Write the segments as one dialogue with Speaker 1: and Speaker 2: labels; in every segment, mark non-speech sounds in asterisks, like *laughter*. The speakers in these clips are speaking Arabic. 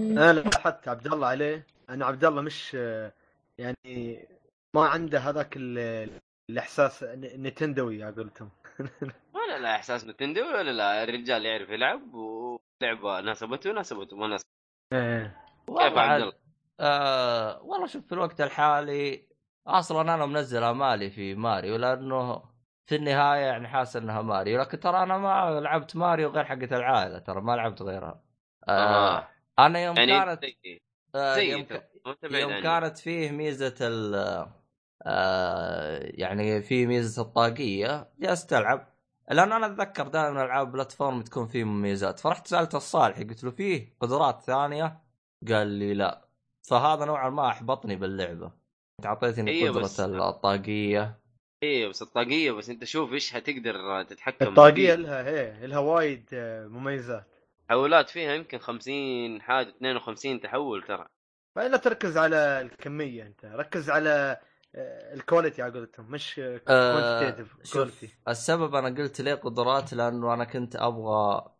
Speaker 1: انا لاحظت عبد الله عليه ان عبد الله مش يعني ما عنده هذاك ال- الاحساس ن- نتندوي على قولتهم
Speaker 2: ولا لا احساس نتندو ولا لا الرجال يعرف يلعب ولعبه ناسبته ناسبته ما ناسبته
Speaker 1: إيه.
Speaker 2: كيف
Speaker 3: والله
Speaker 2: عبد
Speaker 3: عاد
Speaker 2: الله؟
Speaker 3: آه والله شوف في الوقت الحالي اصلا انا منزل امالي في ماريو لانه في النهايه يعني حاسس انها ماريو لكن ترى انا ما لعبت ماريو غير حقة العائله ترى ما لعبت غيرها آه
Speaker 2: آه.
Speaker 3: انا يوم
Speaker 2: يعني
Speaker 3: كانت
Speaker 2: زي
Speaker 3: آه
Speaker 2: زي
Speaker 3: يوم,
Speaker 2: تو.
Speaker 3: ك...
Speaker 2: ما أنت بعيد
Speaker 3: يوم
Speaker 2: عني.
Speaker 3: كانت فيه ميزه ال آه يعني في ميزه الطاقيه جلست العب لان انا اتذكر دائما العاب بلاتفورم تكون فيه مميزات فرحت سالت الصالح قلت له فيه قدرات ثانيه قال لي لا فهذا نوعا ما احبطني باللعبه انت اعطيتني
Speaker 2: إيه
Speaker 3: قدره
Speaker 2: بس-
Speaker 3: الطاقيه
Speaker 2: ايه بس الطاقيه بس انت شوف ايش هتقدر تتحكم
Speaker 1: الطاقيه
Speaker 2: فيه.
Speaker 1: لها هي لها وايد آه، مميزات
Speaker 2: تحولات فيها يمكن 50 حاجه 52 تحول ترى
Speaker 1: فلا تركز على الكميه انت ركز على آه، الكواليتي على قولتهم مش
Speaker 3: آه،
Speaker 1: كوانتيتيف
Speaker 3: شوف
Speaker 1: كواليتي
Speaker 3: السبب انا قلت ليه قدرات لانه انا كنت ابغى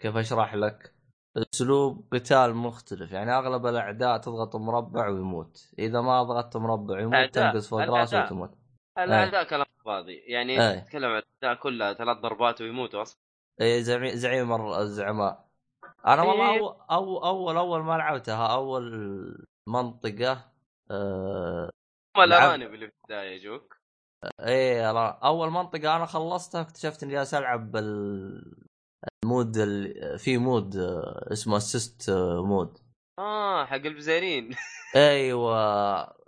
Speaker 3: كيف اشرح لك اسلوب قتال مختلف يعني اغلب الاعداء تضغط مربع ويموت اذا ما ضغطت مربع يموت
Speaker 2: أعداء.
Speaker 3: تنقز فوق
Speaker 2: الأعداء.
Speaker 3: راسه وتموت
Speaker 2: الاعداء كلام فاضي يعني
Speaker 3: إيه.
Speaker 2: انت تتكلم عن الاعداء كلها ثلاث ضربات ويموتوا اصلا
Speaker 3: إيه، زعيم زعيم الر- الزعماء انا
Speaker 2: إيه.
Speaker 3: والله اول اول اول, أول ما لعبتها اول منطقه آه،
Speaker 2: هم
Speaker 3: لعب-
Speaker 2: الارانب اللي في البدايه يجوك
Speaker 3: ايه را- اول منطقة انا خلصتها اكتشفت اني جالس العب بال المود ال... في مود آه، اسمه اسيست مود
Speaker 2: اه حق *laughs* البزارين
Speaker 3: ايوه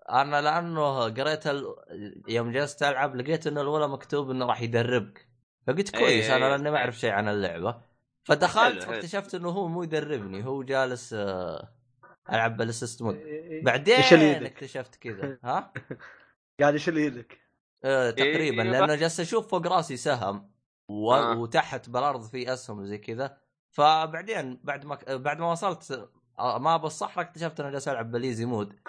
Speaker 3: انا لانه قريت ال... يوم جلست العب لقيت انه الاولى مكتوب انه راح يدربك فقلت
Speaker 2: إيه،
Speaker 3: كويس انا
Speaker 2: إيه.
Speaker 3: لاني ما اعرف شيء عن اللعبة فدخلت
Speaker 2: حلو، حلو.
Speaker 3: واكتشفت انه هو مو يدربني هو جالس آه، العب بالاسيست مود
Speaker 1: إيه.
Speaker 3: بعدين
Speaker 1: يشيل يدك.
Speaker 3: اكتشفت كذا ها
Speaker 1: قاعد يشيل يدك
Speaker 3: آه، تقريبا
Speaker 2: إيه،
Speaker 3: لانه جالس اشوف فوق راسي سهم و...
Speaker 2: آه.
Speaker 3: وتحت بالارض في اسهم زي كذا فبعدين بعد ما بعد ما وصلت آه، ما بالصحراء اكتشفت انه جالس العب باليزي مود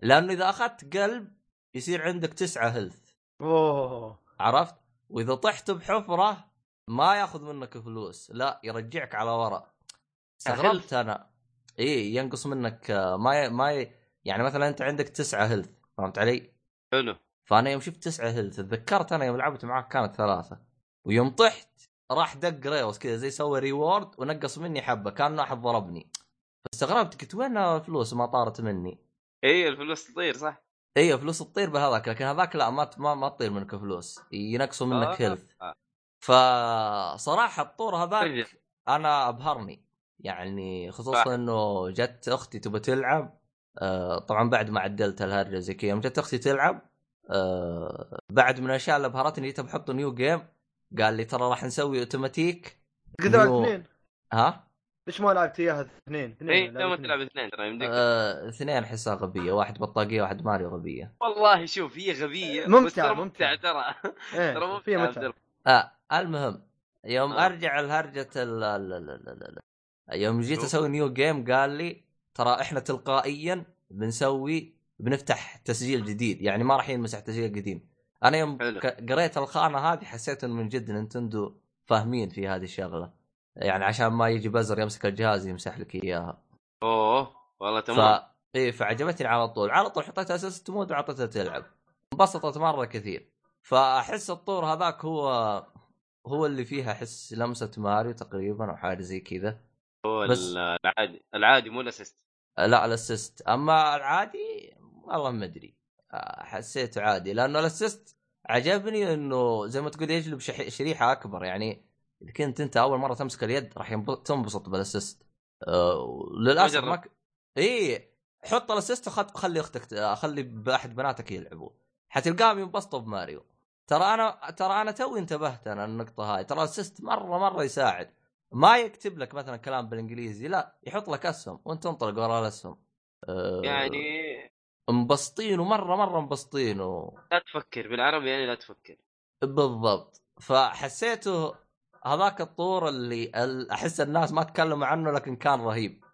Speaker 3: لانه اذا اخذت قلب يصير عندك تسعة هيلث
Speaker 1: اوه
Speaker 3: عرفت؟ واذا طحت بحفره ما ياخذ منك فلوس لا يرجعك على ورا استغربت انا ايه ينقص منك آه، ما ي... ما ي... يعني مثلا انت عندك تسعة هيلث فهمت علي؟
Speaker 2: حلو
Speaker 3: فانا يوم شفت تسعه هيلث تذكرت انا يوم لعبت معاك كانت ثلاثه ويوم طحت راح دق ريوس كذا زي سوى ريورد ونقص مني حبه كان احد ضربني فاستغربت قلت وين الفلوس ما طارت مني
Speaker 2: اي إيه، الفلوس تطير صح
Speaker 3: ايوه فلوس تطير بهذاك لكن هذاك لا ما ما, ما تطير منك فلوس ينقصوا
Speaker 2: آه.
Speaker 3: منك هيلث فصراحه الطور
Speaker 2: رجع.
Speaker 3: هذاك انا ابهرني يعني
Speaker 2: صح.
Speaker 3: خصوصا انه جت اختي تبى تلعب آه، طبعا بعد ما عدلت الهرجه زي كذا يوم جت اختي تلعب آه، بعد من الاشياء اللي ابهرتني جيت بحط نيو جيم قال لي ترى راح نسوي اوتوماتيك
Speaker 1: قدر على
Speaker 3: نيو.
Speaker 1: اثنين
Speaker 3: ها
Speaker 1: ليش ما لعبت اياها اثنين؟ اثنين
Speaker 2: اي
Speaker 1: لعبت
Speaker 2: لما
Speaker 1: اثنين.
Speaker 2: تلعب اثنين إيه، ترى يمديك
Speaker 3: آه، اثنين احسها غبيه واحد بطاقيه واحد ماريو غبيه
Speaker 2: والله شوف هي غبيه
Speaker 1: ممتعة،
Speaker 2: بس ترى
Speaker 1: ممتعة.
Speaker 2: ترى ترى
Speaker 1: ايه في
Speaker 2: ممتعه عبد
Speaker 1: متعه
Speaker 2: الله.
Speaker 3: آه المهم يوم
Speaker 2: آه.
Speaker 3: ارجع لهرجه ال ال- ال- ال- ال- ال- يوم جيت
Speaker 2: شو؟
Speaker 3: اسوي نيو جيم قال لي ترى احنا تلقائيا بنسوي بنفتح تسجيل جديد يعني ما راح ينمسح تسجيل قديم انا يوم
Speaker 2: حلو.
Speaker 3: ك- قريت الخانه هذه حسيت انه من جد نينتندو فاهمين في هذه الشغله يعني عشان ما يجي بزر يمسك الجهاز يمسح لك اياها
Speaker 2: اوه والله
Speaker 3: ف
Speaker 2: تمام
Speaker 3: ايه فعجبتني على طول على طول حطيتها اساس تموت وعطيتها تلعب انبسطت مره كثير فاحس الطور هذاك هو هو اللي فيها احس لمسه ماريو تقريبا او حاجه زي كذا
Speaker 2: هو
Speaker 3: بس-
Speaker 2: ال- العادي العادي مو الاسيست
Speaker 3: لا الاسيست اما العادي والله ما ادري آه، حسيته عادي لانه الاسيست عجبني انه زي ما تقول يجلب شح- شريحه اكبر يعني اذا كنت انت اول مره تمسك اليد راح ينب- تنبسط بالاسيست آه، للاسف
Speaker 2: أجرب.
Speaker 3: ما ك... اي حط الاسيست وخط... خلي اختك آه، خلي احد بناتك يلعبوا حتلقاهم ينبسطوا بماريو ترى انا ترى انا توي انتبهت انا النقطه هاي ترى الاسيست مره مره يساعد ما يكتب لك مثلا كلام بالانجليزي لا يحط لك اسهم وانت تنطلق ورا آه، الاسهم أه،
Speaker 2: يعني
Speaker 3: مبسطين ومره مره مبسطين و...
Speaker 2: لا تفكر بالعربي يعني لا تفكر
Speaker 3: بالضبط فحسيته هذاك الطور اللي ال- احس الناس ما تكلموا عنه لكن كان رهيب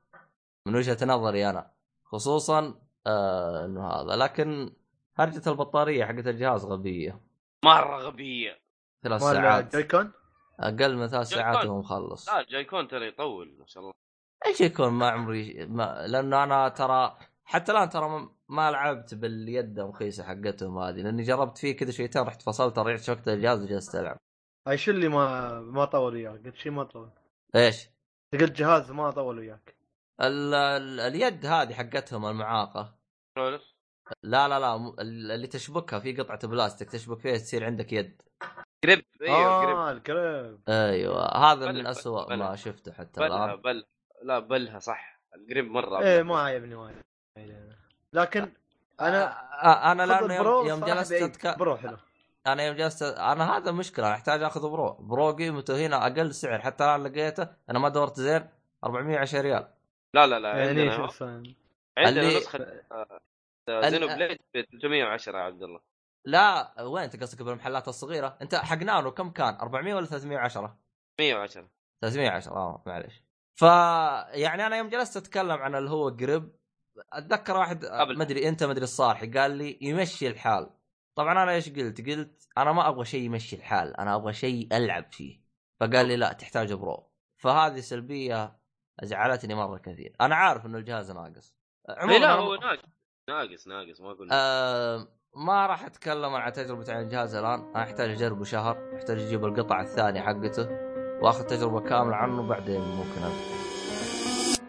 Speaker 3: من وجهه نظري انا خصوصا آه انه هذا لكن هرجه البطاريه حقت الجهاز غبيه
Speaker 2: مره غبيه
Speaker 3: ثلاث
Speaker 1: مال
Speaker 3: ساعات
Speaker 1: جايكون
Speaker 3: اقل من ثلاث ساعات
Speaker 2: جايكون.
Speaker 3: ومخلص
Speaker 2: لا الجايكون ترى يطول ما شاء الله
Speaker 3: ايش يكون ما عمري ما لانه انا ترى حتى الان ترى ما- ما لعبت باليد مخيسه حقتهم هذه لاني جربت فيه كذا شويتين رحت فصلت رجعت وقت الجهاز وجلست العب
Speaker 1: اي شو اللي ما ما طول وياك؟ قلت شيء ما طول
Speaker 3: ايش؟
Speaker 1: أنت قلت جهاز ما طول وياك
Speaker 3: ال... ال... اليد هذه حقتهم المعاقه
Speaker 2: كنترولر
Speaker 3: لا لا لا م- ال- اللي تشبكها في قطعه بلاستيك تشبك فيها تصير عندك يد
Speaker 2: قريب ايوه قريب
Speaker 1: اه القريب
Speaker 3: ايوه هذا من
Speaker 2: بلها-
Speaker 3: أسوأ ما
Speaker 2: بلها.
Speaker 3: شفته حتى
Speaker 2: بلها
Speaker 3: الان
Speaker 2: بل لا بلها صح القريب مره
Speaker 1: ايه ما عيبني وايد لكن انا
Speaker 3: أ- انا لانه
Speaker 1: برو
Speaker 3: يوم, يوم
Speaker 1: صراحة
Speaker 3: جلست
Speaker 1: بعيد.
Speaker 3: أتك...
Speaker 1: برو حلو
Speaker 3: انا يوم جلست انا هذا مشكله انا احتاج اخذ برو برو قيمته هنا اقل سعر حتى الان لقيته انا ما دورت زين 410 ريال
Speaker 2: لا لا لا
Speaker 1: يعني شو
Speaker 2: عندنا
Speaker 1: الصين؟
Speaker 2: عندنا
Speaker 3: اللي-
Speaker 2: نسخه آه،
Speaker 3: ال-
Speaker 2: زينو بليد ب 310 يا عبد الله
Speaker 3: لا وين انت قصدك بالمحلات الصغيره انت حق نانو كم كان 400 ولا 310
Speaker 2: 110
Speaker 3: 310 اه معلش ف يعني انا يوم جلست اتكلم عن اللي هو قرب اتذكر واحد آه،
Speaker 2: قبل.
Speaker 3: ما ادري انت ما ادري الصارحي قال لي يمشي الحال طبعا انا ايش قلت؟ قلت انا ما ابغى شيء يمشي الحال انا ابغى شيء العب فيه فقال لي لا تحتاج برو فهذه سلبيه زعلتني مره كثير انا عارف انه الجهاز ناقص
Speaker 2: إيه، لا
Speaker 3: أنا-
Speaker 2: هو ناقص ناقص ناقص ما اقول
Speaker 3: آه، ما راح اتكلم عن تجربه عن الجهاز الان انا احتاج اجربه شهر احتاج اجيب القطعه الثانيه حقته واخذ تجربه كامله عنه بعدين ممكن أبدأ.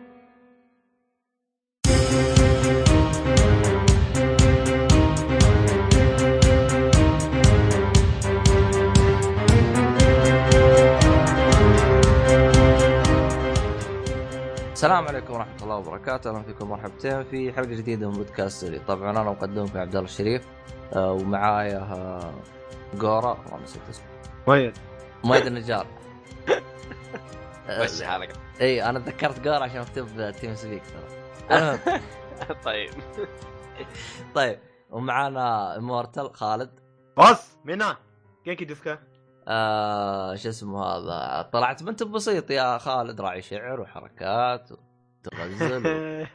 Speaker 3: السلام عليكم ورحمه الله وبركاته اهلا فيكم مرحبتين في حلقه جديده من بودكاست سوري طبعا انا مقدمكم عبد الله الشريف آه، ومعايا آه، جورا والله نسيت اسمه
Speaker 1: ميت
Speaker 3: مايد النجار آه،
Speaker 2: بس حالك
Speaker 3: اي انا تذكرت إيه، جورا عشان اكتب تيم سبيك ترى المهم
Speaker 2: *laughs* طيب
Speaker 3: طيب ومعانا امورتل خالد
Speaker 1: بس منا كيكي ديسكا
Speaker 3: آه شو اسمه هذا طلعت بنت بسيط يا خالد راعي شعر وحركات وتغزل و...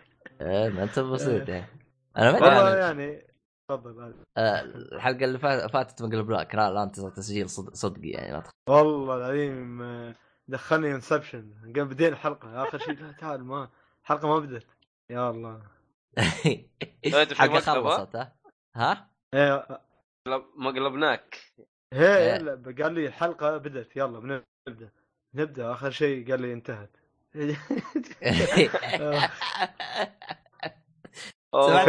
Speaker 3: ايه ما انت بسيط يعني انا ما
Speaker 1: *laughs*
Speaker 3: ادري
Speaker 1: والله
Speaker 3: عن-
Speaker 1: يعني تفضل هذا.
Speaker 3: آه، الحلقه اللي فات- فاتت من بلاك لا لا انتظر تسجيل صد- صدقي يعني
Speaker 2: *laughs*
Speaker 3: لا تخ-
Speaker 1: والله العظيم آه، دخلني انسبشن قبل بدينا الحلقه اخر شيء لا تعال ما الحلقه ما بدت يا الله
Speaker 2: أنت في
Speaker 3: حلقه
Speaker 2: مكتبة؟
Speaker 3: خلصت ها ها *laughs*
Speaker 1: ايه
Speaker 2: قلب- ما قلبناك
Speaker 1: هي لا، قال لي الحلقه بدت يلا بنبدا نبدا اخر شيء قال لي انتهت *laughs*
Speaker 3: سمعت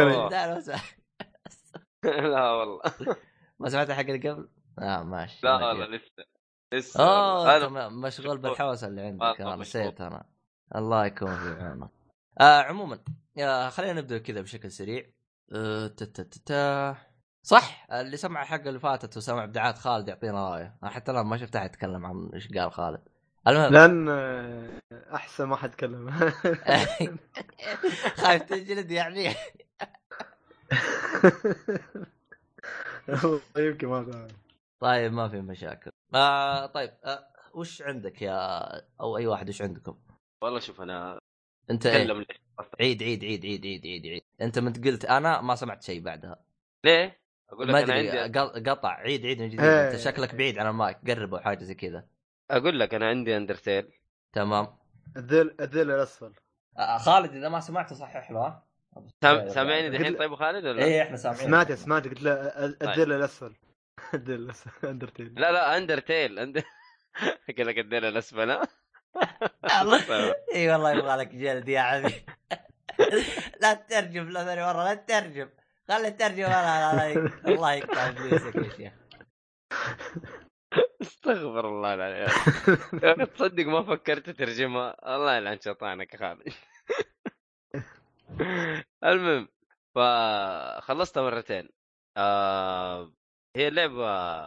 Speaker 1: أوكي.
Speaker 2: أوه.
Speaker 3: لا، لا، سمعت-
Speaker 2: *laughs* لا والله
Speaker 3: ما سمعت الحق اللي قبل؟ اه ماشي
Speaker 2: لا
Speaker 3: ما أدري.
Speaker 2: والله لسه لسه
Speaker 3: اوه
Speaker 2: والله.
Speaker 3: انت
Speaker 2: انا
Speaker 3: م- آه، مشغول بالحوسه اللي
Speaker 2: آه،
Speaker 3: عندك انا
Speaker 2: مشغول.
Speaker 3: نسيت انا الله يكون في عونك آه عموما آه خلينا نبدا كذا بشكل سريع آه تا تا تا تا. صح اللي سمع الحلقه اللي فاتت وسمع ابداعات خالد يعطينا رايه انا حتى الان ما شفت احد يتكلم عن ايش قال خالد المهم
Speaker 1: لان آه، احسن ما حد تكلم *laughs*
Speaker 3: *laughs* خايف تنجلد يعني
Speaker 1: *laughs* والله يمكن ما تعرف
Speaker 3: طيب ما في مشاكل آه طيب آه وش عندك يا او اي واحد وش عندكم
Speaker 2: والله شوف انا
Speaker 3: انت إيه؟
Speaker 2: اتكلم ليش
Speaker 3: عيد عيد عيد عيد عيد عيد عيد انت من قلت انا ما سمعت شيء بعدها
Speaker 2: ليه؟ اقول
Speaker 3: ما
Speaker 2: لك انا
Speaker 3: ادري
Speaker 2: عندي
Speaker 3: قل- قطع عيد عيد من جديد
Speaker 1: إيه.
Speaker 3: انت شكلك بعيد عن المايك قرب او حاجه زي كذا
Speaker 2: اقول لك انا عندي اندرتيل
Speaker 3: تمام
Speaker 1: الذل الذل الاسفل
Speaker 3: آه خالد اذا ما سمعته صحح له ها؟
Speaker 2: سام- سامعني
Speaker 1: قلت
Speaker 2: دحين
Speaker 1: له-
Speaker 2: طيب أبو خالد ولا؟
Speaker 3: ايه احنا سامعين
Speaker 1: سمعته سمعته قلت له آه، الذل *laughs* الاسفل الذل الاسفل *laughs* اندرتيل
Speaker 2: طيب. لا لا اندرتيل *laughs* اندر قال لك الدنيا الاسفل ها؟
Speaker 3: الله. اي والله يبغى لك جلد يا عمي *laughs* لا تترجم لا ثاني مره لا تترجم خلي الترجمه لا لا لا الله يقطع فلوسك يا شيخ
Speaker 2: استغفر الله العظيم تصدق ما فكرت تترجمها الله يلعن شيطانك يا خالد *laughs* المهم فخلصتها مرتين آه هي لعبة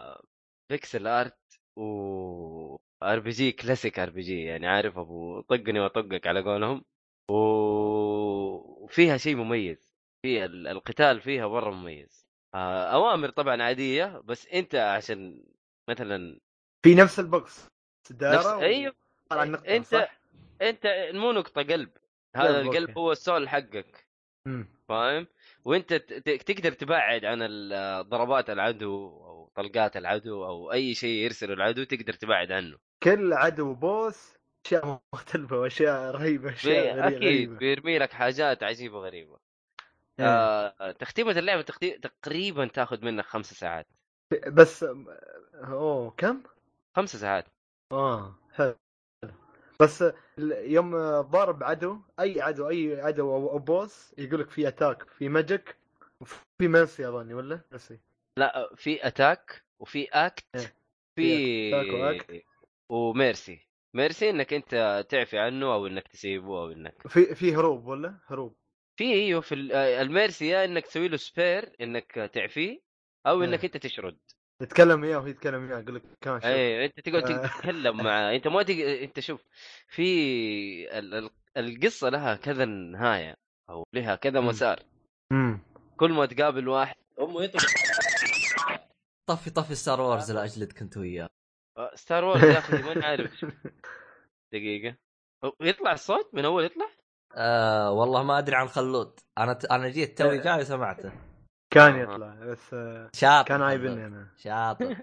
Speaker 2: بيكسل ارت و ار بي جي كلاسيك ار بي جي يعني عارف ابو طقني واطقك على قولهم و- وفيها شيء مميز في ال- القتال فيها مره مميز آه اوامر طبعا عاديه بس انت عشان مثلا
Speaker 1: في نفس البوكس
Speaker 2: نفس
Speaker 1: دائره
Speaker 2: ايوه
Speaker 1: طلع النقطه
Speaker 2: أنت-
Speaker 1: صح؟
Speaker 2: انت مو نقطه قلب هذا
Speaker 1: قلب،
Speaker 2: القلب
Speaker 1: أوكي.
Speaker 2: هو السول حقك
Speaker 1: مم.
Speaker 2: فاهم وانت ت- ت- تقدر تبعد عن ال- ضربات العدو او طلقات العدو او اي شيء يرسله العدو تقدر تبعد عنه
Speaker 1: كل عدو بوس اشياء مختلفه واشياء رهيبه اشياء غري-
Speaker 2: اكيد
Speaker 1: غريبه
Speaker 2: بيرمي لك حاجات عجيبه غريبه
Speaker 1: إيه.
Speaker 2: آه، تختيمه اللعبه تختي... تقريبا تاخذ منك خمسة ساعات
Speaker 1: بس اوه كم؟
Speaker 2: خمسة ساعات
Speaker 1: اه حلو بس ال- يوم ضارب عدو اي عدو اي عدو او أو بوس يقول لك في اتاك في ماجيك وفي منسي اظني ولا نسي
Speaker 2: لا في اتاك وفي اكت
Speaker 1: إيه. أتاك
Speaker 2: في
Speaker 1: وأكت.
Speaker 2: وميرسي ميرسي انك انت تعفي عنه او انك تسيبه او انك
Speaker 1: في في هروب ولا هروب
Speaker 2: في ايوه في ال- آه، الميرسي يا انك تسوي له سبير انك تعفيه او
Speaker 1: إيه.
Speaker 2: انك انت تشرد
Speaker 1: يتكلم وياه وهي تتكلم وياه يقول لك كان شوف
Speaker 2: ايه انت تقعد
Speaker 1: آه.
Speaker 2: تتكلم
Speaker 1: *laughs*
Speaker 2: معاه انت ما تق... انت شوف في ال... ال- القصه لها كذا نهايه او لها كذا
Speaker 1: مم.
Speaker 2: مسار
Speaker 1: امم
Speaker 2: كل ما تقابل واحد امه يطلق
Speaker 3: طفي طفي ستار وورز لا اجلدك انت وياه
Speaker 2: آه، ستار وورز يا اخي ما عارف دقيقه أو- يطلع الصوت من اول يطلع
Speaker 3: آه والله ما ادري عن خلود انا ت... انا جيت توي جاي وسمعته
Speaker 1: *laughs* كان يطلع بس آه،
Speaker 3: شاطر
Speaker 1: كان عايبني
Speaker 3: خلود.
Speaker 2: *laughs*
Speaker 1: انا
Speaker 3: شاطر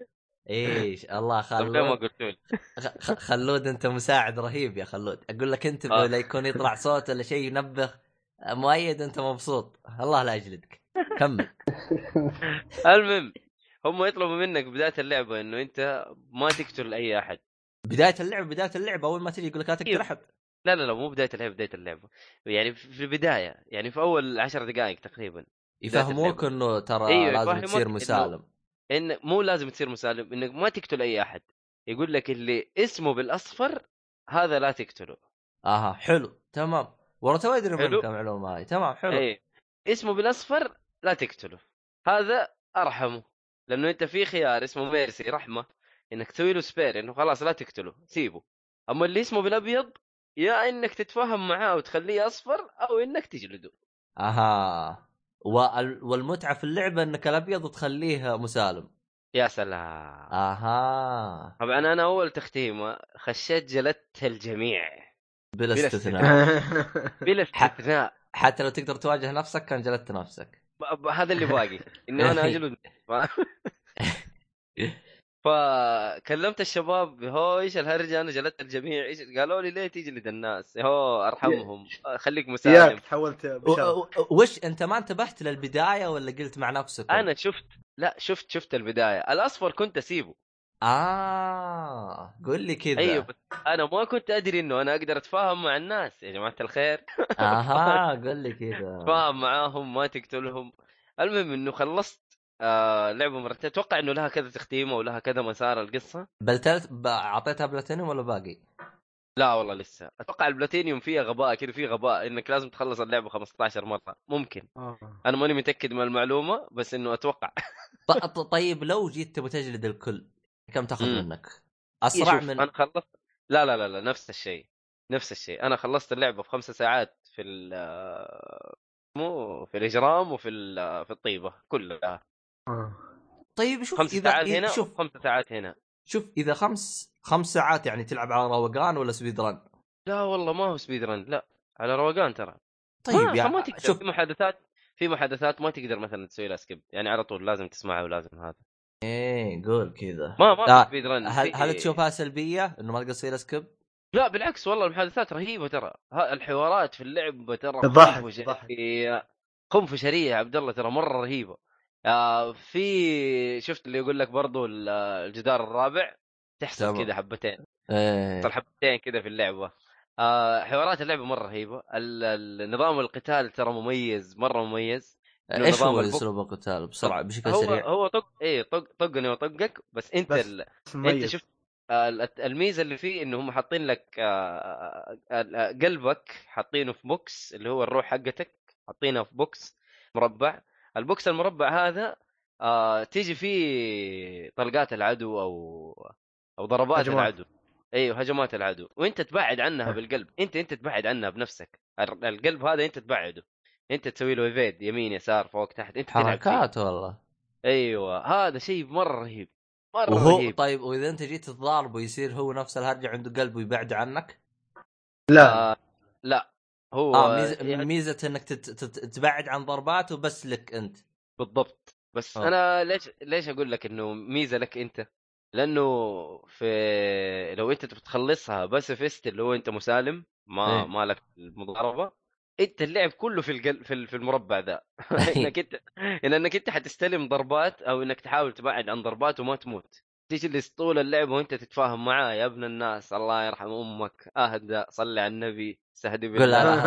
Speaker 3: ايش الله
Speaker 2: طب
Speaker 1: أيوه.
Speaker 2: ليه ما
Speaker 3: خلود
Speaker 2: قلت لي
Speaker 3: خ- خ- خلود انت مساعد رهيب يا خلود اقول لك انت
Speaker 2: آه.
Speaker 3: لا يكون يطلع صوت ولا شيء ينبخ مؤيد انت مبسوط الله لا يجلدك كمل
Speaker 2: *laughs* المهم هم يطلبوا منك بدايه اللعبه انه انت ما تقتل اي احد
Speaker 3: بدايه اللعب بدايه اللعب اول ما تجي يقول لك لا
Speaker 2: إيوه.
Speaker 3: تقتل احد
Speaker 2: لا لا لا مو بدايه اللعبه بدايه اللعبه يعني في البدايه يعني في اول عشر دقائق تقريبا
Speaker 3: يفهموك انه ترى
Speaker 2: أيوة،
Speaker 3: لازم
Speaker 2: يفهمك
Speaker 3: تصير
Speaker 2: إنه-
Speaker 3: مسالم
Speaker 2: ان مو لازم تصير مسالم انك ما تقتل اي احد يقول لك اللي اسمه بالاصفر هذا لا تقتله
Speaker 3: اها حلو تمام والله تو ادري
Speaker 2: حلو. إيه.
Speaker 3: منك المعلومه هاي تمام حلو
Speaker 2: اي اسمه بالاصفر لا تقتله هذا ارحمه لانه انت في خيار اسمه ميرسي رحمه انك تسوي له سبير انه خلاص لا تقتله سيبه اما اللي اسمه بالابيض يا انك تتفاهم معاه وتخليه اصفر او انك تجلده
Speaker 3: اها وال- والمتعه في اللعبه انك الابيض وتخليه مسالم
Speaker 2: يا سلام
Speaker 3: اها
Speaker 2: طبعا انا اول تختيمه خشيت جلدت الجميع
Speaker 3: بلا
Speaker 2: بلا
Speaker 3: استثناء
Speaker 2: بلا استثناء
Speaker 3: حتى لو تقدر تواجه نفسك كان جلدت نفسك
Speaker 2: ب- ب- هذا اللي باقي اني انا اجلد *laughs* فكلمت الشباب هو ايش الهرجه انا جلدت الجميع ايش قالوا لي ليه تجلد الناس هو ارحمهم
Speaker 1: *laughs*
Speaker 2: خليك مسالم
Speaker 1: ياك تحولت
Speaker 3: و-
Speaker 1: بشر
Speaker 3: و- وش انت ما انتبهت للبدايه ولا قلت مع نفسك
Speaker 2: انا شفت لا شفت شفت البدايه الاصفر كنت اسيبه
Speaker 3: اه قول لي كذا
Speaker 2: ايوه بس انا ما كنت ادري انه انا اقدر اتفاهم مع الناس يا جماعه الخير *laughs*
Speaker 3: اها قول لي كذا
Speaker 2: اتفاهم معاهم ما تقتلهم المهم انه خلصت آه لعبه مرتين اتوقع انه لها كذا تختيمه ولها كذا مسار القصه
Speaker 3: بلتلت ب- اعطيتها بلاتينيوم ولا باقي؟
Speaker 2: لا والله لسه اتوقع البلاتينيوم فيها غباء كذا فيه غباء انك لازم تخلص اللعبه 15 مره ممكن
Speaker 1: آه.
Speaker 2: انا ماني متاكد من المعلومه بس انه *laughs* اتوقع
Speaker 3: ط- ط- طيب لو جيت تبغى تجلد الكل كم تاخذ
Speaker 2: مم.
Speaker 3: منك؟ اسرع
Speaker 2: شوف،
Speaker 3: من
Speaker 2: انا خلصت لا لا لا لا نفس الشيء نفس الشيء انا خلصت اللعبه في خمسة ساعات في ال آه، مو في الاجرام وفي ال- آه، في الطيبه كلها
Speaker 1: آه.
Speaker 3: طيب شوف
Speaker 2: خمس
Speaker 3: اذا
Speaker 2: ساعات
Speaker 3: إذا-
Speaker 2: هنا
Speaker 3: شوف
Speaker 2: وخمس ساعات هنا
Speaker 3: شوف اذا خمس خمس ساعات يعني تلعب على روقان ولا سبيد رن؟
Speaker 2: لا والله ما هو سبيد رن لا على روقان ترى
Speaker 3: طيب
Speaker 2: ما,
Speaker 3: يعني
Speaker 2: ما تقدر
Speaker 3: شوف
Speaker 2: في محادثات في محادثات ما تقدر مثلا تسوي لها سكيب يعني على طول لازم تسمعها ولازم هذا
Speaker 3: ايه قول كذا
Speaker 2: ما ما
Speaker 3: آه،
Speaker 2: في سبيد رن
Speaker 3: هل
Speaker 2: في-
Speaker 3: هل تشوفها سلبيه انه ما تقدر تصير سكيب؟
Speaker 2: لا بالعكس والله المحادثات رهيبه ترى ها- الحوارات في اللعبه ترى
Speaker 1: الضحك،
Speaker 2: خنفشريه خنفشريه يا عبد الله ترى مره رهيبه آه في شفت اللي يقول لك برضو ال- الجدار الرابع تحصل
Speaker 3: تمام.
Speaker 2: كذا حبتين
Speaker 3: ايه
Speaker 2: تحصل حبتين كذا في اللعبه آه حوارات اللعبه مره رهيبه ال- ال- نظام القتال ترى مميز مره مميز إنه
Speaker 3: ايش
Speaker 2: نظام
Speaker 3: هو
Speaker 2: البوك-
Speaker 3: اسلوب القتال بسرعه بشكل
Speaker 2: هو
Speaker 3: سريع؟
Speaker 2: هو طق ايه طق طقني وطقك بس انت
Speaker 1: بس
Speaker 2: ال...
Speaker 1: بس
Speaker 2: انت
Speaker 1: مميز
Speaker 2: شفت آه، الت- الميزه اللي فيه انه هم حاطين لك آه، آه، آه، قلبك حاطينه في بوكس اللي هو الروح حقتك حاطينها في بوكس مربع البوكس المربع هذا آه، تيجي فيه طلقات العدو او او ضربات
Speaker 1: هجمات.
Speaker 2: العدو ايوه هجمات العدو وانت تبعد عنها
Speaker 1: أه.
Speaker 2: بالقلب انت انت تبعد عنها بنفسك ال- القلب هذا انت تبعده انت تسوي له ايفيد يمين يسار فوق تحت انت تلعب فيه.
Speaker 3: حركات والله
Speaker 2: ايوه هذا شيء مره رهيب مره
Speaker 3: وهو
Speaker 2: رهيب
Speaker 3: طيب واذا انت جيت تضارب ويصير هو نفس الهرجه عنده قلب ويبعد عنك
Speaker 2: آه،
Speaker 1: لا
Speaker 2: لا هو
Speaker 3: اه ميزه,
Speaker 2: يعني
Speaker 3: آه. ميزة انك تت... تت... تبعد عن ضرباته
Speaker 2: *laughs*
Speaker 3: بس لك انت
Speaker 2: بالضبط بس
Speaker 3: آه.
Speaker 2: انا ليش ليش اقول لك انه ميزه لك انت لانه في لو انت بتخلصها باسفست اللي هو انت مسالم ما
Speaker 3: إيه.
Speaker 2: مالك المضاربه انت اللعب كله في القل... في ال- في المربع
Speaker 3: *laughs*
Speaker 2: ذا
Speaker 3: طيب.
Speaker 2: انك انت لانك انت حتستلم ضربات او انك تحاول تبعد عن ضربات وما تموت تجلس طول اللعب وانت تتفاهم معاه يا ابن الناس الله يرحم امك اهدى صلي على النبي استهدي
Speaker 3: قول لا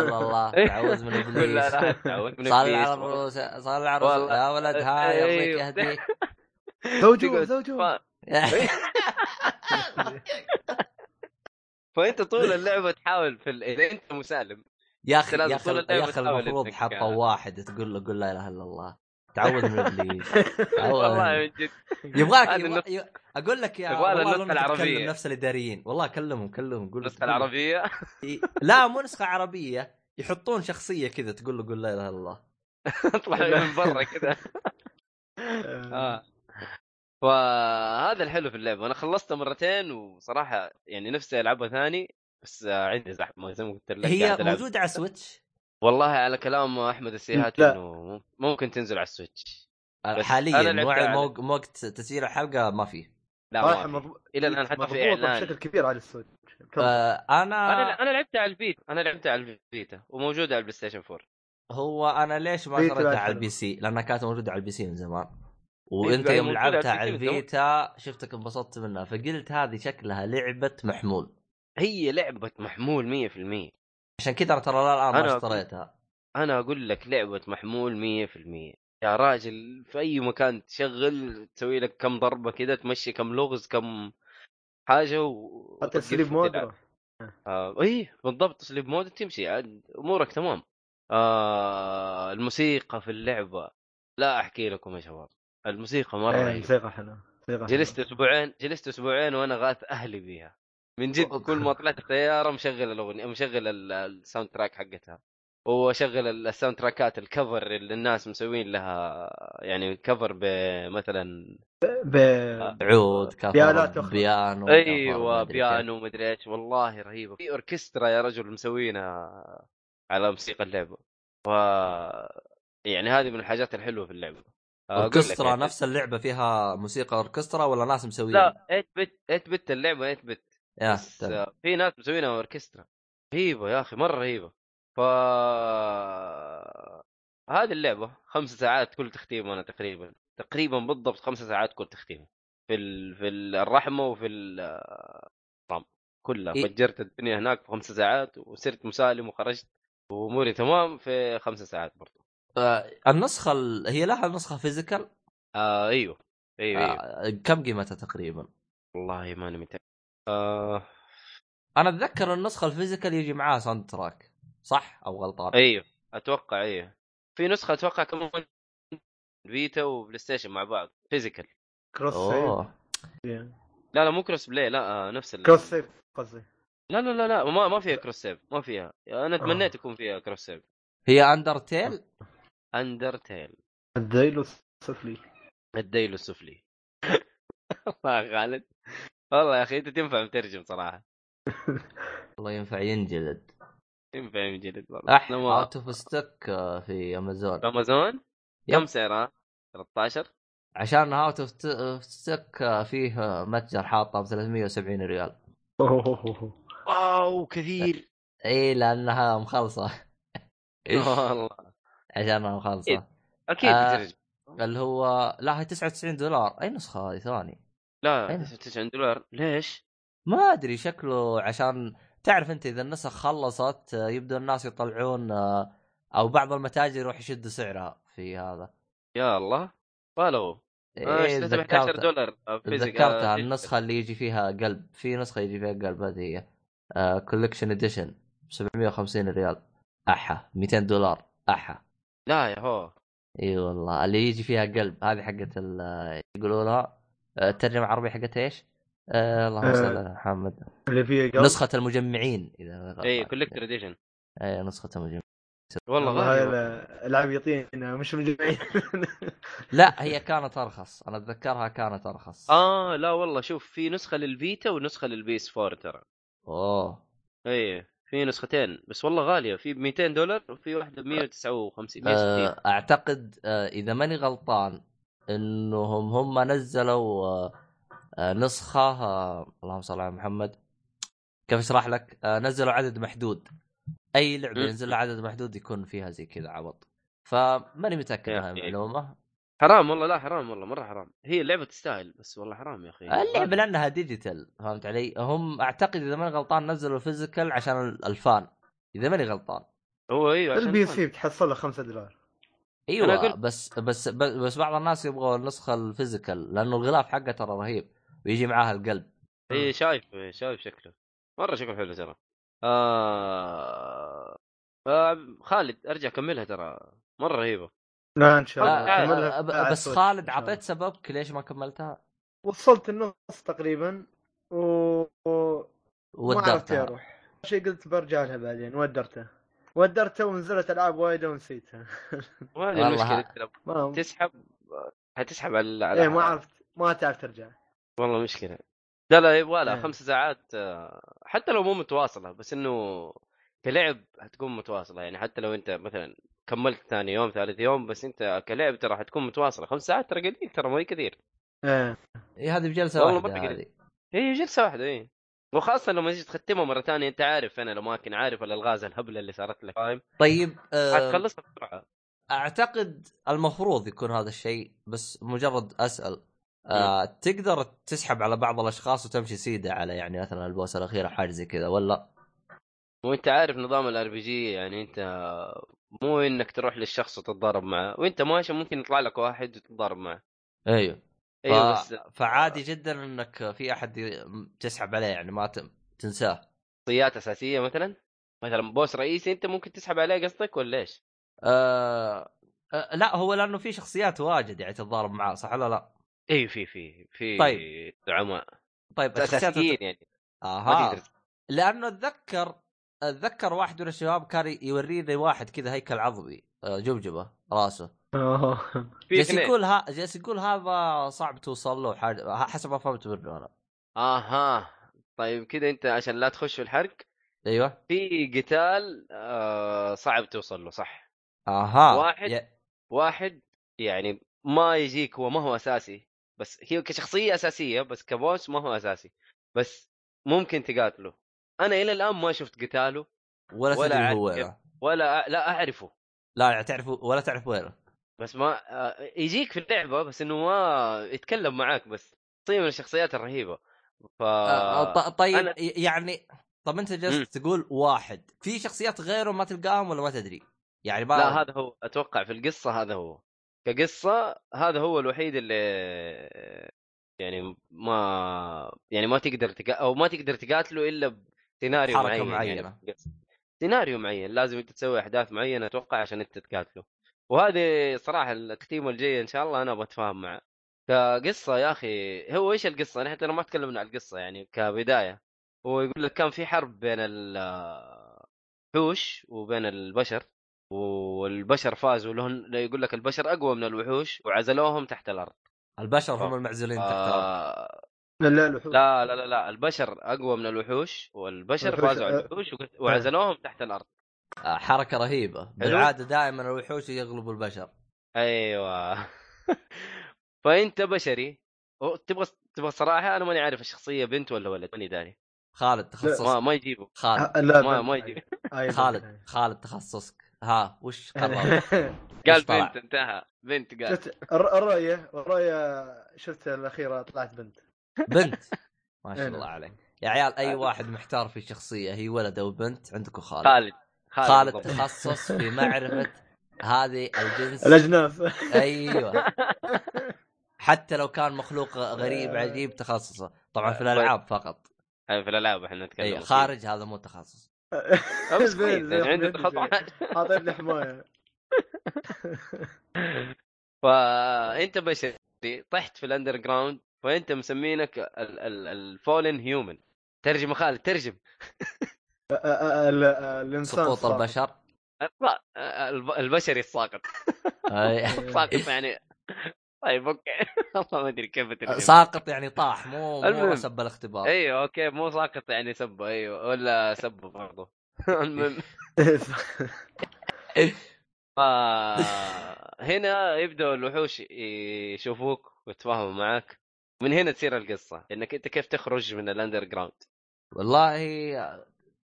Speaker 2: بالله
Speaker 3: لا
Speaker 2: *laughs*
Speaker 3: الله الله تعوز من
Speaker 2: قول لا
Speaker 3: ابليس *laughs*
Speaker 2: لا تعود من
Speaker 3: صلى
Speaker 2: إبليس.
Speaker 3: على الرؤوس صلى على الرؤوس
Speaker 2: *laughs* والله.
Speaker 3: يا ولد هاي الله
Speaker 2: أيوه. *laughs*
Speaker 3: يهديك
Speaker 1: زوجو
Speaker 2: تقعد
Speaker 1: زوجو
Speaker 2: تفا- *laughs* فانت طول اللعبه تحاول في ال... اذا انت مسالم
Speaker 3: *laughs* يا اخي
Speaker 2: لازم
Speaker 3: يا اخي
Speaker 2: طول اللعبة
Speaker 3: يا اخي
Speaker 2: تحاول
Speaker 3: المفروض
Speaker 2: إنك- يعني.
Speaker 3: حطوا واحد تقول له قول لا اله الا الله تعوذ
Speaker 2: *laughs*
Speaker 3: من ابليس تعوذ
Speaker 2: والله
Speaker 3: من-
Speaker 2: من جد
Speaker 3: يبغاك
Speaker 2: هذه
Speaker 3: يبغى-
Speaker 2: النقطة.
Speaker 3: يبغى- اقول لك يا
Speaker 2: يبغى لها
Speaker 3: والله لو
Speaker 2: النسخة
Speaker 3: إنك
Speaker 2: العربية.
Speaker 3: تكلم نفس الاداريين والله كلمهم كلمهم قول
Speaker 2: النسخه *laughs* العربيه
Speaker 3: إي- إيه، لا مو نسخه عربيه يحطون شخصيه كذا تقول له قول لا اله الا الله
Speaker 2: اطلع من برا
Speaker 3: *laughs*
Speaker 2: كذا
Speaker 1: آه.
Speaker 2: اه فهذا الحلو في اللعبه انا خلصتها مرتين وصراحه يعني نفسي العبها ثاني بس آه، عندي زحمه زي ما قلت لك
Speaker 3: هي
Speaker 2: قاعد ألعب.
Speaker 3: موجوده على سويتش
Speaker 2: والله على كلام احمد السيهات
Speaker 1: لا.
Speaker 2: انه ممكن تنزل على السويتش بس أنا
Speaker 3: حاليا
Speaker 2: لعبت
Speaker 3: مو
Speaker 2: على-
Speaker 3: مو- مو وقت تسجيل الحلقه ما في
Speaker 2: لا
Speaker 1: صراحة
Speaker 2: ما في.
Speaker 1: مربو-
Speaker 2: الى الان حتى في
Speaker 1: مربوطة بشكل
Speaker 2: اعلان
Speaker 1: كبير على السويتش
Speaker 3: آه، انا
Speaker 2: انا انا لعبتها على الفيتا انا لعبتها على الفيتا وموجوده على البلاي ستيشن 4
Speaker 3: هو انا ليش ما
Speaker 1: فيتا
Speaker 3: شريتها
Speaker 1: بعد
Speaker 3: على
Speaker 1: حلو.
Speaker 3: البي سي؟ لانها كانت موجوده على البي سي من زمان. وانت
Speaker 2: هي
Speaker 3: يوم
Speaker 2: موجودة على البي سي
Speaker 3: لعبتها على
Speaker 2: من زمان.
Speaker 3: الفيتا شفتك انبسطت منها فقلت هذه شكلها لعبه محمول
Speaker 2: هي لعبه محمول 100%
Speaker 3: عشان كذا ترى الان
Speaker 2: أنا
Speaker 3: ما
Speaker 2: أقول-
Speaker 3: اشتريتها
Speaker 2: انا اقول لك لعبه محمول 100% يا راجل في اي مكان تشغل تسوي لك كم ضربه كده تمشي كم لغز كم حاجه و
Speaker 1: حتى سليب مود
Speaker 2: آه اي بالضبط سليب مود تمشي عاد امورك تمام آه الموسيقى في اللعبه لا احكي لكم يا شباب الموسيقى مره رهيبة.
Speaker 1: موسيقى حلوه موسيقى
Speaker 2: جلست اسبوعين جلست اسبوعين وانا غاث اهلي بيها من جد كل ما طلعت الطياره مشغل الاغنيه مشغل ال- الساوند تراك حقتها واشغل ال- الساوند تراكات الكفر اللي الناس مسوين لها يعني كفر بمثلا آه.
Speaker 1: ب-
Speaker 3: عود كفر
Speaker 1: بيانات أخرى.
Speaker 3: بيانو كفر،
Speaker 2: ايوه
Speaker 3: مدري كيف.
Speaker 2: بيانو ومدري ايش والله رهيبه في اوركسترا يا رجل مسوينها على موسيقى اللعبه و يعني هذه من الحاجات الحلوه في اللعبه أقول لك
Speaker 3: اوركسترا
Speaker 2: يعني-
Speaker 3: نفس اللعبه فيها موسيقى اوركسترا ولا ناس مسويين؟
Speaker 2: لا 8 بت 8 بت اللعبه 8 بت
Speaker 3: يا
Speaker 2: بس
Speaker 3: تمام.
Speaker 2: في ناس مسوينها اوركسترا رهيبه يا اخي مره رهيبه ف هذه اللعبه خمس ساعات كل تختيم انا تقريبا تقريبا بالضبط خمس ساعات كل تختيم في ال... في ال- الرحمه وفي الرام كلها
Speaker 3: إيه.
Speaker 2: فجرت الدنيا هناك في خمس ساعات وصرت مسالم وخرجت واموري تمام في خمس ساعات برضو
Speaker 3: آه، النسخه ال... هي لها نسخه فيزيكال
Speaker 2: آه ايوه ايوه, أيوه.
Speaker 3: آه، كم قيمتها تقريبا؟
Speaker 2: والله ماني متاكد آه
Speaker 3: انا اتذكر النسخه الفيزيكال يجي معاها ساوند تراك صح او غلطان؟
Speaker 2: ايوه اتوقع ايوه في نسخه اتوقع كمان فيتا وبلاي ستيشن مع بعض فيزيكال
Speaker 1: كروس سيف
Speaker 3: اوه
Speaker 2: لا لا مو كروس بلاي لا آه، نفس ال...
Speaker 1: كروس سيف قصدي
Speaker 2: لا لا لا لا ما ما فيها كروس سيف ما فيها انا تمنيت يكون فيها كروس سيف
Speaker 3: هي اندرتيل
Speaker 2: اندرتيل
Speaker 1: الديلو سفلي
Speaker 2: الديل السفلي *laughs* والله يا خالد والله يا اخي انت تنفع مترجم صراحه
Speaker 3: الله ينفع ينجلد
Speaker 2: تنفع من جلد والله
Speaker 3: اح
Speaker 2: أنا ما-
Speaker 3: اوت اوف ستوك آه، في امازون
Speaker 2: امازون
Speaker 3: يب.
Speaker 2: كم سعرها؟ 13
Speaker 3: عشان اوت اوف ستوك آه، فيه متجر حاطه ب 370 ريال
Speaker 1: أوه.
Speaker 2: واو *laughs* كثير
Speaker 3: اي لانها مخلصه
Speaker 2: *laughs* والله إيه.
Speaker 3: عشانها مخلصه
Speaker 2: اكيد
Speaker 3: آه.
Speaker 2: بترجم
Speaker 3: اللي هو لا هي 99 دولار اي نسخه هذه ثاني
Speaker 2: لا
Speaker 3: أين؟
Speaker 2: 99 دولار ليش؟
Speaker 3: ما ادري شكله عشان تعرف انت اذا النسخ خلصت آه، يبدو الناس يطلعون آه، او بعض المتاجر يروح يشدوا سعرها في هذا إيه،
Speaker 2: يا الله فالو آه،
Speaker 3: اي
Speaker 2: اشتريتها ب 11
Speaker 3: تذكرت
Speaker 2: دولار آه، فيزيك-
Speaker 3: تذكرتها
Speaker 2: آه،
Speaker 3: النسخه اللي يجي فيها قلب في نسخه يجي فيها قلب هذه هي آه، كولكشن اديشن 750 ريال احا 200 دولار احا
Speaker 2: لا يا هو
Speaker 3: اي والله اللي يجي فيها قلب هذه حقت ال- يقولوا لها آه، الترجمه العربيه حقت ايش؟ آه، اللهم صل على محمد
Speaker 1: اللي فيه قلب.
Speaker 3: نسخه المجمعين اذا أنا غلطان.
Speaker 2: اي كوليكتر اديشن
Speaker 3: اي نسخه المجمعين
Speaker 2: والله
Speaker 1: والله
Speaker 2: غالي
Speaker 1: هاي العاب يعطينا مش
Speaker 2: *laughs*
Speaker 1: مجمعين
Speaker 3: لا هي كانت ارخص انا اتذكرها كانت ارخص
Speaker 2: اه لا والله شوف في نسخه للفيتا ونسخه للبيس 4 ترى
Speaker 3: اوه
Speaker 2: اي في نسختين بس والله غاليه في ب 200 دولار وفي واحده ب 159 160
Speaker 3: آه، اعتقد آه، اذا ماني غلطان انهم هم نزلوا آه، آه، نسخه آه، اللهم صل على محمد كيف اشرح لك؟ آه، نزلوا عدد محدود اي لعبه
Speaker 2: مم.
Speaker 3: ينزل لها عدد محدود يكون فيها زي كذا عبط فماني متاكد
Speaker 2: يا
Speaker 3: من هاي
Speaker 2: أخي.
Speaker 3: المعلومه
Speaker 2: حرام والله لا حرام والله مره حرام هي اللعبه تستاهل بس والله حرام يا اخي
Speaker 3: اللعبه لانها ديجيتال فهمت علي؟ هم اعتقد اذا ماني غلطان نزلوا الفيزيكال عشان الفان اذا ماني غلطان
Speaker 2: هو ايوه عشان
Speaker 1: البي
Speaker 2: فن.
Speaker 1: سي بتحصلها 5 دولار
Speaker 3: ايوه
Speaker 2: أقول-
Speaker 3: بس بس بس بعض الناس يبغوا النسخه الفيزيكال لانه الغلاف حقه ترى رهيب ويجي معاها القلب
Speaker 2: اي شايف إيه، شايف شكله مره شكله حلو ترى آه... آه... خالد ارجع كملها ترى مره رهيبه
Speaker 1: لا ان شاء الله
Speaker 2: آه،
Speaker 1: كملها
Speaker 3: آه،
Speaker 1: بعد
Speaker 3: بس
Speaker 1: سويتش.
Speaker 3: خالد اعطيت سببك ليش ما كملتها؟
Speaker 1: وصلت النص تقريبا و و- ما عرفت
Speaker 3: ودرتها
Speaker 1: اروح شيء قلت برجع لها بعدين ودرته ودرته ونزلت العاب وايد ونسيتها
Speaker 2: وهذه
Speaker 3: والله
Speaker 2: المشكله
Speaker 3: ها.
Speaker 2: أنت لو
Speaker 1: ما
Speaker 2: تسحب هتسحب على على
Speaker 1: ايه ما عرفت ما تعرف ترجع
Speaker 2: والله مشكله لا لا يبغى لها
Speaker 1: إيه.
Speaker 2: خمس ساعات آه، حتى لو مو متواصله بس انه كلعب حتكون متواصله يعني حتى لو انت مثلا كملت ثاني يوم ثالث يوم بس انت كلعب ترى حتكون متواصله خمس ساعات ترى قليل ترى ما هي كثير
Speaker 1: ايه
Speaker 3: اي إيه، هذه بجلسه
Speaker 2: والله
Speaker 3: واحده
Speaker 2: ما تقدر.
Speaker 3: هذه
Speaker 2: هي جلسه واحده اي وخاصه لما تجي تختمها مره ثانيه انت عارف انا الاماكن عارف الالغاز الهبله اللي صارت لك فاهم
Speaker 3: طيب آه
Speaker 2: حتخلصها بسرعه
Speaker 3: اعتقد المفروض يكون هذا الشيء بس مجرد اسال آه تقدر تسحب على بعض الاشخاص وتمشي سيده على يعني مثلا البوس الاخير او حاجه زي كذا ولا
Speaker 2: وانت عارف نظام الار بي جي يعني انت مو انك تروح للشخص وتتضارب معه وانت ماشي ممكن يطلع لك واحد وتتضارب معه
Speaker 3: ايوه
Speaker 2: ايوه بس
Speaker 3: فعادي جدا انك في احد ي- تسحب عليه يعني ما ت- تنساه
Speaker 2: شخصيات اساسيه مثلا مثلا بوس رئيسي انت ممكن تسحب عليه قصدك ولا ايش؟
Speaker 3: آه آه، لا هو لانه في شخصيات واجد يعني تتضارب معاه صح ولا لا؟
Speaker 2: اي إيه، في في في
Speaker 3: طيب.
Speaker 2: زعماء
Speaker 3: طيب الشخصيات آه،
Speaker 2: اساسيين يعني ما
Speaker 3: اها
Speaker 2: تقدر
Speaker 3: لانه اتذكر اتذكر واحد من الشباب كان يوريني واحد كذا هيكل عظمي آه، جبجبه راسه
Speaker 1: أوه.
Speaker 2: في
Speaker 3: جالس
Speaker 2: اثنين.
Speaker 3: يقول ها جالس يقول هذا صعب توصل له حاجه ه- حسب ما فهمت منه انا
Speaker 2: اها طيب كذا انت عشان لا تخش في الحرق
Speaker 3: ايوه
Speaker 2: في قتال آه صعب توصل له صح
Speaker 3: اها
Speaker 2: واحد.
Speaker 3: يا-
Speaker 2: واحد يعني ما يجيك هو ما هو اساسي بس هي كشخصيه اساسيه بس كبوس ما هو اساسي بس ممكن تقاتله انا الى الان ما شفت قتاله
Speaker 3: ولا
Speaker 2: ولا
Speaker 3: تدري
Speaker 2: عارف
Speaker 3: هو
Speaker 2: كيف.
Speaker 3: وينه
Speaker 2: ولا أ... لا اعرفه
Speaker 3: لا يعني تعرف ولا تعرف وينه
Speaker 2: بس ما آه، يجيك في اللعبه بس انه ما يتكلم معاك بس شخصيه من الشخصيات الرهيبه ف
Speaker 3: آه، ط- طيب
Speaker 2: أنا-
Speaker 3: ي- يعني طب انت
Speaker 2: مم.
Speaker 3: جالس تقول واحد في شخصيات غيره ما تلقاهم ولا ما تدري يعني ما
Speaker 2: لا هذا هو اتوقع في القصه هذا هو كقصه هذا هو الوحيد اللي يعني ما يعني ما تقدر تقا... او ما تقدر تقاتله الا بسيناريو
Speaker 3: بحركة
Speaker 2: معين
Speaker 3: معينة.
Speaker 2: يعني في القصة. سيناريو معين لازم انت تسوي احداث معينه اتوقع عشان انت تقاتله وهذه صراحه التختيمه الجايه ان شاء الله انا بتفاهم معه كقصه يا اخي هو ايش القصه؟ نحن ترى ما تكلمنا عن القصه يعني كبدايه هو يقول لك كان في حرب بين الوحوش وبين البشر والبشر فازوا لهم لا يقول لك البشر اقوى من الوحوش وعزلوهم تحت الارض
Speaker 3: البشر هم
Speaker 2: آه.
Speaker 3: المعزولين تحت الأرض.
Speaker 2: آه
Speaker 1: لا لا الوحوش
Speaker 2: لا لا لا لا البشر اقوى من الوحوش والبشر
Speaker 1: الوحوش-
Speaker 2: فازوا على
Speaker 1: آه.
Speaker 2: الوحوش وقت- وعزلوهم تحت الارض
Speaker 3: آه، حركه رهيبه بالعاده دائما الوحوش يغلبوا البشر
Speaker 2: *laughs* ايوه فانت بشري أو تبغى تبغى صراحه انا ماني عارف الشخصيه بنت ولا ولد ماني داري
Speaker 3: خالد تخصص
Speaker 2: ما ما يجيبه
Speaker 1: *laughs*
Speaker 3: خالد
Speaker 1: آه، لا
Speaker 2: ما
Speaker 1: بنت.
Speaker 2: ما
Speaker 3: *laughs*
Speaker 2: يجيب
Speaker 1: أيوة،
Speaker 3: خالد
Speaker 1: بنت.
Speaker 3: خالد تخصصك ها وش
Speaker 1: *laughs*
Speaker 3: قررت؟
Speaker 2: قال
Speaker 3: إيش طلع؟
Speaker 2: بنت انتهى بنت قال
Speaker 1: شفت الر- الرؤية الرؤية شفت الأخيرة طلعت بنت
Speaker 3: بنت ما شاء
Speaker 1: أنا.
Speaker 3: الله عليك يا عيال اي واحد محتار في شخصيه هي ولد او بنت عندكم خالد
Speaker 2: خالد
Speaker 3: خالد
Speaker 2: بالضبط.
Speaker 3: تخصص في معرفه هذه الجنس
Speaker 1: الأجناس *laughs*
Speaker 3: ايوه حتى لو كان مخلوق غريب عجيب تخصصه طبعا في الالعاب فقط
Speaker 2: أيوة، في الالعاب احنا نتكلم
Speaker 3: اي
Speaker 2: أكيد.
Speaker 3: خارج هذا مو تخصص
Speaker 2: آه، بس كويس
Speaker 1: زين،
Speaker 2: يعني عنده
Speaker 1: زين.
Speaker 2: تخصص
Speaker 1: حاطين حماية
Speaker 2: فانت بشري طحت في الاندر جراوند فانت مسمينك ال- ال- الفولن هيومن ترجم خالد ترجم
Speaker 1: آه، آه، آه، ال- آه، الإنسان
Speaker 3: سقوط
Speaker 1: الصعب.
Speaker 3: البشر
Speaker 2: الص- الب- البشري الساقط
Speaker 1: إيه.
Speaker 3: أي.
Speaker 2: ساقط يعني *laughs* طيب اوكي *laughs* والله ما ادري كيف اترجم
Speaker 3: ساقط يعني طاح مو مو
Speaker 2: المهم.
Speaker 3: رسب الاختبار
Speaker 2: ايوه اوكي مو ساقط يعني سبه ايوه ولا سبه برضه *laughs* المهم
Speaker 1: *laughs*
Speaker 3: *laughs*
Speaker 2: آه، هنا يبدأ الوحوش يشوفوك ويتفاهموا معك من هنا تصير القصه انك انت كيف تخرج من الاندر جراوند
Speaker 3: والله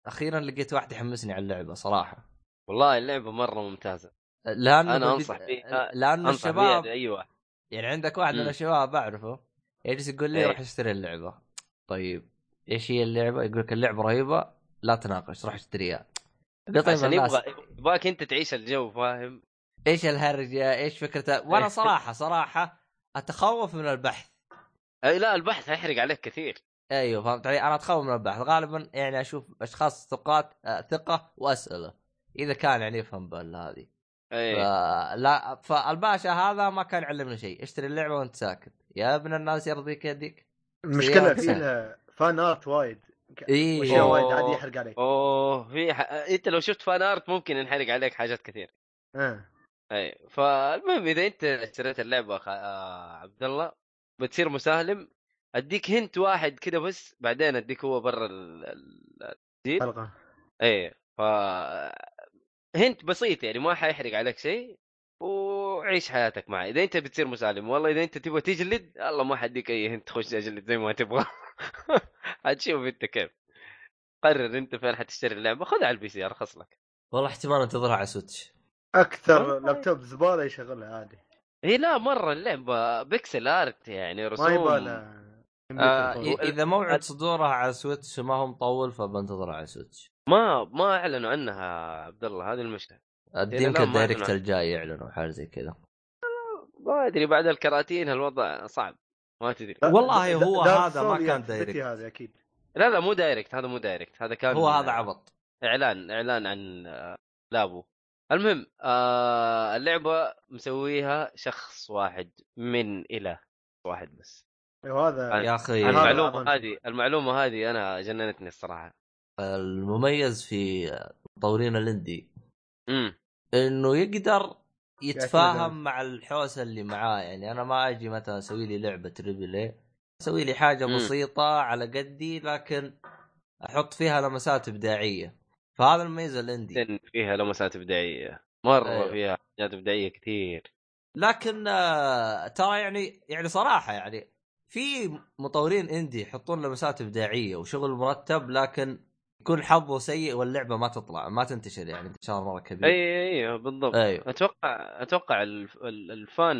Speaker 3: اخيرا لقيت واحد يحمسني على اللعبه صراحه
Speaker 2: والله اللعبه مره ممتازه
Speaker 3: لانه
Speaker 2: أنا
Speaker 3: بالبد-
Speaker 2: أنصح فيها-
Speaker 3: لانه
Speaker 2: انصح
Speaker 3: الشباب
Speaker 2: بها اي واحد
Speaker 3: يعني عندك واحد من
Speaker 2: مم.
Speaker 3: الشباب اعرفه يجلس يقول لي
Speaker 2: إيه.
Speaker 3: روح اشتري اللعبه طيب ايش هي اللعبه؟ يقول لك اللعبه رهيبه لا تناقش روح اشتريها اقول طيب
Speaker 2: عشان
Speaker 3: الناس
Speaker 2: يبغى يبغاك انت تعيش الجو فاهم
Speaker 3: ايش الهرجه؟ ايش فكرتها؟ وانا
Speaker 2: إيه.
Speaker 3: صراحه صراحه اتخوف من البحث
Speaker 2: اي إيه، لا البحث هيحرق عليك كثير
Speaker 3: ايوه فهمت علي؟ انا اتخوف من البحث غالبا يعني اشوف اشخاص ثقات آه، ثقه واساله اذا كان يعني يفهم بالله هذه
Speaker 2: اي
Speaker 3: فلا فالباشا هذا ما كان يعلمنا شيء اشتري اللعبه وانت ساكت يا ابن الناس يرضيك يديك
Speaker 1: المشكله
Speaker 3: سيارة.
Speaker 1: في لها فان ارت وايد
Speaker 3: إيه.
Speaker 1: واشياء
Speaker 2: أوه.
Speaker 1: وايد عادي يحرق عليك
Speaker 2: اوه في ح... انت لو شفت فان ارت ممكن ينحرق عليك حاجات كثير
Speaker 1: آه.
Speaker 2: اي فالمهم اذا انت اشتريت اللعبه خ... آه عبد الله بتصير مسالم اديك هنت واحد كده بس بعدين اديك هو برا ال... ال... الديل
Speaker 1: حلقه
Speaker 2: اي إيه، ف هنت بسيط يعني ما حيحرق عليك شيء وعيش حياتك معه اذا انت بتصير مسالم والله اذا انت تبغى تجلد الله ما حديك اي هنت تخش تجلد زي ما تبغى *laughs* حتشوف انت كيف قرر انت فين حتشتري اللعبه خذها على البي سي ارخص لك
Speaker 3: والله احتمال انتظرها على سويتش
Speaker 1: اكثر
Speaker 2: والله.
Speaker 1: لابتوب زباله يشغلها عادي
Speaker 2: هي لا مره اللعبه بيكسل ارت يعني رسوم
Speaker 1: ما يبالها
Speaker 2: آه،
Speaker 1: إيه.
Speaker 3: إي- اذا إيه. موعد صدورها على سويتش ما هو مطول فبنتظرها على سويتش
Speaker 2: ما ما اعلنوا عنها عبد الله هذه المشكله
Speaker 3: أد-
Speaker 2: إلى
Speaker 3: يمكن
Speaker 2: الآن ما
Speaker 3: الدايركت
Speaker 2: أعلنوا.
Speaker 3: الجاي يعلنوا حاجه زي كذا
Speaker 2: ما ادري بعد الكراتين الوضع صعب ما تدري
Speaker 1: لا،
Speaker 3: والله
Speaker 1: دا-
Speaker 3: هو
Speaker 1: دارك
Speaker 3: هذا ما
Speaker 1: سول
Speaker 3: كان
Speaker 1: يا سبتي
Speaker 3: دايركت.
Speaker 1: هذا اكيد
Speaker 2: لا لا مو دايركت هذا مو دايركت هذا كان
Speaker 3: هو هذا عبط
Speaker 2: اعلان اعلان عن آه، لابو المهم آه اللعبه مسويها شخص واحد من الى واحد بس
Speaker 1: ايوه هذا
Speaker 3: آه، يا اخي
Speaker 1: أنا معلوم.
Speaker 2: المعلومه هذه المعلومه هذه انا جننتني الصراحه
Speaker 3: المميز في مطورين الاندي
Speaker 2: امم
Speaker 3: انه يقدر
Speaker 1: يعتمد
Speaker 3: يتفاهم مع الحوسه اللي معاه يعني انا ما اجي مثلا اسوي لي لعبه تريبل اي اسوي لي حاجه
Speaker 2: مم.
Speaker 3: بسيطه على قدي لكن احط فيها لمسات ابداعيه فهذا المميز الاندي
Speaker 2: جدا فيها لمسات ابداعيه مره
Speaker 3: أيوة.
Speaker 2: أيوه. فيها حاجات ابداعيه كثير
Speaker 3: لكن آه، ترى يعني يعني صراحه يعني في مطورين اندي يحطون لمسات ابداعيه وشغل مرتب لكن يكون حظه سيء واللعبه ما تطلع ما تنتشر يعني انتشار مره
Speaker 2: اي
Speaker 3: كبير
Speaker 2: اي أيوة بالضبط
Speaker 3: ايوه
Speaker 2: اتوقع اتوقع الف- ال- الفان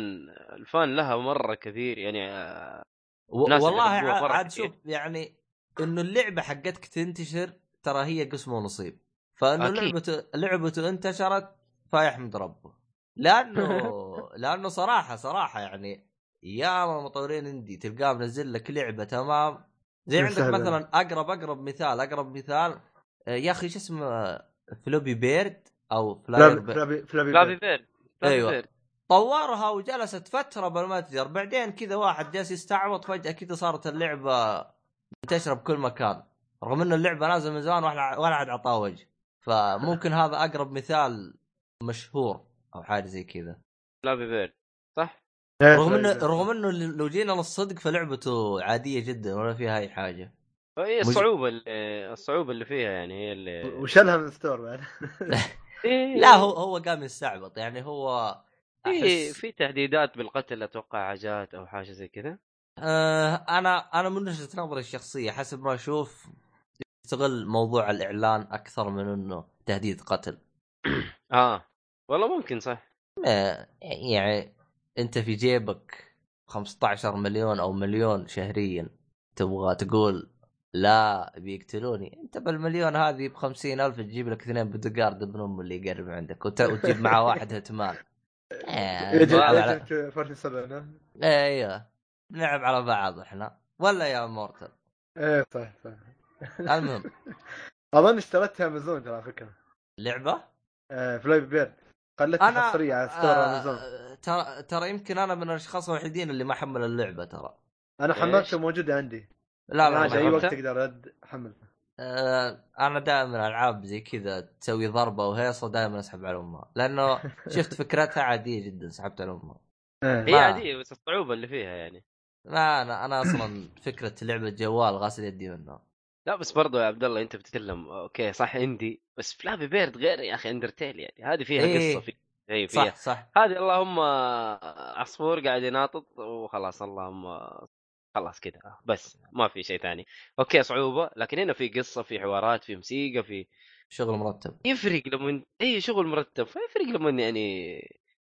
Speaker 2: الفان لها مره كثير يعني آه،
Speaker 3: و-
Speaker 2: الناس اللي
Speaker 3: والله
Speaker 2: يحبوها
Speaker 3: ع-
Speaker 2: مرة
Speaker 3: عاد
Speaker 2: كثير.
Speaker 3: شوف يعني انه اللعبه حقتك تنتشر ترى هي قسم ونصيب فانه
Speaker 2: أكيد.
Speaker 3: لعبته لعبته انتشرت فيحمد ربه لانه
Speaker 2: *laughs*
Speaker 3: لانه صراحه صراحه يعني يا مطورين اندي تلقاه منزل لك لعبه تمام زي
Speaker 1: يا
Speaker 3: عندك
Speaker 1: سهلة.
Speaker 3: مثلا اقرب اقرب مثال اقرب مثال آه، يا اخي شو اسمه فلوبي بيرد او فلاير
Speaker 1: فلابي فلابي
Speaker 3: بيرد
Speaker 1: فلابي
Speaker 2: فلافي
Speaker 1: بيرد.
Speaker 2: بيرد فلافي
Speaker 3: أيوة.
Speaker 2: بيرد.
Speaker 3: طورها وجلست فتره بالمتجر بعدين كذا واحد جالس يستعوض فجاه كذا صارت اللعبه منتشره بكل مكان رغم ان اللعبه نازله من زمان ولا ولا عاد عطاه وجه فممكن هذا اقرب مثال مشهور او حاجه زي كذا
Speaker 2: فلافي بيرد صح؟
Speaker 1: إيه،
Speaker 3: رغم
Speaker 1: فلابي *laughs*
Speaker 3: انه
Speaker 1: بيرد.
Speaker 3: رغم انه لو جينا للصدق فلعبته عاديه جدا ولا فيها اي حاجه
Speaker 2: هي
Speaker 3: مج-
Speaker 2: الصعوبه اللي الصعوبه اللي فيها يعني هي اللي
Speaker 1: وشلها من ستور بعد
Speaker 2: آه، إيه،
Speaker 3: لا هو هو قام يستعبط يعني هو
Speaker 2: في
Speaker 3: أحس
Speaker 2: في تهديدات بالقتل اتوقع حاجات او حاجه زي كذا
Speaker 3: آه انا انا من وجهه نظري الشخصيه حسب ما اشوف يستغل موضوع الاعلان اكثر من انه تهديد قتل
Speaker 2: اه والله ممكن صح
Speaker 3: آه يعني انت في جيبك 15 مليون او مليون شهريا تبغى تقول لا بيقتلوني انت بالمليون هذه ب ألف تجيب لك اثنين بدقارد ابن ام اللي يقرب عندك وت- وتجيب معاه واحد هتمان آه،
Speaker 1: ايجنت
Speaker 3: نلعب على-
Speaker 1: إيجنت 47 ها؟
Speaker 3: ايوه نلعب على بعض احنا ولا يا مورتل
Speaker 1: ايه صح صح
Speaker 3: المهم
Speaker 1: اظن اشتريتها امازون ترى على فكره
Speaker 3: لعبه
Speaker 1: آه، فلابي بيرد خلتها
Speaker 3: انا
Speaker 1: حصريه على ستور امازون
Speaker 3: آه ترى ترى يمكن انا من الاشخاص الوحيدين اللي ما حمل اللعبه ترى
Speaker 1: انا
Speaker 2: إيش؟
Speaker 1: حملتها موجوده عندي
Speaker 3: لا لا
Speaker 1: عادي، اي
Speaker 3: ما
Speaker 1: وقت
Speaker 3: حملت.
Speaker 1: تقدر أد- حملها
Speaker 3: آه انا دائما العاب زي كذا تسوي ضربه وهيصه دائما اسحب على امها لانه شفت فكرتها عاديه جدا سحبت على امها
Speaker 1: إيه.
Speaker 2: هي
Speaker 3: ما-
Speaker 2: عاديه بس الصعوبه اللي فيها يعني
Speaker 3: ما انا انا اصلا فكره لعبه جوال غاسل يدي منها
Speaker 2: لا بس برضو يا عبد الله انت بتتكلم اوكي صح عندي بس فلافي بيرد غير يا اخي اندرتيل يعني هذه فيها
Speaker 3: إيه.
Speaker 2: قصه فيها اي فيها
Speaker 3: صح صح
Speaker 2: هذه اللهم عصفور قاعد يناطط وخلاص اللهم خلاص كذا بس ما في شيء ثاني اوكي صعوبه لكن هنا في قصه في حوارات في موسيقى في
Speaker 3: شغل مرتب
Speaker 2: يفرق لما اي شغل مرتب فيفرق لما يعني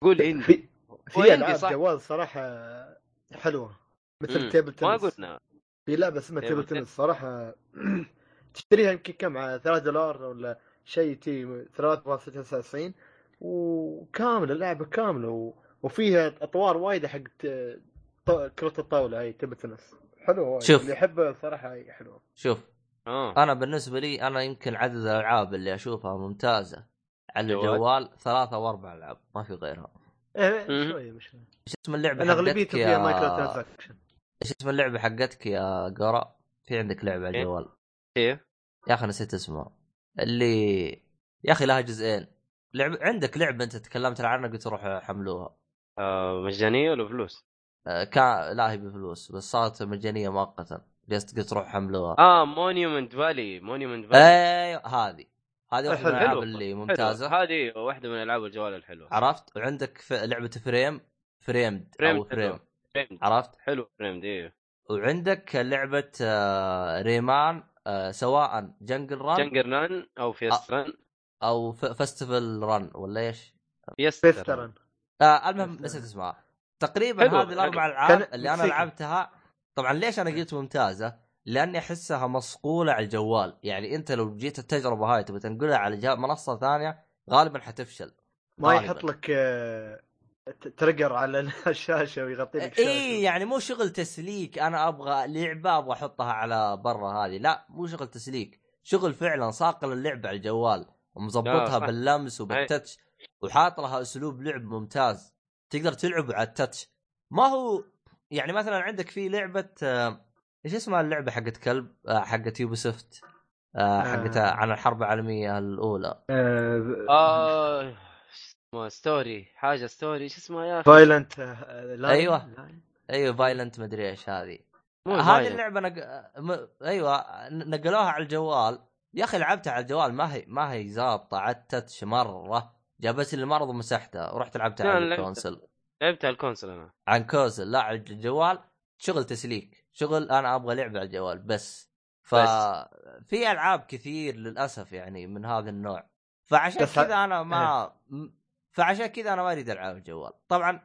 Speaker 2: تقول عندي
Speaker 1: في في
Speaker 2: ويندي
Speaker 1: العاب
Speaker 2: صح.
Speaker 1: جوال صراحه حلوه مثل
Speaker 2: مم.
Speaker 1: تيبل
Speaker 2: ما
Speaker 1: تنس
Speaker 2: قلنا
Speaker 1: في لعبه اسمها
Speaker 3: إيه،
Speaker 2: تيبل
Speaker 1: تيبل تنس صراحه *clears throat* تشتريها يمكن كم على 3 دولار ولا شيء تي 3.99 وكامله اللعبه كامله و... وفيها اطوار وايده حق ت- ط- كره الطاوله هي تيبل تنس حلوه وايد
Speaker 3: شوف.
Speaker 1: اللي يحبها صراحه هي حلوه
Speaker 3: شوف
Speaker 2: اه
Speaker 3: انا بالنسبه لي انا يمكن عدد الالعاب اللي اشوفها ممتازه على
Speaker 2: جوال.
Speaker 3: الجوال ثلاثة او اربع العاب ما في غيرها
Speaker 1: ايه
Speaker 2: مم.
Speaker 1: شويه مش مشكله
Speaker 3: ايش اسم اللعبه
Speaker 1: انا اغلبيته
Speaker 3: حقتك يا
Speaker 1: فيها مايكرو ترانزاكشن
Speaker 3: ايش اسم اللعبه حقتك يا قرا في عندك لعبه على
Speaker 2: إيه؟
Speaker 3: الجوال
Speaker 2: ايه
Speaker 3: يا اخي نسيت اسمها اللي يا اخي لها جزئين لعب عندك لعبه انت تكلمت عنها قلت روح حملوها
Speaker 2: آه مجانيه ولا فلوس؟
Speaker 3: آه، كان لا هي بفلوس بس صارت مجانيه مؤقتا جلست قلت روح حملوها
Speaker 2: اه مونيومنت فالي مونيومنت فالي
Speaker 3: ايوه هذه هذه واحده من
Speaker 1: حلو.
Speaker 2: طيب. حلو.
Speaker 3: الالعاب اللي
Speaker 2: حلوة.
Speaker 3: ممتازه
Speaker 2: هذه واحده من العاب الجوال الحلوه
Speaker 3: عرفت وعندك ف- لعبه فريم فريمد
Speaker 2: فريمد
Speaker 3: او فريم
Speaker 2: حلوة. فريمد.
Speaker 3: عرفت
Speaker 2: حلو فريمد ايه
Speaker 3: وعندك لعبه آه، ريمان آه، سواء جنجل ران
Speaker 2: جنجر ران
Speaker 3: آه.
Speaker 2: او فيستران
Speaker 3: او ف- فستيفال ران ولا ايش
Speaker 2: فيستران
Speaker 1: فيسترن
Speaker 3: آه المهم
Speaker 1: بس-
Speaker 3: نسيت اسمها تقريبا
Speaker 2: حلو،
Speaker 3: هذه الاربع العاب
Speaker 1: كان
Speaker 3: اللي انا
Speaker 1: موسيقى.
Speaker 3: لعبتها طبعا ليش انا قلت ممتازه؟ لاني احسها مصقوله على الجوال، يعني انت لو جيت التجربه هاي تبي تنقلها على جا- منصه ثانيه غالبا حتفشل.
Speaker 1: ما
Speaker 3: غالباً.
Speaker 1: يحط لك آه، ت- ترقر على *laughs* الشاشه ويغطي لك الشاشه
Speaker 3: اي يعني مو شغل تسليك انا ابغى لعبه ابغى احطها على برا هذه، لا مو شغل تسليك، شغل فعلا صاقل اللعبه على الجوال
Speaker 2: لا،
Speaker 3: ومظبطها
Speaker 2: صح.
Speaker 3: باللمس وبالتتش وحاط لها اسلوب لعب ممتاز تقدر تلعب على التتش ما هو يعني مثلا عندك في لعبه آه، ايش اسمها اللعبه حقت كلب آه، حقت يوبيسوفت آه، حقت
Speaker 1: آه.
Speaker 3: عن الحرب العالميه الاولى آه.
Speaker 2: اه اسمها ستوري حاجه ستوري ايش اسمها يا اخي؟
Speaker 1: فايلنت
Speaker 3: أيوة. ايوه فايلنت مدري ايش هذه
Speaker 2: مو
Speaker 3: هذه
Speaker 2: Violent.
Speaker 3: اللعبه نق... م... ايوه ن- نقلوها على الجوال يا اخي لعبتها على الجوال ما هي ما هي ظابطه على التتش مره جابت لي المرض ومسحتها ورحت لعبتها
Speaker 2: لا،
Speaker 3: على
Speaker 2: أنا لعبتها.
Speaker 3: الكونسل
Speaker 2: لعبت على الكونسل انا
Speaker 3: عن كوزل لا على الجوال شغل تسليك شغل انا ابغى لعبه على الجوال بس ف
Speaker 2: بس.
Speaker 3: في العاب كثير للاسف يعني من هذا النوع فعشان
Speaker 1: بس ه-
Speaker 3: كذا انا ما م- فعشان كذا انا ما اريد العاب الجوال طبعا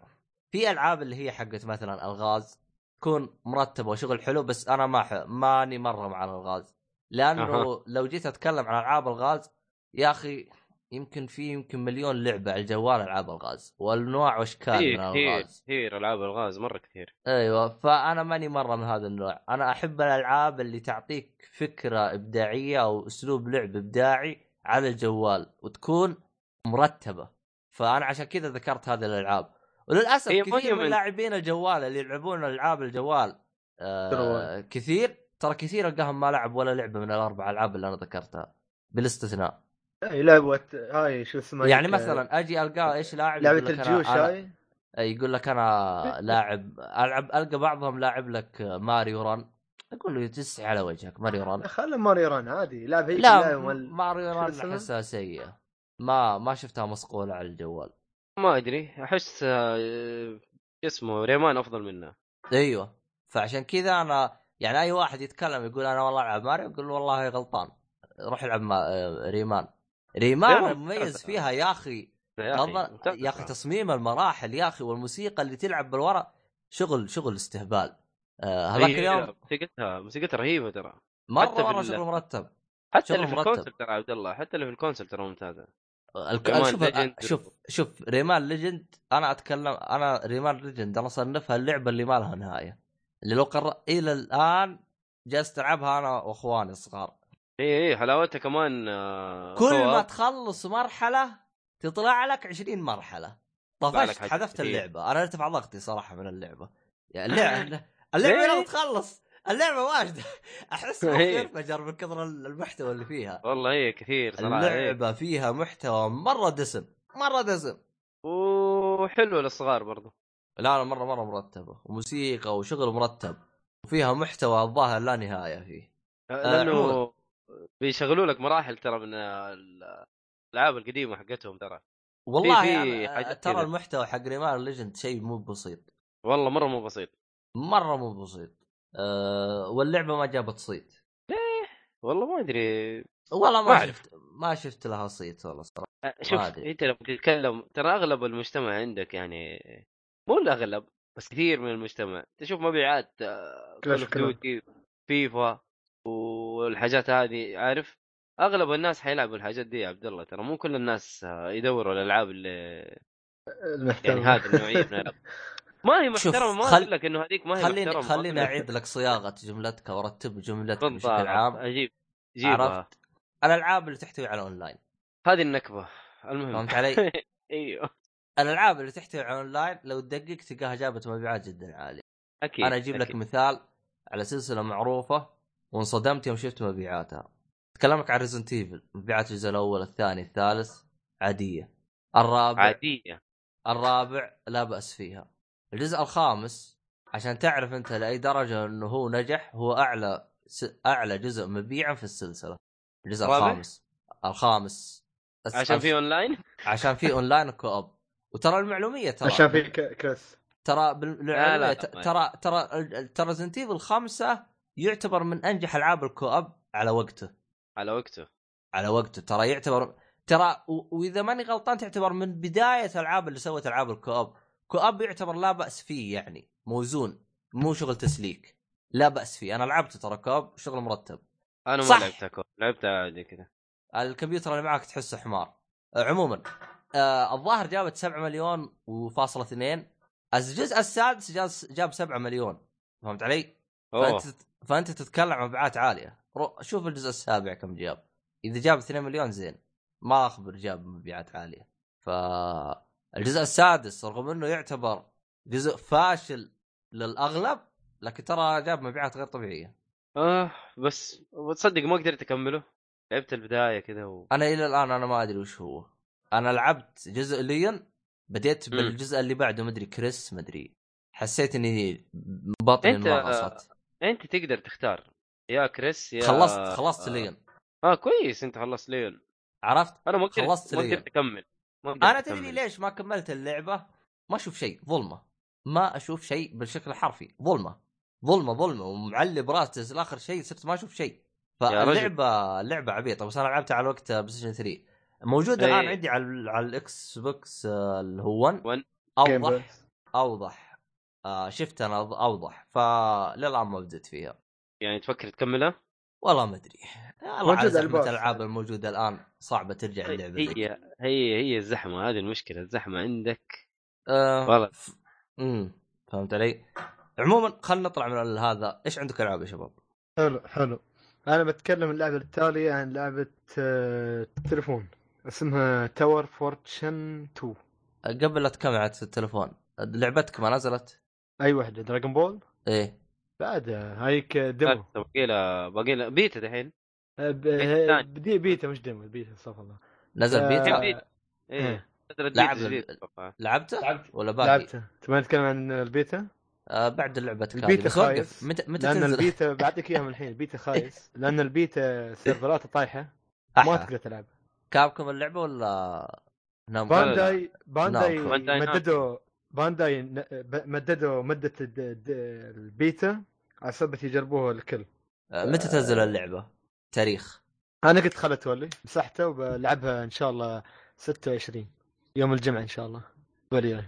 Speaker 3: في العاب اللي هي حقت مثلا الغاز تكون مرتبه وشغل حلو بس انا ما ح... ماني مره مع الغاز لانه
Speaker 2: أها.
Speaker 3: لو جيت اتكلم عن العاب الغاز يا اخي يمكن في يمكن مليون لعبه على الجوال العاب الغاز والنوع واشكال
Speaker 2: كثير
Speaker 3: من
Speaker 2: كثير
Speaker 3: الغاز
Speaker 2: كثير العاب الغاز مره كثير
Speaker 3: ايوه فانا ماني مره من هذا النوع انا احب الالعاب اللي تعطيك فكره ابداعيه او اسلوب لعب ابداعي على الجوال وتكون مرتبه فانا عشان كذا ذكرت هذه الالعاب وللاسف
Speaker 2: هي
Speaker 3: كثير من
Speaker 2: Monument.
Speaker 3: لاعبين الجوال اللي يلعبون العاب الجوال آه
Speaker 1: جوال.
Speaker 3: كثير ترى كثير القاهم ما لعب ولا لعبه من الاربع العاب اللي انا ذكرتها بالاستثناء
Speaker 1: اي لعبه إيه، هاي شو اسمها
Speaker 3: يعني
Speaker 1: هيك،
Speaker 3: مثلا اجي القى ايش لاعب
Speaker 1: لعبه
Speaker 3: يقول لك أنا-
Speaker 1: الجيوش
Speaker 3: أنا-
Speaker 1: هاي
Speaker 3: يقول لك انا لاعب العب القى بعضهم لاعب لك ماريو ران اقول له تسعي على وجهك ماريو ران
Speaker 1: خلى إيه، ماري ران عادي لعب هيك
Speaker 3: لا
Speaker 1: لا
Speaker 3: م-
Speaker 1: مال
Speaker 3: ماريو
Speaker 1: شو
Speaker 3: ران
Speaker 1: اسمه؟
Speaker 3: احسها سيئه ما ما شفتها مصقوله على الجوال
Speaker 2: ما ادري احس آه، اسمه ريمان افضل منه
Speaker 3: ايوه فعشان كذا انا يعني اي واحد يتكلم يقول انا والله العب ماريو اقول له والله غلطان روح العب ما... آه، ريمان ريمان
Speaker 2: ريمان
Speaker 3: المميز
Speaker 2: ممتازة.
Speaker 3: فيها يا اخي
Speaker 2: يا
Speaker 3: أظن-
Speaker 2: ممتاز.
Speaker 3: يا اخي تصميم المراحل يا اخي والموسيقى اللي تلعب بالورق شغل شغل استهبال آه، هذاك
Speaker 2: هي-
Speaker 3: اليوم
Speaker 2: موسيقتها موسيقتها رهيبه ترى
Speaker 3: مره
Speaker 2: حتى
Speaker 3: مره
Speaker 2: بال-
Speaker 3: شغل مرتب
Speaker 2: حتى
Speaker 3: شغل
Speaker 2: اللي في
Speaker 3: مرتب.
Speaker 2: الكونسل ترى عبد الله حتى اللي في الكونسل ترى ممتازه
Speaker 3: الك...
Speaker 2: ريمان
Speaker 3: شوف
Speaker 2: ليجند.
Speaker 3: شوف شوف ريمان ليجند انا اتكلم انا ريمان ليجند انا صنفها اللعبه اللي ما لها نهايه اللي لو قر... الى الان جالس العبها انا واخواني الصغار
Speaker 2: اي اي إيه، حلاوتها كمان آه،
Speaker 3: كل ما
Speaker 2: co-op.
Speaker 3: تخلص مرحله تطلع لك 20 مرحله
Speaker 2: يطلع لك
Speaker 3: طفشت
Speaker 2: حاجات
Speaker 3: حذفت
Speaker 2: كثير.
Speaker 3: اللعبه انا ارتفع ضغطي صراحه من اللعبه
Speaker 2: *laughs*
Speaker 3: يعني اللعبه اللعبه لو
Speaker 2: ليه؟
Speaker 3: تخلص اللعبه *laughs* واجده احس
Speaker 2: إيه.
Speaker 3: مخي انفجر من كثر المحتوى اللي فيها
Speaker 2: والله هي كثير صراحه إيه.
Speaker 3: اللعبه فيها محتوى مره دسم مره دسم
Speaker 2: وحلوه للصغار برضه
Speaker 3: لا لا مره مره مرتبه وموسيقى وشغل مرتب وفيها محتوى الظاهر لا نهايه فيه عموماً.
Speaker 2: لانه بيشغلوا لك مراحل ترى من ال- الالعاب القديمه حقتهم ترى
Speaker 3: والله
Speaker 2: في-
Speaker 3: في
Speaker 2: حاجات
Speaker 3: ترى
Speaker 2: كذا.
Speaker 3: المحتوى حق ريمان ليجند شيء مو بسيط
Speaker 2: والله مره مو بسيط
Speaker 3: مره مو بسيط أه واللعبه ما جابت صيت
Speaker 2: والله ما ادري
Speaker 3: والله
Speaker 4: ما
Speaker 3: ما
Speaker 4: أعرف.
Speaker 3: شفت ما شفت لها صيت والله صراحه
Speaker 2: شوف
Speaker 3: عادي.
Speaker 2: انت لما تتكلم ترى اغلب المجتمع عندك يعني مو الاغلب بس كثير من المجتمع تشوف مبيعات كول
Speaker 1: Clash
Speaker 2: اوف
Speaker 1: Royale.
Speaker 2: ديوتي فيفا والحاجات هذه عارف اغلب الناس حيلعبوا الحاجات دي يا عبد الله ترى مو كل الناس آه، يدوروا الالعاب اللي يعني
Speaker 1: المحترمة
Speaker 2: هذه النوعيه
Speaker 1: *laughs*
Speaker 2: من الالعاب ما هي
Speaker 3: شوف،
Speaker 2: محترمه ما
Speaker 3: خل-
Speaker 2: اقول لك انه هذيك طيب، ما هي
Speaker 3: خليني
Speaker 2: محترمه
Speaker 3: خليني اعيد لك صياغه جملتك وارتب جملتك
Speaker 2: بالضبط
Speaker 3: بشكل عام
Speaker 2: اجيب جيبها
Speaker 3: عرفت الالعاب اللي تحتوي على اونلاين
Speaker 2: هذه النكبه المهم
Speaker 3: فهمت
Speaker 2: *laughs*
Speaker 3: علي؟
Speaker 2: ايوه
Speaker 3: الالعاب اللي تحتوي على اونلاين لو تدقق تلقاها جابت مبيعات جدا عاليه
Speaker 2: اكيد
Speaker 3: انا اجيب لك
Speaker 2: أكيد.
Speaker 3: مثال على سلسله معروفه وانصدمت يوم شفت مبيعاتها تكلمك عن ريزنت ايفل مبيعات الجزء الاول الثاني الثالث عاديه الرابع
Speaker 2: عاديه
Speaker 3: الرابع لا بأس فيها الجزء الخامس عشان تعرف انت لأي درجة انه هو نجح هو أعلى س... أعلى جزء مبيعا في السلسلة الجزء
Speaker 2: الرابع؟
Speaker 3: الخامس الخامس الس-
Speaker 2: عشان
Speaker 3: الف-
Speaker 2: في اونلاين
Speaker 3: عشان
Speaker 2: *laughs*
Speaker 3: في اونلاين كوب وترى المعلومية ترى
Speaker 1: عشان في ك- كلاس
Speaker 3: ترى
Speaker 2: لا، لا،
Speaker 3: بالمعلومية
Speaker 2: لا،
Speaker 3: ت-
Speaker 2: ما-
Speaker 3: ترى ترى ال- ترى ريزنت ايفل الخامسة يعتبر من انجح العاب الكوب على وقته
Speaker 2: على وقته
Speaker 3: على وقته ترى يعتبر ترى و... واذا ماني غلطان تعتبر من بدايه العاب اللي سوت العاب الكوب كوب يعتبر لا باس فيه يعني موزون مو شغل تسليك لا باس فيه انا لعبته ترى كوب شغل مرتب
Speaker 2: انا ما
Speaker 3: صح.
Speaker 2: لعبتها كور لعبتها عادي كذا
Speaker 3: الكمبيوتر اللي معك تحسه حمار آه، عموما آه الظاهر جابت 7 مليون وفاصلة اثنين الجزء السادس جاز- جاب 7 مليون فهمت علي؟
Speaker 2: اوه
Speaker 3: فانت فانت تتكلم عن مبيعات عاليه رو- شوف الجزء السابع كم جاب اذا جاب 2 مليون زين ما اخبر جاب مبيعات عاليه ف الجزء السادس رغم انه يعتبر جزء فاشل للاغلب لكن ترى جاب مبيعات غير طبيعيه
Speaker 2: اه بس وتصدق ما قدرت اكمله لعبت البدايه كذا و...
Speaker 3: انا الى الان انا ما ادري وش هو انا لعبت جزء ليون بديت
Speaker 2: مم.
Speaker 3: بالجزء اللي بعده مدري كريس مدري حسيت اني بطني
Speaker 2: أنت-
Speaker 3: انغصت
Speaker 2: انت تقدر تختار يا كريس يا
Speaker 3: خلصت خلصت
Speaker 2: آه.
Speaker 3: ليون
Speaker 2: اه كويس انت خلصت ليون
Speaker 3: عرفت
Speaker 2: انا ما قدرت
Speaker 3: خلصت
Speaker 2: ما
Speaker 3: ليون.
Speaker 2: قدرت اكمل ما قدرت
Speaker 3: انا تدري
Speaker 2: أكمل.
Speaker 3: ليش ما كملت اللعبه ما اشوف شيء ظلمه ما اشوف شيء بالشكل الحرفي ظلمه ظلمه ظلمه ومعلب راسي لاخر شيء صرت ما اشوف شيء
Speaker 2: يا رجل.
Speaker 3: فاللعبه اللعبه عبيطه بس انا لعبتها على وقت بلاي ستيشن 3 موجوده
Speaker 2: أي.
Speaker 3: الان عندي على ال- على الاكس بوكس آه، اللي هو 1
Speaker 2: One.
Speaker 1: Game
Speaker 3: اوضح
Speaker 1: Pass.
Speaker 3: اوضح آه شفت انا أض- اوضح فللان ما بديت فيها
Speaker 2: يعني تفكر تكملها؟
Speaker 3: والله ما ادري والله على
Speaker 1: موجودة
Speaker 3: زحمه
Speaker 1: الباص.
Speaker 3: الالعاب الموجوده الان صعبه ترجع
Speaker 2: إيه،
Speaker 3: اللعبه ذي
Speaker 2: هي هي هي الزحمه هذه المشكله الزحمه عندك
Speaker 3: آه
Speaker 2: والله.
Speaker 3: ف- امم فهمت علي؟ عموما خلينا نطلع من ال- هذا، ايش عندك العاب يا شباب؟
Speaker 1: حلو حلو انا بتكلم اللعبة التالية عن لعبة آه، تليفون اسمها تاور فورتشن 2
Speaker 3: قبل لا تكمل في التليفون لعبتك ما نزلت؟
Speaker 1: اي واحدة دراجون بول
Speaker 3: ايه
Speaker 1: بعد هايك ديمو
Speaker 2: باقي لها باقي لها بيتا دحين
Speaker 1: آه، ب-
Speaker 2: الثاني.
Speaker 1: بدي بيتا مش ديمو بيتا استغفر الله إيه،
Speaker 3: نزل
Speaker 1: آه،
Speaker 2: كم
Speaker 3: بيتا؟
Speaker 2: بيتا؟ ايه نزلت بيتا
Speaker 3: إيه. لعب
Speaker 2: جديد
Speaker 3: ال-
Speaker 2: أتوقع.
Speaker 3: لعبته؟
Speaker 1: لعبت
Speaker 3: ولا باقي؟
Speaker 1: لعبته تبغى نتكلم عن البيتا؟
Speaker 3: آه بعد لعبتك هذه
Speaker 1: البيتا
Speaker 3: بس وقف
Speaker 1: خايس.
Speaker 3: متى متى
Speaker 1: لان
Speaker 3: تنزل؟
Speaker 1: البيتا بعطيك اياها من الحين البيتا خايس لان البيتا سيرفراتها طايحة ما
Speaker 3: أحا.
Speaker 1: تقدر تلعب
Speaker 3: *laughs* كابكم اللعبه ولا نام
Speaker 1: بانداي بانداي
Speaker 3: نعم.
Speaker 2: بانداي نعم.
Speaker 1: مددوا بانداي ن- ب- مددوا مده الد- الد- البيتا على سبب يجربوها الكل
Speaker 3: آه متى تنزل اللعبه؟ تاريخ
Speaker 1: انا قلت خلها تولي مسحتها وبلعبها ان شاء الله 26 يوم الجمعه ان شاء الله وليلة.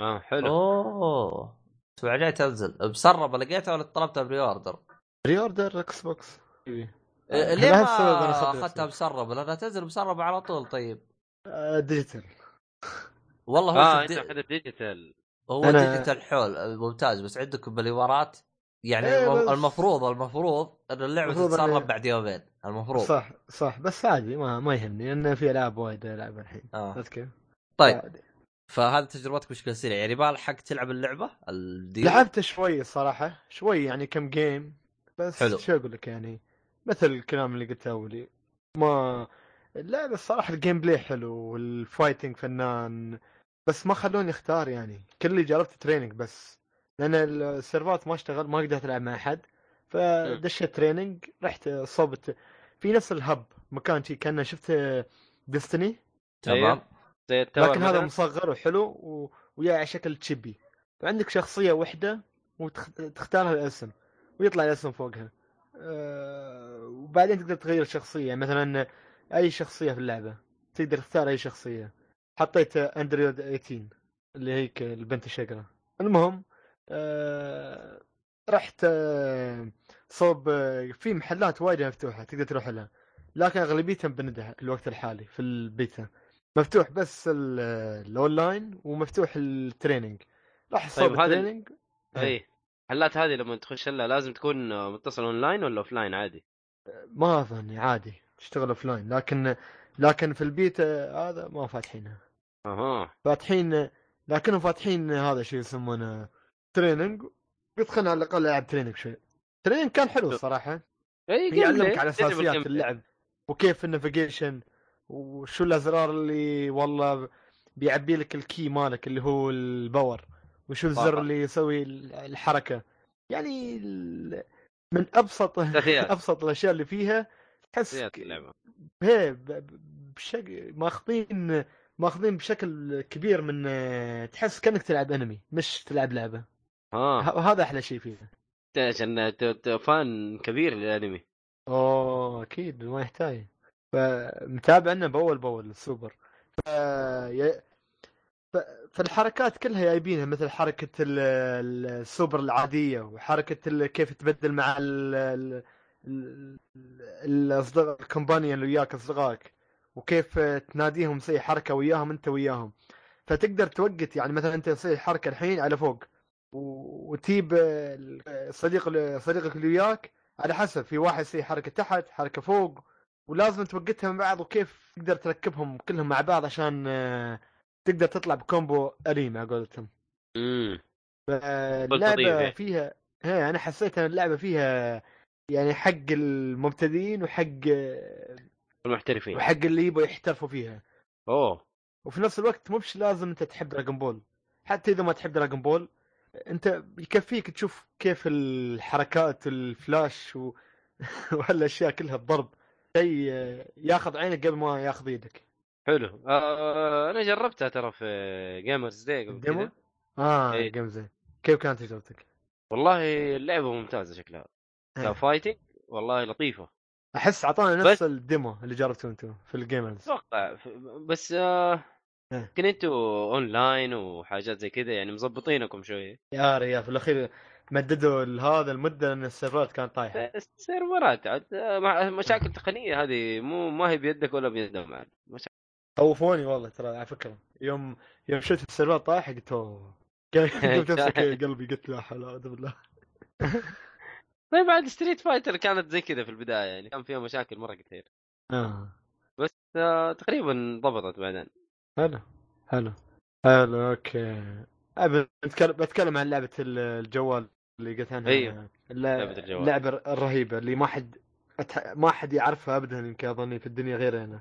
Speaker 2: اه حلو
Speaker 3: اوه الاسبوع الجاي تنزل بسرب لقيتها ولا طلبتها بري اوردر؟
Speaker 1: آه، ري اوردر اكس بوكس
Speaker 3: آه،
Speaker 1: آه،
Speaker 3: ليه
Speaker 1: هذا
Speaker 3: ما
Speaker 1: السبب أنا أخذتها
Speaker 3: اخذتها مسربه؟ لانها تنزل مسربه على طول طيب
Speaker 1: آه، ديجيتال
Speaker 3: والله هو
Speaker 2: اه
Speaker 3: في
Speaker 2: انت
Speaker 3: الدي-
Speaker 2: اخذت ديجيتال
Speaker 3: هو
Speaker 1: أنا-
Speaker 3: ديجيتال حول ممتاز بس عندكم باليوارات يعني
Speaker 1: إيه،
Speaker 3: الم-
Speaker 1: بس-
Speaker 3: المفروض المفروض ان اللعبه
Speaker 1: المفروض إن-
Speaker 3: تتسرب بعد يومين المفروض
Speaker 1: صح صح بس عادي ما ما يهمني لان في العاب وايد العبها الحين آه،
Speaker 3: آه.
Speaker 1: عرفت كيف؟
Speaker 3: طيب
Speaker 1: عادي.
Speaker 3: فهذه تجربتك بشكل سريع يعني ما لحقت تلعب اللعبه الديو
Speaker 1: لعبت شوي الصراحة شوي يعني كم جيم بس
Speaker 3: حلو.
Speaker 1: حلو. شو اقول لك يعني مثل الكلام اللي قلته اولي ما اللعبة الصراحة الجيم بلاي حلو والفايتنج فنان بس ما خلوني اختار يعني كل اللي جربت تريننج بس لان السيرفات ما اشتغل ما قدرت العب مع احد فدشيت تريننج رحت صوبت في نفس الهب مكان شي كانه شفت ديستني
Speaker 3: تمام
Speaker 2: أيوه. زي التاور
Speaker 1: لكن هذا
Speaker 2: مثلاً.
Speaker 1: مصغر وحلو و... ويا على شكل تشيبي فعندك شخصيه واحده وتختار الاسم ويطلع الاسم فوقها آه، وبعدين تقدر تغير الشخصيه مثلا اي شخصيه في اللعبه تقدر تختار اي شخصيه حطيت اندرويد 18 اللي هيك البنت الشقره المهم آه، رحت آه، صوب آه، في محلات وايد مفتوحه تقدر تروح لها لكن اغلبيتها بندها الوقت الحالي في البيتا مفتوح بس ال- الاونلاين ومفتوح التريننج راح صوب
Speaker 2: طيب، هذا-
Speaker 1: التريننج
Speaker 2: اي الحلات إيه. هذه لما تخش لها لازم تكون آه، متصل اونلاين ولا اوفلاين عادي
Speaker 1: ما اظني عادي تشتغل اوف لاين لكن لكن في البيت آه، هذا ما فاتحينها
Speaker 2: اها
Speaker 1: فاتحين لكنهم فاتحين هذا شيء يسمونه تريننج يدخلنا على الاقل العب تريننج شوي تريننج كان حلو الصراحه
Speaker 2: اي
Speaker 1: يعلمك على اساسيات اللعب وكيف النافيجيشن وشو الازرار اللي والله بيعبي لك الكي مالك اللي هو الباور وشو الزر
Speaker 2: طبعاً.
Speaker 1: اللي يسوي الحركه يعني ال- من ابسط *laughs*
Speaker 2: أساسيات.
Speaker 1: ابسط الاشياء اللي فيها تحس
Speaker 2: اساسيات اللعبه
Speaker 1: هي ب- ب- بشكل ماخذين ماخذين بشكل كبير من تحس كانك تلعب انمي مش تلعب لعبه
Speaker 2: ها
Speaker 1: ه- هذا احلى شيء فيها
Speaker 2: أنت عشان ت- ت- فان كبير للانمي
Speaker 1: اوه اكيد ما يحتاج فمتابعنا باول باول السوبر ف... ي... ف... فالحركات كلها جايبينها مثل حركه ال... ال- السوبر العاديه وحركه ال... كيف تبدل مع ال... ال... ال- الاصدقاء الكومبانيون اللي وياك اصدقائك وكيف تناديهم تسوي حركه وياهم انت وياهم فتقدر توقت يعني مثلا انت تسوي حركه الحين على فوق و- وتجيب ال- صديق صديقك اللي وياك على حسب في واحد يسوي حركه تحت حركه فوق ولازم توقتها مع بعض وكيف تقدر تركبهم كلهم مع بعض عشان آه، تقدر تطلع بكومبو أريمة على قولتهم
Speaker 2: امم
Speaker 1: فاللعبة
Speaker 2: تضيف.
Speaker 1: فيها هي أنا حسيت أن اللعبة فيها يعني حق المبتدئين وحق
Speaker 2: المحترفين
Speaker 1: وحق اللي يبغوا يحترفوا فيها
Speaker 2: اوه
Speaker 1: وفي نفس الوقت مو بش لازم أنت تحب دراجون بول حتى إذا ما تحب دراجون بول أنت يكفيك تشوف كيف الحركات الفلاش و... *laughs* وهالأشياء كلها الضرب شيء آه، ياخذ عينك قبل ما ياخذ يدك
Speaker 2: حلو آه انا جربتها ترى في جيمرز داي قبل
Speaker 1: الديمو؟
Speaker 2: كذا
Speaker 1: اه
Speaker 2: إيه.
Speaker 1: جيم زين كيف كانت تجربتك؟
Speaker 2: والله اللعبه ممتازه شكلها
Speaker 1: إيه.
Speaker 2: فايتنج والله لطيفه
Speaker 1: احس اعطانا
Speaker 2: بس-
Speaker 1: نفس الديمو اللي جربتوه انتم في الجيمرز
Speaker 2: اتوقع ف- بس آه،
Speaker 1: إيه.
Speaker 2: يمكن انتوا اونلاين وحاجات زي كذا يعني مظبطينكم شويه
Speaker 1: يا ريال في الاخير مددوا هذا المده لان السيرفرات كانت طايحه
Speaker 2: بس سيرفرات عاد، آه، مع- مشاكل تقنيه هذه مو ما هي بيدك ولا بيدهم عاد مشاكل
Speaker 1: خوفوني والله ترى على فكره يوم يوم شفت السيرفرات طايحه قلت *laughs* اوه قلت نفسك قلبي قلت لا حول ولا قوه إلا بالله
Speaker 2: طيب بعد ستريت فايتر كانت زي كذا في البدايه يعني كان فيها مشاكل مره كثير
Speaker 1: آه.
Speaker 2: بس آه، تقريبا ضبطت بعدين
Speaker 1: حلو حلو حلو اوكي أبي بتكلم بتكلم عن لعبه ال- الجوال اللي قلت عنها
Speaker 2: أيوة. لعبة
Speaker 1: لعبه
Speaker 2: الجوال.
Speaker 1: اللعبه الرهيبه اللي ما حد أتح... ما حد يعرفها ابدا يمكن اظني في الدنيا غير هنا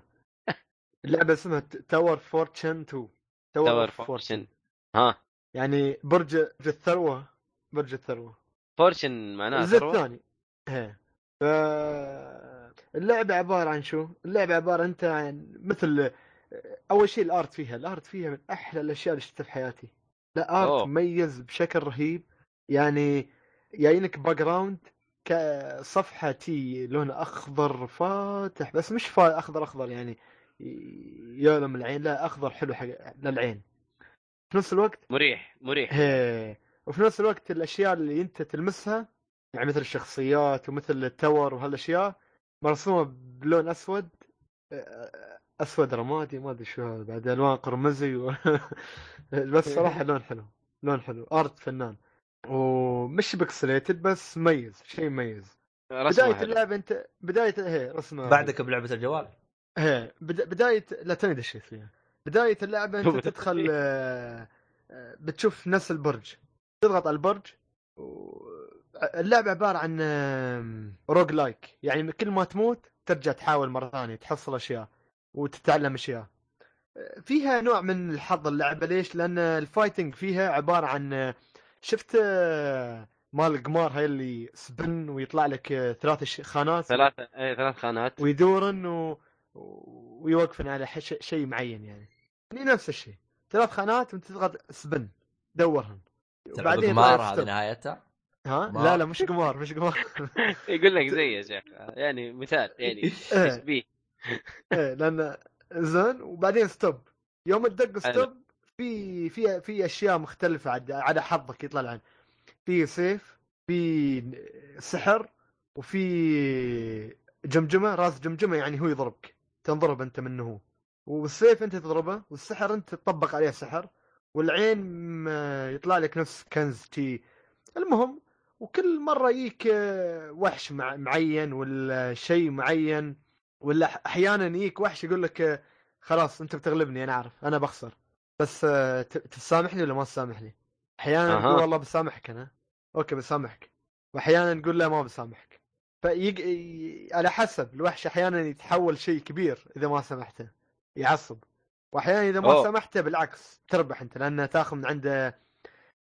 Speaker 1: اللعبه اسمها تاور فورتشن 2
Speaker 2: تاور
Speaker 1: تاور
Speaker 2: فورشن
Speaker 1: فورتشن
Speaker 2: ها
Speaker 1: يعني برج برج الثروه برج الثروه
Speaker 2: فورشن معناها
Speaker 1: الجزء
Speaker 2: ثروة؟
Speaker 1: الثاني ايه ف اللعبة عبارة عن شو؟ اللعبة عبارة انت عن مثل اول شيء الارت فيها، الارت فيها من احلى الاشياء اللي شفتها في حياتي. لا ارت
Speaker 2: أوه.
Speaker 1: مميز بشكل رهيب يعني جايينك باك جراوند كصفحة تي لونها اخضر فاتح بس مش فا اخضر اخضر يعني يؤلم العين لا اخضر حلو حق للعين. في نفس الوقت
Speaker 2: مريح
Speaker 1: *laughs*
Speaker 2: مريح
Speaker 1: إيه. وفي نفس الوقت الاشياء اللي انت تلمسها يعني مثل الشخصيات ومثل التور وهالاشياء مرسومه بلون اسود آه، اسود رمادي ما ادري شو هذا بعد الوان قرمزي و... *laughs* بس صراحه لون حلو لون حلو ارت فنان ومش بكسليتد بس مميز شيء مميز
Speaker 2: رسمة
Speaker 1: بدايه
Speaker 2: حلو.
Speaker 1: اللعبه انت بدايه هي إيه، رسمه
Speaker 3: بعدك بلعبه الجوال
Speaker 1: ايه بد- بدايه لا توني دشيت فيها بدايه اللعبه انت تدخل آه، آه، بتشوف نفس البرج تضغط على البرج و- اللعبه عباره عن آم، روج لايك يعني كل ما تموت ترجع تحاول مره ثانيه تحصل اشياء وتتعلم اشياء آه، فيها نوع من الحظ اللعبه ليش؟ لان الفايتنج فيها عباره عن آه، شفت آه، مال القمار هاي اللي سبن ويطلع لك آه، ثلاث أش- خانات
Speaker 2: ثلاث ايه ثلاث
Speaker 1: *laughs*
Speaker 2: خانات
Speaker 1: ويدورن و... ويوقفن على حش... شيء معين يعني يعني نفس الشيء ثلاث خانات وانت تضغط سبن دورهن
Speaker 3: تلعب
Speaker 1: يطلع
Speaker 3: قمار
Speaker 1: لك
Speaker 3: هذه
Speaker 1: ستوب.
Speaker 3: نهايتها
Speaker 1: ها
Speaker 3: ما-
Speaker 1: لا لا مش قمار مش
Speaker 3: *laughs*
Speaker 1: قمار
Speaker 2: يقول لك زي يا شيخ يعني مثال
Speaker 1: *laughs*
Speaker 2: يعني
Speaker 1: إيه،
Speaker 2: تشبيه
Speaker 1: إيه، لان زين وبعدين ستوب يوم تدق ستوب في في في اشياء مختلفه عد- على حظك يطلع العين في سيف في سحر وفي جمجمه راس جمجمه يعني هو يضربك تنضرب انت منه هو والسيف انت تضربه والسحر انت تطبق عليه سحر والعين م- يطلع لك نفس كنز تي المهم وكل مره يجيك آه، وحش مع- معين ولا شيء معين ولا أح- احيانا يجيك وحش يقول لك آه، خلاص انت بتغلبني انا عارف انا بخسر بس آه، ت- تسامحني ولا ما تسامحني؟ احيانا
Speaker 2: أها.
Speaker 1: تقول والله بسامحك انا اوكي بسامحك واحيانا تقول لا ما بسامحك فيج... ي- على حسب الوحش احيانا يتحول شيء كبير اذا ما سامحته يعصب واحيانا اذا ما
Speaker 2: أوه.
Speaker 1: سامحته بالعكس تربح انت لانه تاخذ من عنده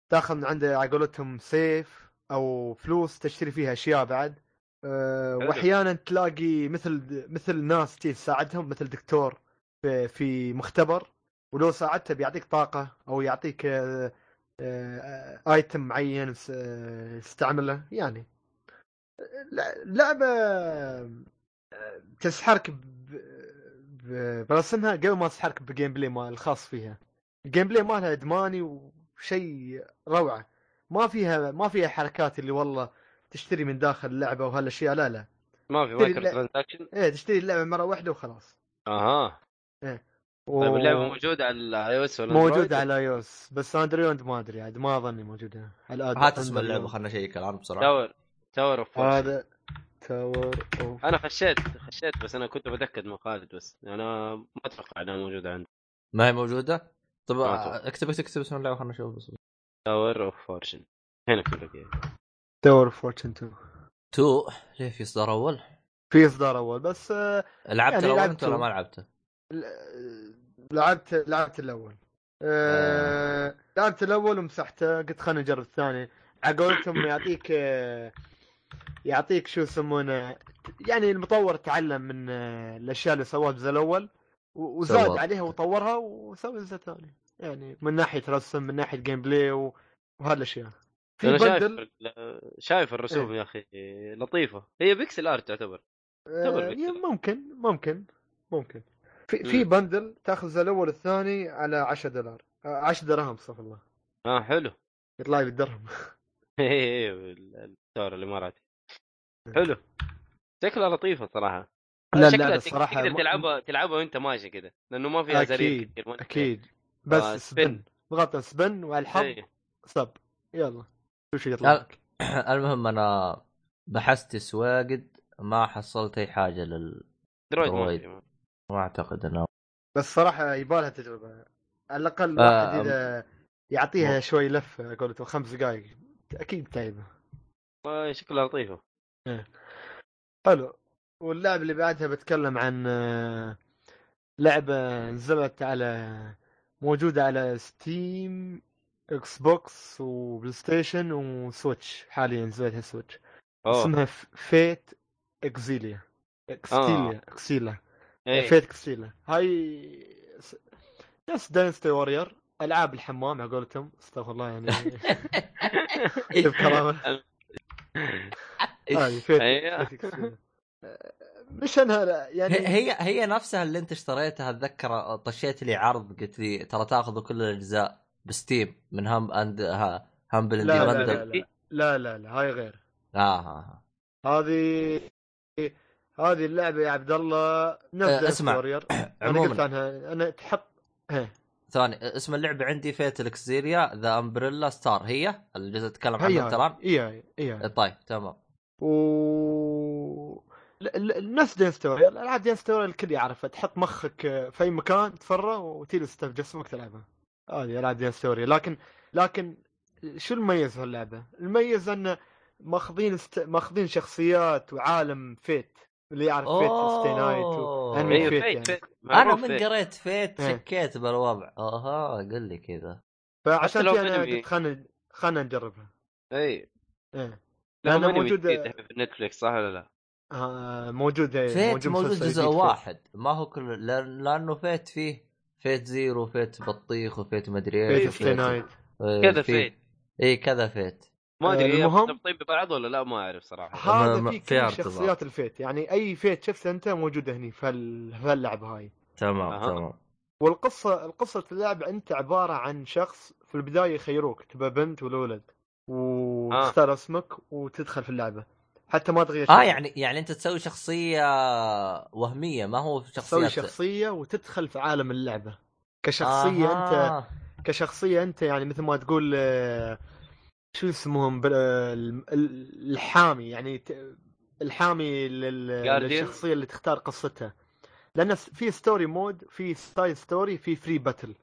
Speaker 1: تاخذ من عنده على قولتهم سيف او فلوس تشتري فيها اشياء بعد أه
Speaker 2: حلو.
Speaker 1: واحيانا تلاقي مثل مثل ناس تي تساعدهم مثل دكتور في, في مختبر ولو ساعدته بيعطيك طاقه او يعطيك أه آه، ايتم معين س- آه، استعمله يعني لا- لعبه آه، تسحرك ب- ب- برسمها قبل ما تسحرك بالجيم بلاي مال الخاص فيها الجيم بلاي مالها ادماني وشيء روعه ما فيها ما فيها حركات اللي والله تشتري من داخل اللعبه وهالاشياء لا لا
Speaker 2: ما في
Speaker 1: تدري
Speaker 2: مايكرو
Speaker 1: لا-
Speaker 2: ترانزاكشن
Speaker 1: ايه تشتري اللعبه مره واحده وخلاص
Speaker 2: اها
Speaker 1: و...
Speaker 2: طيب اللعبه موجوده على الاي او اس ولا
Speaker 1: موجوده على ايوس بس اندرويد ما ادري عاد ما اظني موجوده على Android.
Speaker 3: هات اسم اللعبه خلنا نشيك الان بسرعه
Speaker 2: تاور تاور اوف
Speaker 1: هذا تاور اوف
Speaker 2: انا خشيت خشيت بس انا كنت بتاكد من خالد بس انا ما اتوقع انها موجوده عندي
Speaker 3: ما هي موجوده طب
Speaker 2: ما
Speaker 1: آه، طيب.
Speaker 2: أتوقع.
Speaker 3: اكتب اكتب اسم اللعبه خلنا نشوف بس
Speaker 2: تاور اوف فورشن هنا في البقيه
Speaker 1: تاور فورتشن 2
Speaker 3: تو ليه إيه، في اصدار اول؟
Speaker 1: في اصدار اول بس آه،
Speaker 3: لعبته
Speaker 1: يعني
Speaker 3: الاول
Speaker 1: لعبت
Speaker 3: انت ولا
Speaker 1: two.
Speaker 3: ما لعبته؟
Speaker 1: ل- لعبت لعبت الاول آه، لعبت الاول ومسحته قلت خلينا نجرب الثاني على قولتهم يعطيك آه، يعطيك شو يسمونه يعني المطور تعلم من آه، الاشياء اللي سواها بالجزء الاول و- وزاد
Speaker 3: سوى.
Speaker 1: عليها وطورها وسوى الجزء الثاني يعني من ناحيه رسم من ناحيه جيم بلاي و- وهالاشياء في إيه.
Speaker 2: انا شايف
Speaker 1: بندل
Speaker 2: ال- شايف الرسوم يا اخي لطيفه هي بيكسل ارت تعتبر
Speaker 1: آه،
Speaker 2: بيكسل.
Speaker 1: يا ممكن ممكن ممكن في
Speaker 2: مم.
Speaker 1: في بندل تاخذ الجزء الاول والثاني على 10 دولار آه، 10 دراهم استغفر الله
Speaker 2: اه حلو *laughs*
Speaker 1: يطلع لي بالدرهم
Speaker 2: ايه الدور الاماراتي حلو شكلها لطيفه صراحه
Speaker 1: إيه. لا،
Speaker 2: شكلها
Speaker 1: اللعبة
Speaker 2: تك-
Speaker 1: الصراحة
Speaker 2: تقدر
Speaker 1: م-
Speaker 2: تلعبها تلعبها وانت ماشي كذا لانه ما فيها زرير
Speaker 1: اكيد
Speaker 2: كثير ما-
Speaker 1: اكيد بس
Speaker 2: آه،
Speaker 1: سبن ضغط سبن والحظ
Speaker 2: إيه.
Speaker 1: سب يلا شوف شو
Speaker 3: لا.
Speaker 1: يطلع لك
Speaker 3: *laughs* المهم انا بحثت سواقد ما حصلت اي حاجه لل
Speaker 2: درويد
Speaker 3: درويد.
Speaker 2: ما في.
Speaker 3: ما اعتقد انه
Speaker 1: بس صراحة يبالها تجربة على الاقل
Speaker 3: آه،
Speaker 1: واحد اذا يعطيها
Speaker 3: مم.
Speaker 1: شوي لفة على قولتهم خمس دقائق اكيد تعبه
Speaker 2: آه، شكلها لطيفه
Speaker 1: حلو واللعبة اللي بعدها بتكلم عن آه، لعبة نزلت على موجودة على ستيم اكس بوكس وبلاي ستيشن وسويتش حاليا نزلتها سويتش
Speaker 2: اوه
Speaker 1: اسمها ف- فيت اكزيليا اكستيليا اكسيلا
Speaker 2: إيه.
Speaker 1: فيت اكسيلا هاي س- نفس داينستي وورير العاب الحمام على قولتهم استغفر الله يعني شوف آه، كرامه هذه
Speaker 5: *laughs*
Speaker 1: فيت
Speaker 2: أيوه.
Speaker 1: فيت إكسيلا. آه، مش انها لا،
Speaker 3: هي
Speaker 1: يعني
Speaker 3: هي- هي نفسها اللي انت اشتريتها اتذكر طشيت لي عرض قلت لي ترى تاخذوا كل الاجزاء بستيم من هم اند ها همبل اند
Speaker 1: لا لا
Speaker 3: بندل
Speaker 1: لا لا لا لا لا هاي غير
Speaker 3: اه آه.
Speaker 1: هذه هذه اللعبه يا عبد الله
Speaker 3: آه،
Speaker 1: نفس
Speaker 3: اسمع.
Speaker 1: وورير انا قلت
Speaker 3: عموما
Speaker 1: عنها انا تحط إيه،
Speaker 3: ثاني اسم اللعبه عندي فيت الاكسيريا ذا امبريلا ستار هي الجزء تتكلم
Speaker 1: هي
Speaker 3: عنه انت
Speaker 1: هاي
Speaker 3: الان
Speaker 1: اي اي
Speaker 3: طيب تمام
Speaker 1: و ل- ل- نفس دين ستوري الالعاب دين ستوري الكل يعرفها تحط مخك آه، في اي مكان تفره وتجلس في جسمك تلعبها هذه العاب دين ستوري لكن لكن شو المميز في اللعبه؟ المميز انه ماخذين است... ماخذين شخصيات وعالم فيت اللي يعرف فيت ستي نايت و...
Speaker 3: أوه.
Speaker 1: أنمي
Speaker 2: ايوه
Speaker 1: فيت
Speaker 2: فيت
Speaker 1: يعني
Speaker 2: فيت
Speaker 3: انا
Speaker 2: معروف
Speaker 3: من
Speaker 2: فيت.
Speaker 3: قريت فيت
Speaker 1: إيه.
Speaker 3: شكيت بالوضع اها قل لي كذا
Speaker 1: فعشان
Speaker 2: حتى لو
Speaker 1: كذا انا
Speaker 2: أنمي.
Speaker 1: قلت خلنا خلنا نجربها
Speaker 2: اي
Speaker 1: إيه.
Speaker 2: لانه
Speaker 1: لأنها
Speaker 2: موجوده
Speaker 1: موجودة-
Speaker 2: في نتفلكس صح ولا لا؟
Speaker 1: آه موجوده
Speaker 3: فيت موجود
Speaker 1: مسلسل
Speaker 3: جزء
Speaker 1: جديد فيت.
Speaker 3: واحد ما هو كل لأن... لانه فيت فيه فيت زيرو فيت بطيخ وفيت مدري
Speaker 1: فيت
Speaker 3: ايش
Speaker 2: إيه،
Speaker 1: ستي
Speaker 2: فيت.
Speaker 1: نايت
Speaker 2: كذا فيت.
Speaker 3: اي كذا فيت
Speaker 2: ما ادري هي
Speaker 1: المهم-
Speaker 2: مرتبطين ببعض طيب ولا لا ما اعرف صراحه
Speaker 1: هذا
Speaker 3: ما-
Speaker 1: في
Speaker 3: في
Speaker 1: كل
Speaker 3: ارتباط.
Speaker 1: شخصيات الفيت يعني اي فيت شفته انت موجوده هني في اللعبه هاي
Speaker 3: تمام
Speaker 2: أها.
Speaker 3: تمام
Speaker 1: والقصه القصه اللعبه انت عباره عن شخص في البدايه يخيروك تبى بنت ولا ولد
Speaker 3: آه.
Speaker 1: وتختار اسمك وتدخل في اللعبه حتى ما تغير
Speaker 3: اه
Speaker 1: شيء.
Speaker 3: يعني يعني انت تسوي شخصيه وهميه ما هو شخصيه
Speaker 1: تسوي شخصيه وتدخل في عالم اللعبه كشخصيه انت
Speaker 3: آه.
Speaker 1: كشخصيه انت يعني مثل ما تقول آه، شو اسمهم بال- آه، ال- ال- الحامي يعني ت- الحامي لل-
Speaker 2: Guardian.
Speaker 1: للشخصيه اللي تختار قصتها لان س- في ستوري مود في ستايل ستوري في فري باتل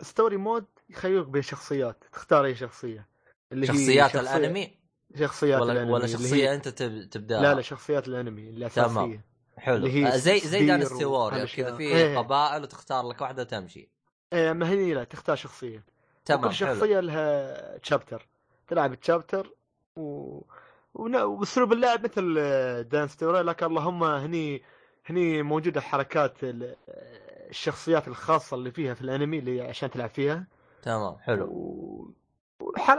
Speaker 1: ستوري مود يخيرك بين شخصيات تختار اي شخصيه اللي هي
Speaker 3: شخصيات
Speaker 1: شخصية-
Speaker 3: الانمي
Speaker 1: شخصيات
Speaker 3: ولا آه.
Speaker 1: الانمي
Speaker 3: ولا
Speaker 1: اللي
Speaker 3: شخصيه
Speaker 1: هي...
Speaker 3: انت تب- تبدا
Speaker 1: لا لا شخصيات الانمي الاساسيه
Speaker 3: حلو
Speaker 1: اللي هي
Speaker 3: آه، زي زي
Speaker 1: سبير
Speaker 3: دانستي وورير
Speaker 1: وهالأشياء.
Speaker 3: كذا في
Speaker 1: إيه.
Speaker 3: قبائل وتختار لك واحده وتمشي
Speaker 1: إيه، ما هي لا تختار شخصيه
Speaker 3: تمام
Speaker 1: كل
Speaker 3: حلو
Speaker 1: شخصيه لها تشابتر تلعب تشابتر و... ون- واسلوب اللعب مثل آه، دانس توري لكن اللهم هني هني موجوده حركات ال- آه، الشخصيات الخاصه اللي فيها في الانمي اللي عشان تلعب فيها
Speaker 3: تمام
Speaker 1: إيه.
Speaker 3: حلو
Speaker 1: و- وحر...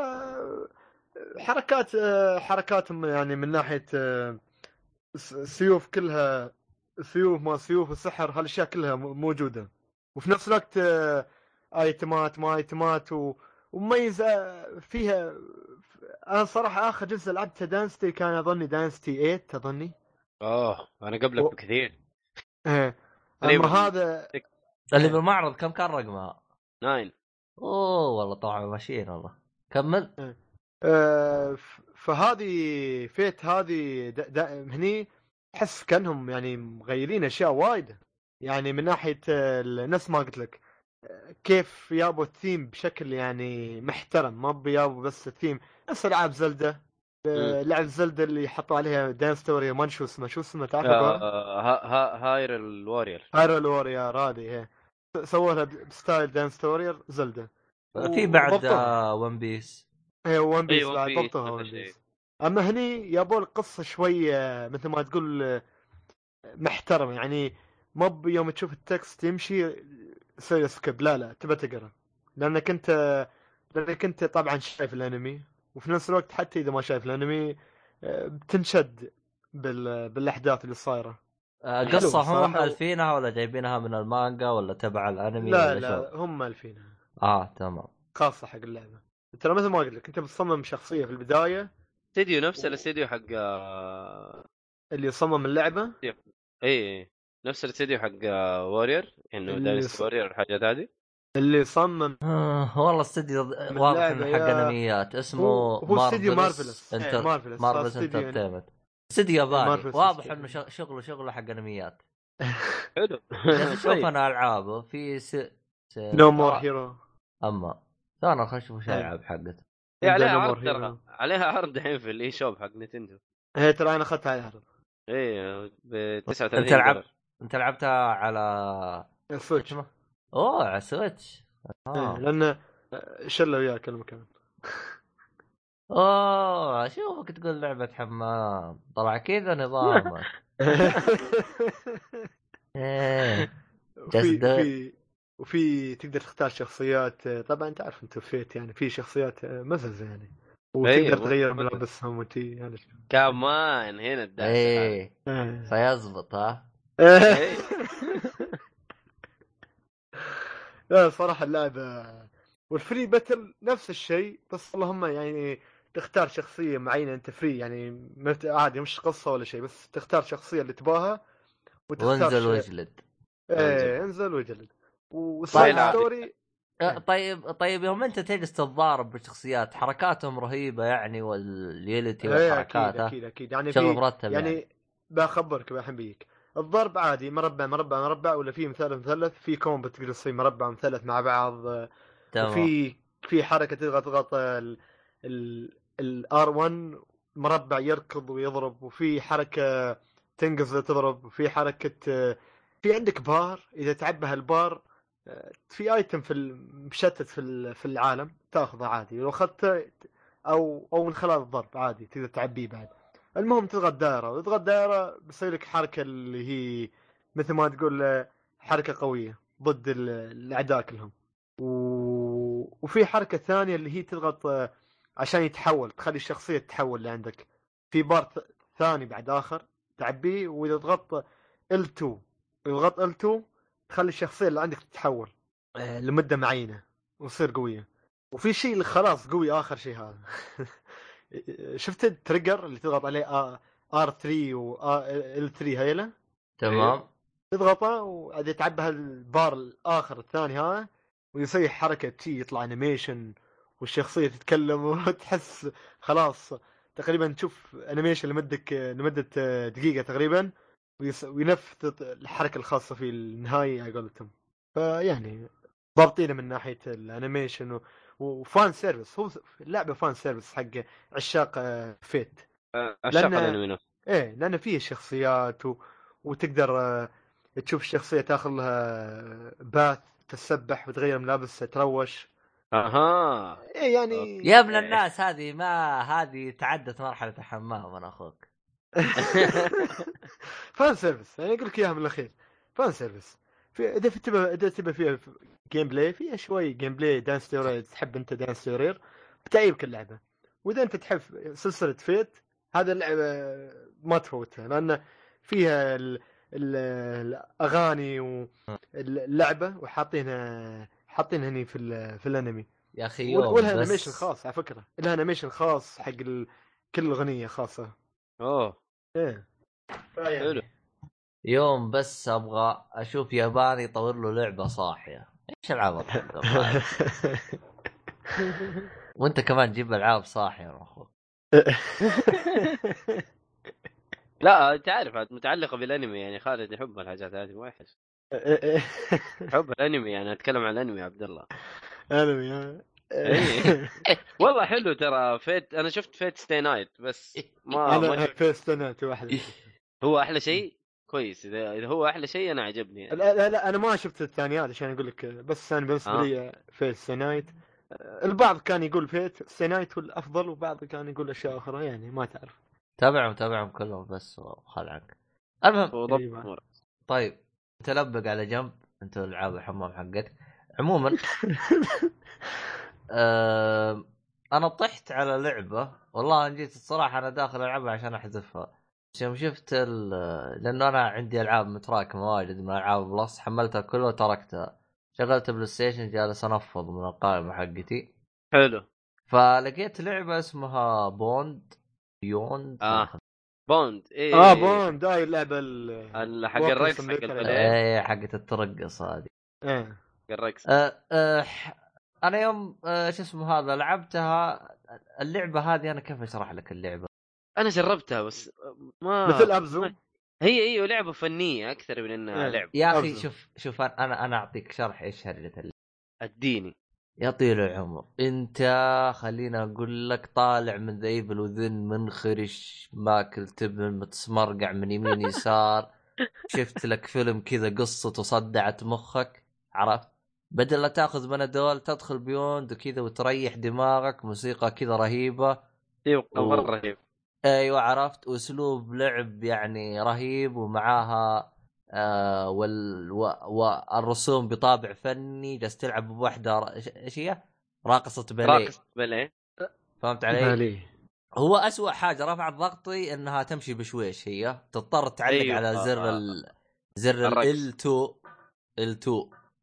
Speaker 1: حركات حركات م- يعني من ناحيه س- سيوف كلها سيوف ما سيوف وسحر هالاشياء كلها م- موجوده وفي نفس الوقت آه، ايتمات ما ايتمات و- ومميز آه، فيها انا صراحه اخر جزء لعبته دانستي كان اظني دانستي 8 اظني
Speaker 2: اوه انا قبلك
Speaker 1: و-
Speaker 2: بكثير
Speaker 1: إيه.
Speaker 2: تقريباً.
Speaker 1: اما هذا
Speaker 3: اللي بالمعرض كم كان رقمها؟
Speaker 2: ناين
Speaker 3: اوه والله طبعا ماشيين والله كمل
Speaker 1: آه، ف- فهذه فيت هذه د- د- هني احس كانهم يعني مغيرين اشياء وايد يعني من ناحيه آه، ال- نفس ما قلت لك آه، كيف يابوا الثيم بشكل يعني محترم ما بيابوا بس الثيم نفس العاب زلده آه، لعب زلده اللي حطوا عليها دان ستوري ما شو اسمه شو اسمه تعرف آه.
Speaker 2: آه، ها- ها- هاير الوارير
Speaker 1: هايرو وورير هذه هي. س- سووا لها ب- بستايل دان ستوري زلده
Speaker 3: في بعد
Speaker 1: وضبطوها.
Speaker 3: آه، ون بيس
Speaker 1: اي ون بيس
Speaker 2: إيه، One
Speaker 1: إيه، بعد
Speaker 2: Piece، إيه.
Speaker 1: ضبطوها
Speaker 2: نفس
Speaker 1: ون
Speaker 2: الشيء.
Speaker 1: بيس اما هني يابوا القصه شويه مثل ما تقول آه، محترمه يعني مب يوم تشوف التكست يمشي سوي سكيب لا لا تبى تقرا لانك انت لانك انت طبعا شايف الانمي وفي نفس الوقت حتى اذا ما شايف الانمي آه، بتنشد بال... بالاحداث اللي صايره
Speaker 3: آه،
Speaker 1: حلو
Speaker 3: قصه هم
Speaker 1: الصراحة.
Speaker 3: الفينها ولا جايبينها من المانجا ولا تبع الانمي
Speaker 1: لا
Speaker 3: ولا شو؟
Speaker 1: لا هم الفينها
Speaker 3: اه تمام
Speaker 1: خاصه حق اللعبه ترى مثل ما قلت لك انت بتصمم شخصيه في البدايه
Speaker 2: استديو نفس الاستديو حق آه،
Speaker 1: اللي يصمم اللعبه
Speaker 2: اي إيه، نفس الاستديو حق آه، وارير انه
Speaker 1: اللي
Speaker 2: داينست
Speaker 1: ص-
Speaker 2: وارير والحاجات هذه
Speaker 1: اللي صمم
Speaker 3: آه والله استديو
Speaker 1: من
Speaker 3: واضح
Speaker 1: لعبة
Speaker 3: انه
Speaker 1: يا-
Speaker 3: حق انميات اسمه
Speaker 1: هو- هو استديو مارفلس. إيه،
Speaker 3: انتر...
Speaker 1: مارفلس.
Speaker 3: مارفلس
Speaker 1: استديو يعني. إيه،
Speaker 3: انترتينمنت استديو ياباني
Speaker 1: مارفلس
Speaker 3: واضح
Speaker 1: استديو.
Speaker 3: انه ش- شغله شغله حق
Speaker 1: *laughs*
Speaker 3: انميات
Speaker 2: حلو
Speaker 3: يا اخي شوف
Speaker 2: *laughs* طيب.
Speaker 3: انا العابه في س... س...
Speaker 1: نو مور
Speaker 3: آه،
Speaker 1: هيرو
Speaker 3: اما انا خش اشوف وش
Speaker 1: إيه.
Speaker 3: العاب حقته
Speaker 2: هي عليها
Speaker 1: عندنا
Speaker 2: عرض
Speaker 1: More
Speaker 2: ترى عليها عرض دحين في الاي شوب حق نتندو
Speaker 1: هي إيه، ترى انا اخذتها على العرض
Speaker 2: اي ب 39
Speaker 3: أنت لعبت؟
Speaker 2: دولار.
Speaker 3: انت لعبتها على
Speaker 1: السويتش
Speaker 3: اوه على سويتش
Speaker 1: إيه،
Speaker 3: آه.
Speaker 1: لان شله وياك المكان
Speaker 3: اوه اشوفك تقول لعبه حمام طلع كذا
Speaker 1: *laughs*
Speaker 3: نظامك إيه.
Speaker 1: في
Speaker 3: *laughs* Just do
Speaker 1: في وفي تقدر تختار شخصيات طبعا انت عارف انت فيت يعني في شخصيات مزز يعني
Speaker 2: إيه،
Speaker 1: وتقدر تغير
Speaker 2: مزز.
Speaker 1: ملابسهم وتي يعني
Speaker 2: كمان هنا
Speaker 1: إيه.
Speaker 2: الدعسه
Speaker 3: ايه سيزبط ها
Speaker 2: إيه.
Speaker 1: *laughs* لا صراحة اللعبة والفري باتل نفس الشيء بس اللهم يعني تختار شخصية معينة انت فري يعني ما بت- عادي مش قصة ولا شيء بس تختار شخصية اللي تباها
Speaker 3: وانزل
Speaker 1: ش-
Speaker 3: واجلد
Speaker 1: ايه انزل وجلد وسايد
Speaker 2: طيب.
Speaker 1: ستوري إيه.
Speaker 3: أه، طيب طيب يوم انت تجلس تتضارب بالشخصيات حركاتهم رهيبه يعني واليلتي
Speaker 1: ايه اكيد
Speaker 3: والحركات طيب، ها؟
Speaker 1: اكيد اكيد يعني
Speaker 3: شغل
Speaker 1: في
Speaker 3: مرتب يعني,
Speaker 1: يعني بخبرك بحين بيك الضرب عادي مربع مربع مربع ولا في مثلث مثلث في كومبو تقدر تصير مربع مثلث مع بعض
Speaker 3: تمام
Speaker 1: وفي في حركه تضغط تضغط ال ال الار 1 مربع يركض ويضرب وفي حركه تنقز تضرب وفي حركه آه، في عندك بار اذا تعبها البار آه، في ايتم في ال- مشتت في ال- في العالم تاخذه عادي لو اخذته او او من خلال الضرب عادي تقدر تعبيه بعد المهم تضغط دائره وتضغط دائره بيصير لك حركه اللي هي مثل ما تقول آه، حركه قويه ضد ال- الاعداء كلهم و... وفي حركه ثانيه اللي هي تضغط آه، عشان يتحول تخلي الشخصيه تتحول اللي عندك في بار ثاني بعد اخر تعبيه واذا ضغطت L2 يضغط L2 تخلي الشخصيه اللي عندك تتحول آه، لمده معينه وتصير قويه وفي شيء اللي خلاص قوي اخر شيء هذا *laughs* شفت التريجر اللي تضغط عليه R3 و L3 هيله
Speaker 3: تمام
Speaker 1: إيه. تضغطه وعاد يتعبى البار الاخر الثاني هذا ويسوي حركه شي يطلع انيميشن والشخصيه تتكلم *laughs* وتحس خلاص تقريبا تشوف انيميشن لمدك لمده دقيقه تقريبا ويس- وينفذ الحركه الخاصه في النهايه على قولتهم فيعني ضابطينه من ناحيه الانيميشن و- وفان سيرفيس هو اللعبه فان سيرفيس حق عشاق آه، فيت
Speaker 2: اشتغل
Speaker 1: لأن-
Speaker 2: انا منه
Speaker 1: ايه لان فيه شخصيات و... وتقدر آه، تشوف الشخصيه تاخذ لها باث تسبح وتغير ملابس تروش
Speaker 2: اها
Speaker 1: ايه يعني
Speaker 3: يا ابن الناس هذه ما هذه تعدت مرحله الحمام انا اخوك
Speaker 1: *laughs* فان سيرفيس يعني اقول لك اياها من الاخير فان سيرفيس في اذا في تبى اذا تبى فيها جيم بلاي فيها شوي جيم بلاي دانس تيورير تحب انت دانس تيورير بتعيبك اللعبه واذا انت تحب سلسله فيت هذا اللعبه ما تفوتها لان فيها ال ال الاغاني واللعبه وحاطينها حاطينها هني في ال- في الانمي
Speaker 3: يا اخي يوم
Speaker 1: ولها
Speaker 3: أيوة، بس.
Speaker 1: انيميشن خاص على فكره لها انيميشن خاص حق ال- كل اغنيه خاصه
Speaker 2: اوه
Speaker 1: ايه فيعني-
Speaker 5: طيب.
Speaker 1: *laughs*
Speaker 2: حلو.
Speaker 3: يوم بس ابغى اشوف ياباني يطور له لعبه صاحيه ايش العبط هذا
Speaker 1: *laughs*
Speaker 3: والله؟
Speaker 2: طيب.
Speaker 3: وانت كمان جيب العاب صاحيه يا اخوك
Speaker 2: لا انت عارف عاد متعلقه بالانمي يعني خالد يحب الحاجات هذه ما يحس حب الانمي يعني اتكلم عن الانمي يا عبد الله
Speaker 1: انمي ها؟ *laughs*
Speaker 2: إيه. والله حلو ترى فيت انا شفت فيت ستي نايت
Speaker 1: *laughs*
Speaker 2: بس ما, آه، ما
Speaker 1: انا
Speaker 2: شفت. إيه.
Speaker 1: فيست نايت واحده
Speaker 2: هو احلى
Speaker 1: *laughs*
Speaker 2: شيء كويس اذا إذا هو احلى شيء انا عجبني يعني.
Speaker 1: لا, لا لا انا ما شفت الثانيات عشان اقول لك بس انا بالنسبه
Speaker 2: آه.
Speaker 1: لي فيست نايت البعض كان يقول فيت نايت هو الافضل وبعض كان يقول اشياء اخرى يعني ما تعرف
Speaker 3: تابعهم تابعهم كلهم بس وخل عنك المهم
Speaker 2: وضبط
Speaker 1: أيوة.
Speaker 2: أمور.
Speaker 3: طيب تلبق على جنب انت العاب الحمام حقك عموما آه انا طحت على لعبه والله أنا جيت الصراحه انا داخل العبها عشان احذفها بس يوم شفت ال- لانه انا عندي العاب متراكمه واجد من العاب بلس حملتها كلها وتركتها شغلت بلاي ستيشن جالس انفض من القائمه حقتي
Speaker 2: حلو
Speaker 3: فلقيت لعبه اسمها بوند بيوند
Speaker 2: آه. بوند ايه
Speaker 1: اه بون داي اللعبه ال-
Speaker 2: ال- حق
Speaker 1: Walker
Speaker 2: الرقص حق
Speaker 1: Simulator.
Speaker 2: البلد
Speaker 3: ايه حقت الترقص هذه
Speaker 1: إيه.
Speaker 2: حق الرقص
Speaker 3: أه أه انا يوم أه شو اسمه هذا لعبتها اللعبه هذه انا كيف اشرح لك اللعبه؟
Speaker 2: انا جربتها بس آه، ما
Speaker 1: مثل ابزو
Speaker 2: هي ايوه لعبه فنيه اكثر من انها
Speaker 1: إيه.
Speaker 2: لعبه
Speaker 3: يا اخي
Speaker 1: أبزر.
Speaker 3: شوف شوف أنا- انا انا اعطيك شرح ايش هرجه اللعبه
Speaker 2: اديني
Speaker 3: يا طويل العمر انت خلينا اقول لك طالع من ذيب الوذن منخرش ماكل تبن متسمرقع من يمين *laughs* يسار شفت لك فيلم كذا قصته صدعت مخك عرفت بدل لا تاخذ بنادول تدخل بيوند وكذا وتريح دماغك موسيقى كذا رهيبه
Speaker 2: ايوه
Speaker 3: و-
Speaker 2: مره رهيب
Speaker 3: ايوه عرفت واسلوب لعب يعني رهيب ومعاها آه وال و- والرسوم بطابع فني جالس تلعب بوحده ر- إيش- ايش هي؟ راقصة باليه
Speaker 2: راقص باليه
Speaker 3: فهمت علي؟ هو أسوأ حاجة رفعت ضغطي انها تمشي بشويش هي تضطر تعلق
Speaker 2: أيوة.
Speaker 3: على زر ال زر
Speaker 2: الرقص.
Speaker 3: ال L2 L2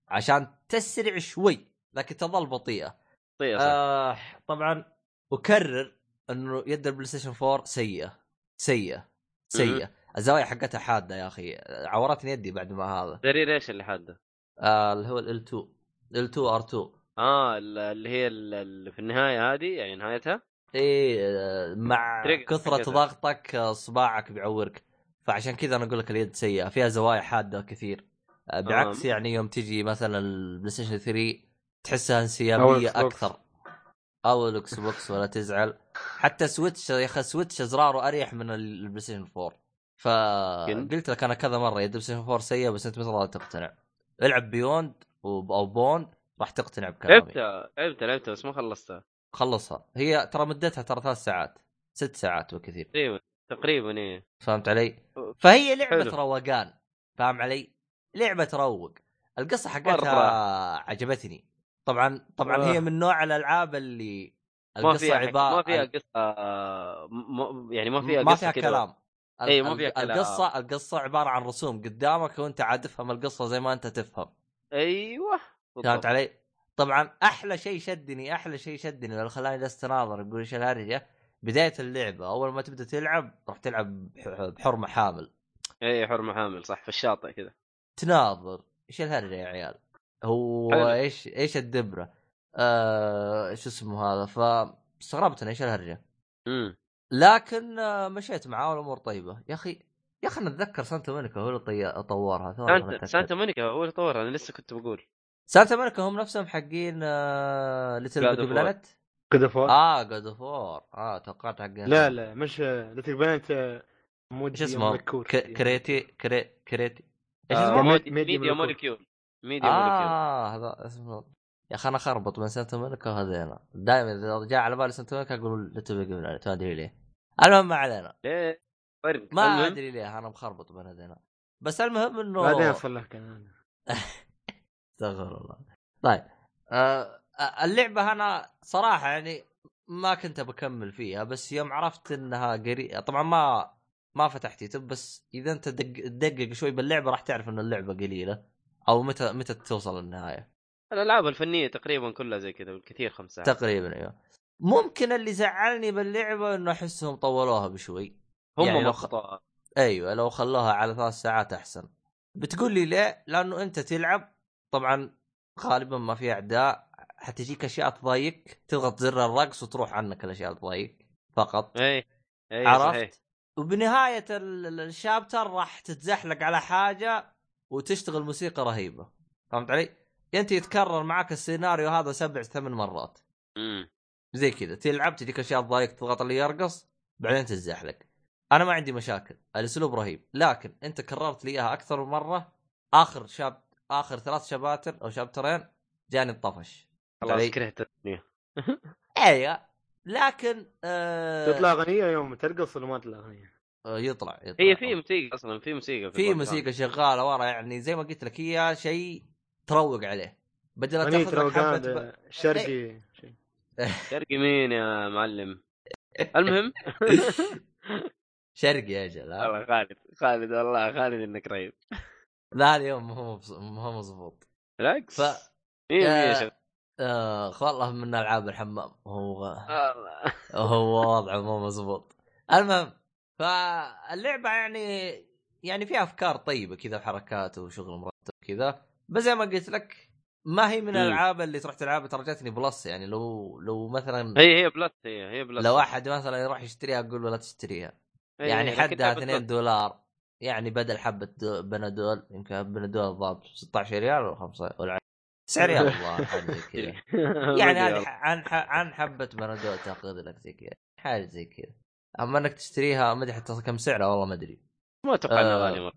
Speaker 3: عشان تسرع شوي لكن تظل بطيئة
Speaker 2: طيب صح.
Speaker 3: آه طبعا اكرر انه يد البلاي ستيشن 4 سيئه سيئه سيئه الزوايا حقتها حاده يا اخي عورتني يدي بعد ما هذا
Speaker 2: دليل ايش اللي حاده؟
Speaker 3: آه اللي هو ال 2 ال 2 ار 2
Speaker 2: اه ال- اللي هي ال- اللي في النهايه هذه يعني نهايتها
Speaker 3: ايه آه، مع
Speaker 2: تريجر
Speaker 3: كثره
Speaker 2: حقتها.
Speaker 3: ضغطك آه، صباعك بيعورك فعشان كذا انا اقول لك اليد سيئه فيها زوايا حاده كثير آه بعكس
Speaker 2: آه.
Speaker 3: يعني يوم تجي مثلا البلاي ستيشن 3 تحسها انسيابيه
Speaker 1: أو الإكس بوكس.
Speaker 3: اكثر او الاكس بوكس ولا تزعل حتى سويتش يا اخي سويتش ازراره اريح من البلاي ستيشن 4 فقلت لك انا كذا مره يد البلاي ستيشن 4 سيئه بس انت مثل ما تقتنع العب بيوند وب- او بوند راح تقتنع
Speaker 5: إيه.
Speaker 3: بكلامي
Speaker 2: لعبتها لعبتها لعبتها بس ما خلصتها
Speaker 3: خلصها هي ترى مدتها ترى ثلاث ساعات ست ساعات وكثير
Speaker 2: تقريبا تقريبا ايه
Speaker 3: فهمت علي؟ فهي لعبه
Speaker 2: حلو.
Speaker 3: روقان فاهم علي؟ لعبه تروق القصه حقتها
Speaker 2: مرة.
Speaker 3: عجبتني طبعا طبعا
Speaker 2: آه.
Speaker 3: هي من نوع الالعاب اللي
Speaker 2: ما فيها عبارة ما فيها قصه آه، م- م- يعني ما فيها
Speaker 3: ما
Speaker 2: قصه
Speaker 3: فيها
Speaker 2: كده.
Speaker 3: كلام ال-
Speaker 2: إيه، ما
Speaker 3: ال-
Speaker 2: فيها كلام.
Speaker 3: القصه القصه عباره عن رسوم قدامك وانت عاد تفهم القصه زي ما انت تفهم
Speaker 2: ايوه
Speaker 3: فهمت
Speaker 2: بالضبط.
Speaker 3: علي؟ طبعا احلى شيء شدني احلى شيء شدني لو خلاني جلست اناظر اقول ايش الهرجه بدايه اللعبه اول ما تبدا تلعب راح تلعب بح- بحرمه حامل
Speaker 2: اي حرمه إيه، حامل صح في الشاطئ كذا
Speaker 3: تناظر ايش الهرجه يا عيال؟ هو
Speaker 2: حلو.
Speaker 3: ايش ايش الدبره؟ آه شو اسمه هذا فاستغربت انا ايش الهرجه؟
Speaker 2: امم
Speaker 3: لكن آه، مشيت معاه والامور طيبه يا اخي يا اخي انا اتذكر سانتا مونيكا هو اللي طي- طورها ثواني خلنا
Speaker 2: سانتا
Speaker 3: أتأكد.
Speaker 2: سانتا مونيكا هو اللي طورها انا لسه كنت بقول
Speaker 3: سانتا مونيكا هم نفسهم حقين آه، ليتل
Speaker 2: God
Speaker 3: بيج
Speaker 2: of War.
Speaker 3: بلانت
Speaker 1: جود اوف
Speaker 2: آه.
Speaker 1: وور
Speaker 3: اه جود اوف وور اه توقعت حقين
Speaker 1: لا لا مش ليتل بلانت مود
Speaker 3: ايش اسمه؟ ك- كريتي كري كريتي ايش
Speaker 1: آه،
Speaker 3: اسمه؟
Speaker 1: ميديا-
Speaker 2: ميديا,
Speaker 1: ميديا
Speaker 2: ميديا
Speaker 1: موليكيول.
Speaker 2: موليكيول ميديا موليكيول
Speaker 3: اه هذا اسمه يا اخي انا اخربط بين سانتا مونيكا وهذينا دائما اذا جاء على بالي سانتا مونيكا اقول ليتل بيج بلانت ما ادري ليه المهم ما علينا
Speaker 2: ليه إيه، فرق
Speaker 3: ما
Speaker 2: المهم،
Speaker 3: ادري ليه انا مخربط بين هذينا بس المهم انه
Speaker 1: بعدين اصلحك انا
Speaker 3: استغفر الله طيب آه آه، اللعبه انا صراحه يعني ما كنت بكمل فيها بس يوم عرفت انها قريبه طبعا ما ما فتحت يوتيوب بس اذا انت دق- تدقق شوي باللعبه راح تعرف ان اللعبه قليله او متى متى توصل النهايه
Speaker 2: الالعاب الفنيه تقريبا كلها زي كذا بالكثير خمس ساعات
Speaker 3: تقريبا ايوه ممكن اللي زعلني باللعبه انه احسهم طولوها بشوي
Speaker 2: هم
Speaker 3: يعني
Speaker 2: يعني
Speaker 3: لو خ- ايوه لو خلوها على ثلاث ساعات احسن بتقول لي ليه؟ لانه انت تلعب طبعا غالبا ما في اعداء حتجيك اشياء تضايقك تضغط زر الرقص وتروح عنك الاشياء اللي تضايقك فقط
Speaker 2: اي اي إيه، صحيح
Speaker 3: عرفت؟ وبنهايه ال- ال- الشابتر راح تتزحلق على حاجه وتشتغل موسيقى رهيبه فهمت علي؟ انت يتكرر معك السيناريو هذا سبع ثمان مرات
Speaker 2: مم.
Speaker 3: زي كذا تلعب تجيك اشياء تضايق تضغط اللي يرقص بعدين تتزحلق انا ما عندي مشاكل الاسلوب رهيب لكن انت كررت لي اياها اكثر من مره اخر شاب اخر ثلاث شباتر او شابترين جاني الطفش
Speaker 2: خلاص
Speaker 3: علي.
Speaker 2: كرهت الدنيا
Speaker 3: ايوه لكن آه
Speaker 1: تطلع اغنيه يوم ترقص ولا ما تطلع اغنيه؟
Speaker 3: آه يطلع, يطلع
Speaker 2: هي في موسيقى اصلا في موسيقى
Speaker 3: في
Speaker 2: البودكاست.
Speaker 3: موسيقى شغاله ورا يعني زي ما قلت لك هي شيء تروق عليه بدل ما
Speaker 1: اغنيه
Speaker 3: تاخذ لك حبه
Speaker 1: روقان
Speaker 3: ب-
Speaker 1: شرقي شيء.
Speaker 2: شرقي مين يا معلم
Speaker 3: *laughs*
Speaker 2: المهم
Speaker 3: شرقي يا اجل ها؟
Speaker 2: والله خالد خالد والله خالد انك رهيب
Speaker 3: لا اليوم ما هو مبس- ما هو مضبوط
Speaker 2: بالعكس
Speaker 3: ف-
Speaker 5: إيه،
Speaker 2: مين
Speaker 3: يا-
Speaker 2: يا شباب
Speaker 3: اخ والله من العاب الحمام هو
Speaker 2: الله.
Speaker 3: هو وضعه مو مزبوط المهم فاللعبه يعني يعني فيها افكار طيبه كذا وحركات وشغل مرتب كذا بس زي ما قلت لك ما هي من
Speaker 2: مم.
Speaker 3: الالعاب اللي تروح تلعبها ترجتني بلس يعني لو لو مثلا
Speaker 2: هي هي بلس هي هي بلس
Speaker 3: لو احد مثلا يروح يشتريها اقول له لا تشتريها
Speaker 2: هي-
Speaker 3: يعني
Speaker 2: هي، إيه، لكن
Speaker 3: حدها
Speaker 2: لعبة
Speaker 3: 2
Speaker 2: بلس.
Speaker 3: دولار يعني بدل حبه دو- بنادول يمكن بنادول ضاب 16 ريال ولا 5 ولا 9 ريال والله
Speaker 2: *laughs*
Speaker 3: حاجه زي كذا يعني
Speaker 2: إيه. ما أدري
Speaker 3: هذه ح- عن ح- عن حبه بنادول تاخذ لك زي كذا حاجه زي كذا اما انك تشتريها ما ادري حتى كم سعرها والله ما ادري
Speaker 2: ما اتوقع انها
Speaker 3: آه.
Speaker 2: غاليه مره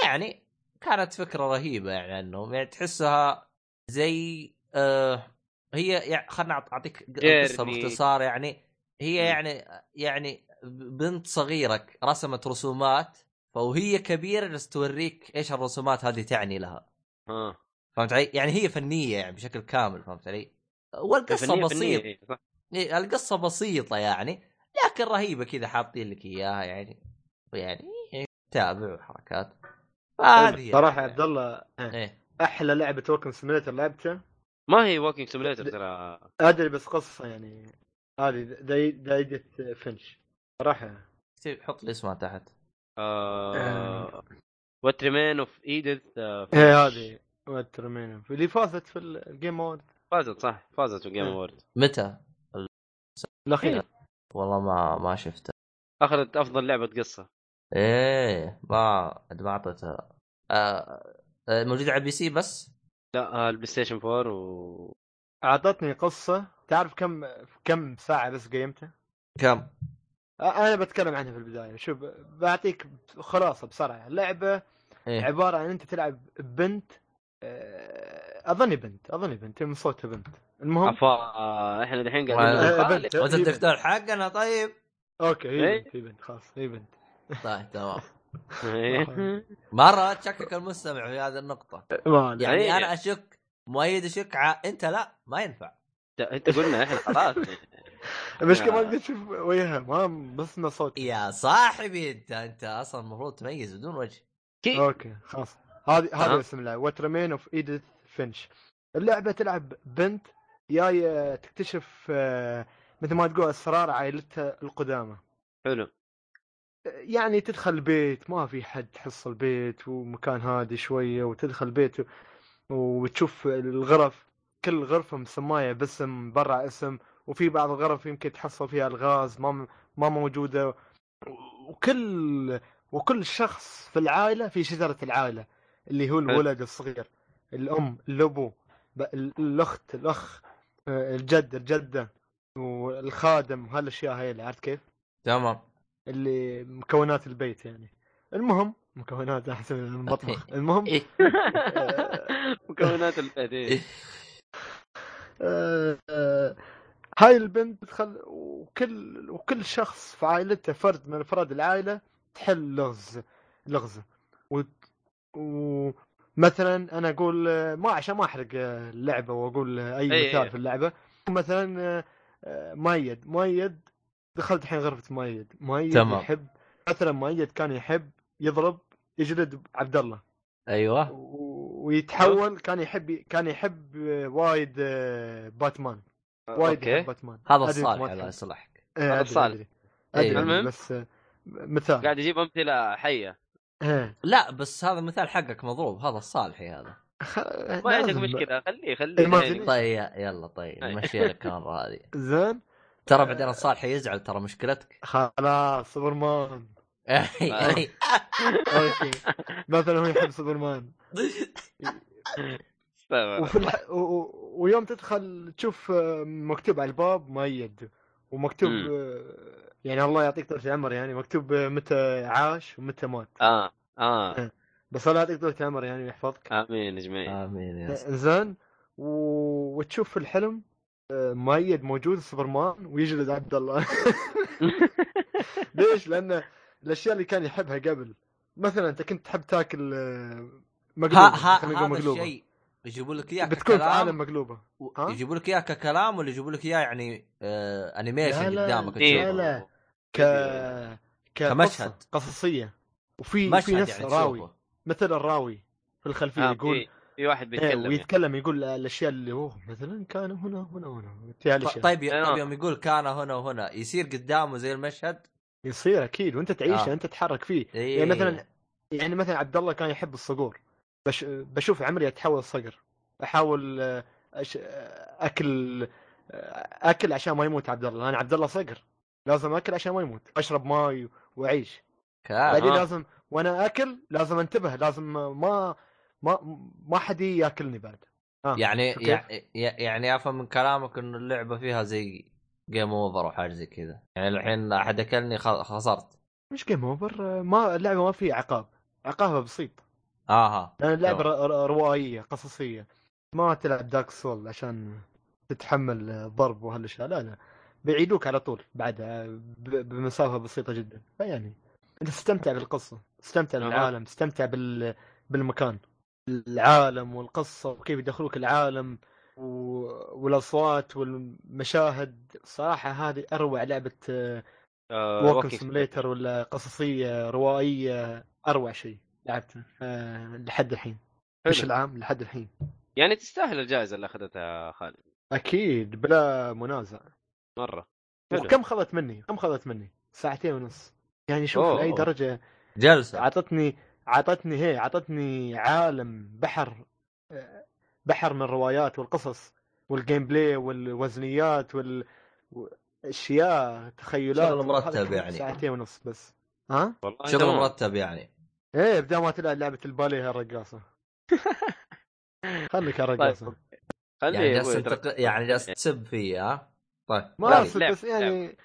Speaker 3: فيعني كانت فكره رهيبه يعني عنهم يعني تحسها زي آه هي يعني خلنا أعط- اعطيك ق- قصه
Speaker 2: جيرني.
Speaker 3: باختصار يعني هي
Speaker 2: مم.
Speaker 3: يعني يعني بنت صغيره رسمت رسومات فوهي كبيره بس توريك ايش الرسومات هذه تعني لها
Speaker 2: ها
Speaker 3: فهمت علي؟ يعني هي فنيه يعني بشكل كامل فهمت علي؟ والقصه
Speaker 2: فنية-
Speaker 3: بسيطه
Speaker 2: فنية، صح.
Speaker 3: إيه، القصه بسيطه يعني لكن رهيبه كذا حاطين لك اياها يعني يعني تابع وحركات فهذه
Speaker 1: صراحه
Speaker 3: يعني.
Speaker 1: طيب، عبد الله
Speaker 3: ايه
Speaker 1: احلى لعبه وكن سيميليتر لعبتها
Speaker 2: ما هي ووكينج سيميليتر ترى
Speaker 1: ادري بس قصه يعني هذه داي- دايجة فنش صراحه
Speaker 3: اكتب- حط لي اسمها تحت
Speaker 2: آه.
Speaker 3: آه.
Speaker 2: وات ريمين اوف ايديث
Speaker 1: ايه هذه وترمينا اللي فازت في الجيم اورد
Speaker 2: فازت صح فازت جيم
Speaker 3: آه.
Speaker 2: اوورد
Speaker 3: متى؟
Speaker 1: الاخير
Speaker 3: والله ما ما شفته
Speaker 2: اخذت افضل لعبه قصه
Speaker 3: ايه ما عاد ما اعطيتها آه آه، موجوده على البي سي بس
Speaker 2: لا آه، البلاي ستيشن 4 و
Speaker 1: اعطتني قصه تعرف كم كم ساعه بس قيمتها؟
Speaker 3: كم؟
Speaker 1: أ- انا بتكلم عنها في البدايه شوف بعطيك خلاصه بسرعه اللعبه
Speaker 3: ايه
Speaker 1: عباره عن انت تلعب بنت آه، اظني بنت اظني بنت إيه، من صوتها بنت المهم
Speaker 2: افا آه، احنا الحين
Speaker 3: آه،
Speaker 2: قاعدين نقول
Speaker 1: بنت.
Speaker 2: خالد.
Speaker 3: وانت بدك تختار حقنا طيب
Speaker 1: اوكي هي
Speaker 2: إيه.
Speaker 1: بنت هي بنت خلاص هي بنت
Speaker 3: طيب تمام
Speaker 2: *laughs*
Speaker 3: آه.
Speaker 2: إيه.
Speaker 3: مره تشكك المستمع في هذه النقطه
Speaker 1: ما عليك.
Speaker 3: يعني
Speaker 2: إيه.
Speaker 3: انا اشك مؤيد يشك ع- انت لا ما ينفع
Speaker 2: انت قلنا احنا خلاص
Speaker 1: المشكله ما قدرت اشوف وجهها ما بس انه صوت
Speaker 3: يا صاحبي انت انت اصلا المفروض تميز بدون وجه
Speaker 2: كي
Speaker 1: اوكي خلاص هذه هذا
Speaker 2: أها.
Speaker 1: اسم اللعبه وات ريمين اوف ايديث فينش اللعبه تلعب بنت جايه تكتشف آه، مثل ما تقول اسرار عائلتها القدامى
Speaker 2: حلو
Speaker 1: يعني تدخل البيت ما في حد تحس البيت ومكان هادي شويه وتدخل البيت و- وتشوف الغرف كل غرفه مسمايه باسم برا اسم وفي بعض الغرف يمكن تحصل فيها الغاز ما م- ما موجوده وكل وكل شخص في العائله في شجره العائله اللي هو الولد الصغير الام الابو ب- ال- الاخت الاخ آه، الجد الجده والخادم هالاشياء هاي اللي عرفت كيف؟
Speaker 3: تمام *laughs*
Speaker 1: اللي مكونات البيت يعني المهم مكونات *laughs* احسن من المطبخ المهم
Speaker 3: إيه.
Speaker 2: مكونات البيت إيه.
Speaker 1: آه، آه، هاي البنت تدخل وكل وكل شخص في عائلته فرد من افراد العائله تحل لغز لغزه و... ومثلا انا اقول آه، ما عشان ما احرق آه، اللعبه واقول آه، اي
Speaker 2: إي إي.
Speaker 1: مثال في اللعبه مثلا آه، آه، مؤيد مؤيد دخلت الحين غرفه مؤيد مؤيد
Speaker 3: تمام.
Speaker 1: يحب مثلا مؤيد كان يحب يضرب يجلد عبد الله
Speaker 3: ايوه
Speaker 1: و- ويتحول كان يحب كان يحب وايد آه، باتمان وايد
Speaker 2: آه، أوكي.
Speaker 1: يحب باتمان
Speaker 3: هذا
Speaker 1: أدري
Speaker 3: الصالح
Speaker 1: ما
Speaker 3: الله
Speaker 1: تحب.
Speaker 3: يصلحك
Speaker 1: إيه،
Speaker 2: هذا
Speaker 1: أدري-
Speaker 2: الصالح.
Speaker 1: أدري.
Speaker 3: إيه.
Speaker 1: أدري،
Speaker 2: المهم.
Speaker 1: بس آه، مثال
Speaker 2: قاعد يجيب امثله حيه
Speaker 1: إيه.
Speaker 3: لا بس هذا مثال حقك مضروب هذا الصالحي هذا
Speaker 1: خ-
Speaker 2: ما عندك
Speaker 1: لازم-
Speaker 2: مشكله خليه خليه
Speaker 1: المهم.
Speaker 2: يعني.
Speaker 3: طيب يلا طيب
Speaker 2: أي.
Speaker 3: نمشي لك المره هذه
Speaker 1: زين
Speaker 3: ترى بعدين الصالحي يزعل ترى مشكلتك *laughs*
Speaker 1: خلاص سوبرمان
Speaker 3: أي.
Speaker 1: اوكي
Speaker 2: *laughs*
Speaker 1: مثلا هو يحب سوبرمان
Speaker 2: طيب.
Speaker 1: وفي الح... و... و... ويوم تدخل تشوف آه، مكتوب على الباب مؤيد ومكتوب
Speaker 2: مم.
Speaker 1: آه، يعني الله يعطيك طول العمر يعني مكتوب آه، متى عاش ومتى مات
Speaker 2: اه اه
Speaker 1: بس الله يعطيك طول العمر يعني ويحفظك
Speaker 2: امين
Speaker 5: آه.
Speaker 2: اجمعين
Speaker 3: امين آه، يا سلام.
Speaker 1: زين و... وتشوف الحلم آه، مؤيد موجود سوبرمان ويجلد عبد
Speaker 3: *laughs*
Speaker 1: الله ليش؟ لان الاشياء اللي كان يحبها قبل مثلا انت كنت تحب تاكل آه، مقلوبه
Speaker 3: ها ها
Speaker 1: خلينا نقول
Speaker 3: هذا
Speaker 1: مقلوبه
Speaker 3: الشيء يجيبوا لك اياه
Speaker 1: بتكون في عالم
Speaker 3: ككلام
Speaker 1: مقلوبه
Speaker 3: و-
Speaker 1: ها؟
Speaker 3: يجيبوا لك اياه ككلام ولا يجيبوا لك اياه يعني آه انيميشن
Speaker 1: لا لا،
Speaker 3: قدامك
Speaker 1: لا
Speaker 3: تشوفه؟
Speaker 1: لا. ك
Speaker 3: كمشهد.
Speaker 1: كقصة قصصيه وفي
Speaker 3: مشهد
Speaker 1: في
Speaker 3: يعني
Speaker 1: نفس راوي
Speaker 3: تشوفه
Speaker 1: مثل الراوي في الخلفيه
Speaker 2: آه،
Speaker 1: يقول
Speaker 2: في- في واحد
Speaker 1: إيه،
Speaker 2: بيتكلم يعني.
Speaker 1: ويتكلم يقول الاشياء اللي هو مثلا كان هنا هنا هنا في هالأشياء.
Speaker 3: ط- طيب
Speaker 2: أي
Speaker 3: طيب
Speaker 2: نعم.
Speaker 3: يوم يقول كان هنا وهنا يصير قدامه زي المشهد
Speaker 1: يصير اكيد وانت تعيشه
Speaker 3: آه.
Speaker 1: انت يعني تتحرك فيه
Speaker 3: إيه.
Speaker 1: يعني مثلا يعني مثلا عبد الله كان يحب الصقور بش بشوف عمري اتحول صقر احاول آه، أش... آه، اكل آه، اكل عشان ما يموت عبد الله انا عبد الله صقر لازم اكل عشان ما يموت اشرب ماي واعيش
Speaker 3: كان
Speaker 1: بعدين لازم وانا اكل لازم انتبه لازم ما ما ما حد ياكلني بعد آه.
Speaker 3: يعني
Speaker 1: شوف كيف؟
Speaker 3: يعني يعني افهم من كلامك انه اللعبه فيها زي جيم اوفر وحاجه زي كذا يعني الحين احد اكلني خ- خسرت
Speaker 1: مش جيم اوفر ما اللعبه ما فيها عقاب عقابها بسيط
Speaker 3: اها
Speaker 1: لان اللعبه
Speaker 3: تمام.
Speaker 1: ر- ر- روائيه قصصيه ما تلعب دارك سول عشان تتحمل آه، ضرب وهالاشياء لا لا بيعيدوك على طول بعدها ب- بمسافه بسيطه جدا فيعني انت استمتع بالقصه استمتع
Speaker 2: أها.
Speaker 1: بالعالم استمتع بال... بالمكان العالم والقصه وكيف يدخلوك العالم و... والاصوات والمشاهد صراحه هذه اروع لعبه
Speaker 2: آه،
Speaker 1: ووكن
Speaker 2: walking
Speaker 1: سيميليتر ولا قصصيه روائيه اروع شيء لعبته آه، لحد الحين
Speaker 2: حلو.
Speaker 1: مش العام لحد الحين
Speaker 2: يعني تستاهل الجائزه اللي اخذتها خالد
Speaker 1: اكيد بلا منازع
Speaker 2: مره حلو.
Speaker 1: وكم خذت مني كم خذت مني ساعتين ونص يعني شوف
Speaker 2: أوه.
Speaker 1: لاي درجه
Speaker 2: آه،
Speaker 3: جلسه
Speaker 1: اعطتني اعطتني هي اعطتني عالم بحر آه، بحر من الروايات والقصص والجيم بلاي والوزنيات وال اشياء تخيلات
Speaker 3: شغل مرتب
Speaker 1: هذا كان
Speaker 3: يعني.
Speaker 1: ساعتين ونص بس ها
Speaker 2: والله
Speaker 3: شغل
Speaker 2: تمام.
Speaker 3: مرتب يعني
Speaker 1: ايه بدل ما تلعب لعبه الباليه يا
Speaker 2: *laughs*
Speaker 1: الرقاصه خليك يا
Speaker 2: طيب.
Speaker 1: الرقاصه
Speaker 2: خليه
Speaker 3: يعني جالس
Speaker 2: يقول
Speaker 3: انتق...
Speaker 2: ترى-
Speaker 3: يعني جالس تسب فيه ها طيب
Speaker 1: ما
Speaker 2: لا،
Speaker 1: اقصد
Speaker 2: لعب-
Speaker 1: بس يعني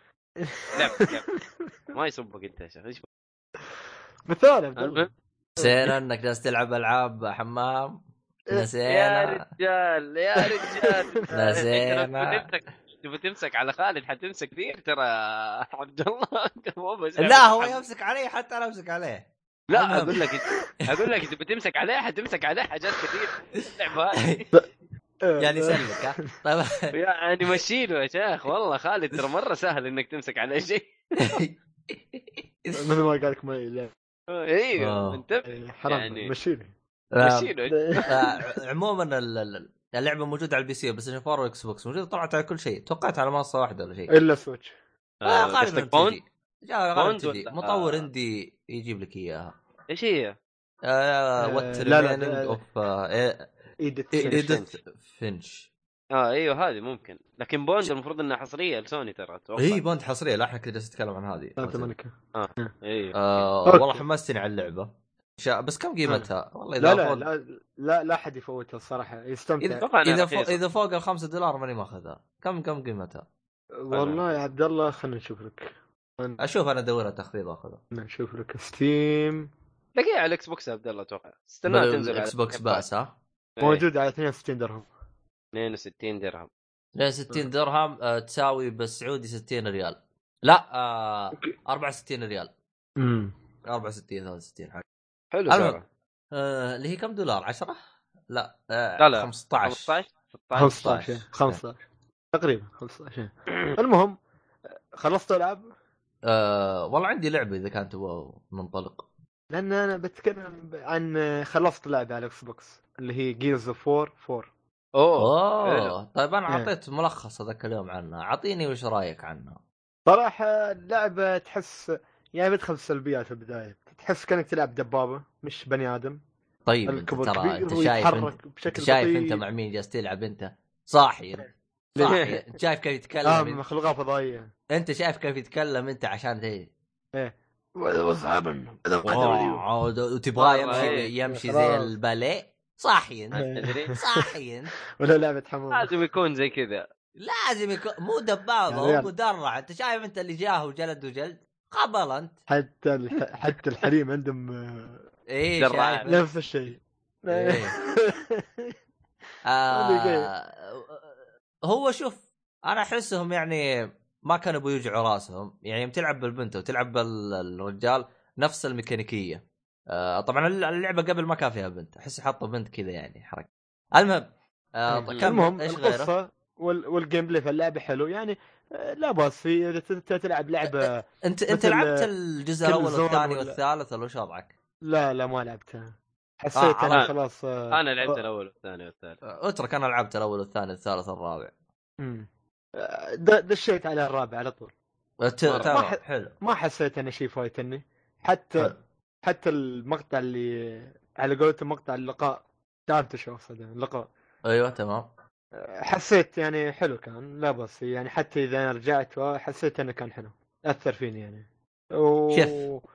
Speaker 2: لعب لعب ما يسبك انت يا شيخ ايش بك؟
Speaker 1: *laughs* مثال عبد الله.
Speaker 2: المهم
Speaker 3: نسينا انك جالس تلعب العاب حمام
Speaker 2: *laughs* يعني يا
Speaker 3: نسينا
Speaker 2: رجال يا رجال ترى
Speaker 3: لا زين.
Speaker 2: تبغى تمسك تبغى تمسك على خالد حتمسك فيه ترى عبد الله *laughs* هو بس
Speaker 3: لا هو يمسك علي حتى انا امسك
Speaker 2: *laughs*
Speaker 3: عليه
Speaker 2: لا
Speaker 3: *laughs*
Speaker 2: اقول لك اقول لك تبغى تمسك عليه حتمسك عليه حاجات كثير اللعبه هذه
Speaker 1: إيه، *laughs*
Speaker 3: يعني يسلك ها
Speaker 2: *laughs*
Speaker 3: طيب *laughs*
Speaker 2: يعني مشيله يا شيخ والله خالد ترى مره سهل انك تمسك على أي شيء
Speaker 1: من ما قال لك ما لا.
Speaker 2: ايوه
Speaker 3: آه.
Speaker 2: انتبه
Speaker 1: حرام
Speaker 2: يعني-
Speaker 1: يعني... مشيني
Speaker 2: مشيله
Speaker 1: *laughs*
Speaker 3: آه، عموما ال- ال- ال- اللعبه موجوده على البي سي بس 4 والاكس بوكس موجوده طلعت على كل شيء توقعت على منصه واحده ولا
Speaker 2: أيوة.
Speaker 3: شيء
Speaker 1: الا سويتش
Speaker 3: آه،
Speaker 2: آه، قصدك
Speaker 3: تجي.
Speaker 2: بوند؟
Speaker 3: جا- غالبا
Speaker 2: بوند
Speaker 3: تجي
Speaker 2: ولا-
Speaker 3: مطور
Speaker 2: آه.
Speaker 3: اندي يجيب لك اياها
Speaker 2: ايش هي؟
Speaker 1: آه،
Speaker 3: وات
Speaker 1: لا، لا،
Speaker 3: ريمينينج
Speaker 1: لا، إيه، لا.
Speaker 3: اوف إيه،
Speaker 1: ايديت
Speaker 3: ايديث
Speaker 1: إيه،
Speaker 3: فينش
Speaker 2: اه ايوه هذه ممكن لكن بوند المفروض انها حصريه لسوني ترى اتوقع
Speaker 1: إيه،
Speaker 3: هي بوند حصريه لا احنا كده جالس نتكلم عن هذه
Speaker 1: سانتا مونيكا
Speaker 2: ايوه
Speaker 3: آه
Speaker 1: أوكي.
Speaker 3: والله حمستني على اللعبه إن شاء- بس كم قيمتها؟ والله
Speaker 1: لا
Speaker 3: اذا
Speaker 1: لا
Speaker 3: فوق
Speaker 1: لا لا لا احد يفوتها الصراحه
Speaker 3: اذا
Speaker 1: يستمتع
Speaker 2: أتوقع إنها
Speaker 3: اذا فوق
Speaker 2: رخيصة.
Speaker 3: اذا فوق ال 5 دولار ماني ماخذها كم كم قيمتها؟
Speaker 1: والله يا عبد الله خلينا نشوف لك خلينا
Speaker 3: اشوف انا ادورها تخفيض اخذها
Speaker 1: نشوف لك ستيم
Speaker 2: تلاقيها على الاكس بوكس يا عبد الله اتوقع استناها تنزل على
Speaker 3: الاكس بوكس باس ها؟
Speaker 2: إيه،
Speaker 1: موجود على 62 درهم
Speaker 2: 62 درهم
Speaker 3: لين 60 درهم آه، تساوي بالسعودي 60 ريال لا آه
Speaker 1: أوكي.
Speaker 3: 64 ريال
Speaker 1: امم
Speaker 3: 64 63 حاجه
Speaker 2: حلو
Speaker 3: المهم.
Speaker 2: سعره
Speaker 3: آه، اللي هي كم دولار 10 لا آه
Speaker 2: لا، لا.
Speaker 3: 15
Speaker 2: 15 16
Speaker 1: 15
Speaker 3: 15.
Speaker 1: 15 تقريبا 15 المهم خلصت العاب
Speaker 3: آه والله عندي لعبه اذا كان تبغى ننطلق
Speaker 1: لان انا بتكلم عن خلصت لعبه على الاكس بوكس اللي هي جيرز اوف 4 4
Speaker 2: اوه
Speaker 3: اوه طيب انا
Speaker 1: إيه.
Speaker 3: اعطيت ملخص هذاك اليوم عنها اعطيني وش رايك عنها
Speaker 1: صراحه اللعبه تحس يعني بدخل سلبيات في البدايه تحس كانك تلعب دبابه مش بني ادم
Speaker 3: طيب انت
Speaker 1: الكبر
Speaker 3: ترى
Speaker 1: كبير
Speaker 3: انت شايف انت,
Speaker 1: ويتحرك
Speaker 3: انت
Speaker 1: بشكل
Speaker 3: شايف
Speaker 1: بطيء إيه.
Speaker 3: انت مع مين جالس تلعب انت صاحي أنت.
Speaker 2: ليه؟
Speaker 3: صاحي أنت شايف كيف
Speaker 1: اه
Speaker 3: يتكلم
Speaker 1: مخلوقات فضائيه
Speaker 3: انت شايف كيف يتكلم انت عشان ذي
Speaker 1: واتس هابن
Speaker 3: واو، وتبغاه
Speaker 2: والله إيه.
Speaker 3: يمشي يمشي زي
Speaker 1: خلاص.
Speaker 3: الباليه صاحي انت
Speaker 1: إيه.
Speaker 2: تدري
Speaker 3: صاحي انت
Speaker 1: *laughs* ولا لعبه حمام
Speaker 2: لازم يكون زي كذا
Speaker 3: لازم يكون مو
Speaker 1: يا
Speaker 3: دبابه هو
Speaker 1: ريال.
Speaker 3: مدرع انت شايف انت اللي جاه وجلد وجلد خبل انت
Speaker 1: حتى الح... حتى الحريم عندهم آه،
Speaker 3: ايه
Speaker 2: درع.
Speaker 3: شايف
Speaker 1: نفس الشيء
Speaker 3: *laughs*
Speaker 1: *laughs*
Speaker 3: إيه. آه هو شوف انا احسهم يعني ما كانوا بيوجعوا راسهم يعني يوم تلعب بالبنت وتلعب بالرجال نفس الميكانيكيه آه طبعا اللعبه قبل ما كان فيها بنت احس حطوا بنت كذا يعني حركه المهم آه
Speaker 2: مم.
Speaker 3: طيب كمل.
Speaker 1: إيه. المهم
Speaker 3: ايش غيره؟
Speaker 1: القصه وال... والجيم بلاي في اللعبه حلو يعني آه، لا باس فيه اذا ت- ت- تلعب لعبه
Speaker 3: انت انت
Speaker 1: مثل
Speaker 3: لعبت الجزء
Speaker 1: كل
Speaker 3: الاول
Speaker 1: زون
Speaker 3: والثاني
Speaker 1: ولا-
Speaker 3: والثالث ولا وش وضعك؟
Speaker 1: لا لا ما لعبتها حسيت
Speaker 3: آه،
Speaker 1: انا
Speaker 2: آه.
Speaker 1: خلاص آه،
Speaker 2: انا لعبت الاول والثاني والثالث
Speaker 3: آه، اترك انا لعبت الاول والثاني والثالث والرابع
Speaker 1: مم. آه، د- دشيت على الرابع على طول
Speaker 3: آه، ت-
Speaker 2: مرة.
Speaker 3: تمام،
Speaker 1: ما ح-
Speaker 3: حلو
Speaker 1: ما حسيت انا شيء فايتني حتى
Speaker 3: حلو.
Speaker 1: حتى المقطع اللي على قولتهم مقطع اللقاء تعرف شو اقصد يعني اللقاء
Speaker 3: ايوه تمام
Speaker 1: حسيت يعني حلو كان لا بس يعني حتى اذا انا رجعت حسيت انه كان حلو اثر فيني يعني و...
Speaker 3: شف.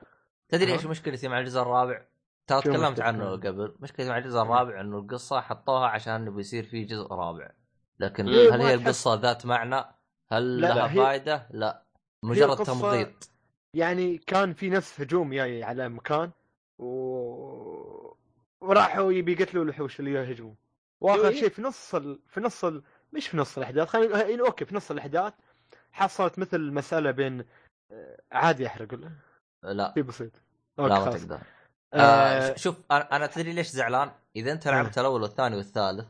Speaker 3: تدري
Speaker 1: ها؟
Speaker 3: ايش مشكلتي مع الجزء الرابع؟ ترى
Speaker 1: شو
Speaker 3: تكلمت
Speaker 1: مشكلتك
Speaker 3: عنه
Speaker 1: معه؟
Speaker 3: قبل، مشكلتي مع الجزء الرابع انه القصه حطوها عشان انه بيصير في جزء رابع. لكن
Speaker 2: إيه،
Speaker 3: هل
Speaker 1: ما
Speaker 3: هي
Speaker 1: تحس-
Speaker 3: القصه ذات معنى؟ هل
Speaker 1: لا،
Speaker 3: لها
Speaker 1: هي-
Speaker 3: فائده؟ لا مجرد
Speaker 1: القصة-
Speaker 3: تمضيط.
Speaker 1: يعني كان في نفس هجوم جاي على مكان و... وراحوا يبي يقتلوا الوحوش اللي يهجموا واخر
Speaker 2: إيه.
Speaker 1: شيء في نص ال... في نص ال... مش في نص الاحداث خلينا إيه، اوكي في نص الاحداث حصلت مثل مساله بين آه، عادي احرق ولا
Speaker 3: لا
Speaker 1: في بسيط
Speaker 3: لا
Speaker 1: اوكي
Speaker 3: ما
Speaker 1: خلاص
Speaker 3: تقدر. آه
Speaker 1: آه، إيه.
Speaker 3: ش- شوف انا انا تدري ليش زعلان؟ اذا انت لعبت الاول والثاني والثالث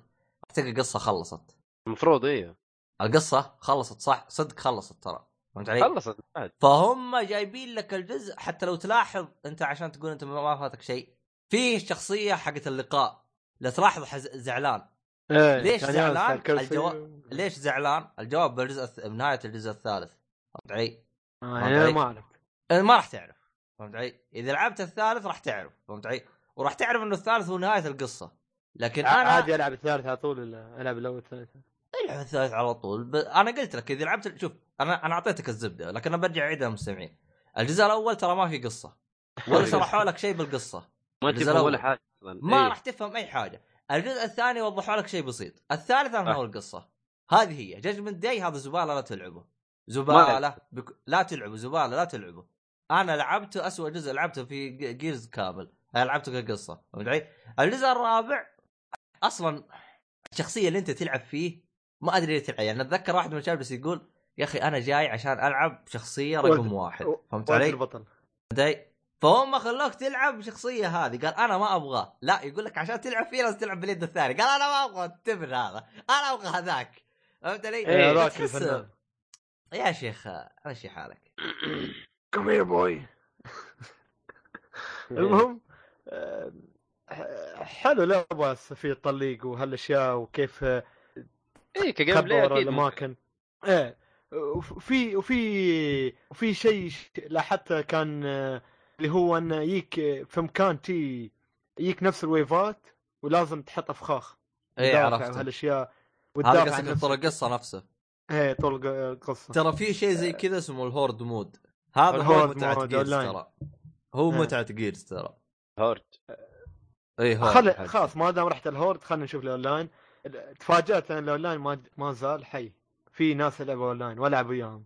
Speaker 3: تلقى القصه خلصت.
Speaker 2: المفروض ايوه
Speaker 3: القصه خلصت صح صدق خلصت ترى. فهمت
Speaker 1: إيه.
Speaker 3: علي؟
Speaker 2: خلصت بعد
Speaker 3: فهم جايبين لك الجزء حتى لو تلاحظ انت عشان تقول انت ما فاتك شيء في الشخصيه حقت اللقاء لا تلاحظ حز... زعلان
Speaker 1: إيه،
Speaker 3: ليش
Speaker 1: كان يالس على
Speaker 3: زعلان؟
Speaker 1: الكرسي
Speaker 3: الجوا- ليش زعلان الجواب بالجزء الث... بنهايه الجزء الثالث فهمت علي
Speaker 1: آه،
Speaker 3: فهمت
Speaker 1: انا
Speaker 3: علي؟
Speaker 1: ما اعرف
Speaker 3: أه، ما راح تعرف فهمت علي اذا لعبت الثالث راح تعرف فهمت علي وراح تعرف انه الثالث هو نهايه القصه لكن
Speaker 2: آه،
Speaker 3: انا
Speaker 1: عادي العب الثالث على طول ولا العب الاول الثالث
Speaker 3: العب الثالث على طول ب... انا قلت لك اذا لعبت شوف انا انا اعطيتك الزبده لكن انا برجع اعيدها للمستمعين الجزء الاول ترى ما في قصه
Speaker 2: *laughs*
Speaker 3: ولا شرحوا لك شيء بالقصه
Speaker 2: ما
Speaker 3: الجزء
Speaker 2: تفهم ولا
Speaker 3: الأول.
Speaker 2: حاجه اصلا
Speaker 3: ما
Speaker 2: إيه.
Speaker 3: راح تفهم اي حاجه الجزء الثاني وضحوا لك شيء بسيط الثالث انا
Speaker 2: صح.
Speaker 3: هو القصه هذه هي جاجمنت داي هذا زباله لا تلعبه زباله بك... لا تلعبه زباله لا تلعبه انا لعبته أسوأ جزء لعبته في ج- جيرز كامل أنا لعبته كقصه فهمت علي؟ الجزء الرابع اصلا الشخصيه اللي انت تلعب فيه ما ادري ليه تلعب يعني اتذكر واحد من الشباب بس يقول يا اخي انا جاي عشان العب شخصيه رقم
Speaker 1: وزن-
Speaker 3: واحد
Speaker 1: و-
Speaker 3: فهمت
Speaker 1: وأنت
Speaker 3: علي؟
Speaker 1: البطل
Speaker 3: داي فهو ما خلوك تلعب شخصية هذه قال انا ما ابغاه لا يقول لك عشان تلعب فيه لازم تلعب باليد الثاني قال انا ما ابغى التبن هذا انا ابغى هذاك فهمت علي؟
Speaker 1: إيه، هذاك
Speaker 3: تحس-
Speaker 1: الفنان.
Speaker 3: يا شيخ مشي حالك
Speaker 1: كم هير بوي
Speaker 5: إيه.
Speaker 1: المهم آه، حلو لا باس في الطليق وهالاشياء وكيف آه،
Speaker 2: اي إيه، كجيم بلاي
Speaker 1: خبر
Speaker 2: اكيد ممكن.
Speaker 1: الاماكن ايه وفي وفي وفي شيء ش- لاحظته كان آه، اللي هو انه يجيك في مكان تي يجيك نفس الويفات ولازم تحط افخاخ
Speaker 3: اي
Speaker 1: تدافع
Speaker 3: إيه، عرفت
Speaker 1: وهالاشياء
Speaker 3: هذا
Speaker 1: وتدافع عن
Speaker 3: قصدك
Speaker 1: نفسك.
Speaker 3: طول القصة نفسه
Speaker 1: ايه طول القصه
Speaker 3: ترى في شيء زي كذا اسمه الهورد مود هذا هو
Speaker 1: الهورد
Speaker 3: متعة
Speaker 1: مود
Speaker 3: جيرز
Speaker 1: أونلاين.
Speaker 3: ترى هو
Speaker 1: إيه.
Speaker 3: متعة جيرز ترى إيه،
Speaker 2: هورد
Speaker 3: اي هورد
Speaker 1: خل خلاص ما دام رحت الهورد خلينا نشوف الاونلاين تفاجات لان الاونلاين ما ما زال حي في ناس يلعبوا اونلاين والعب وياهم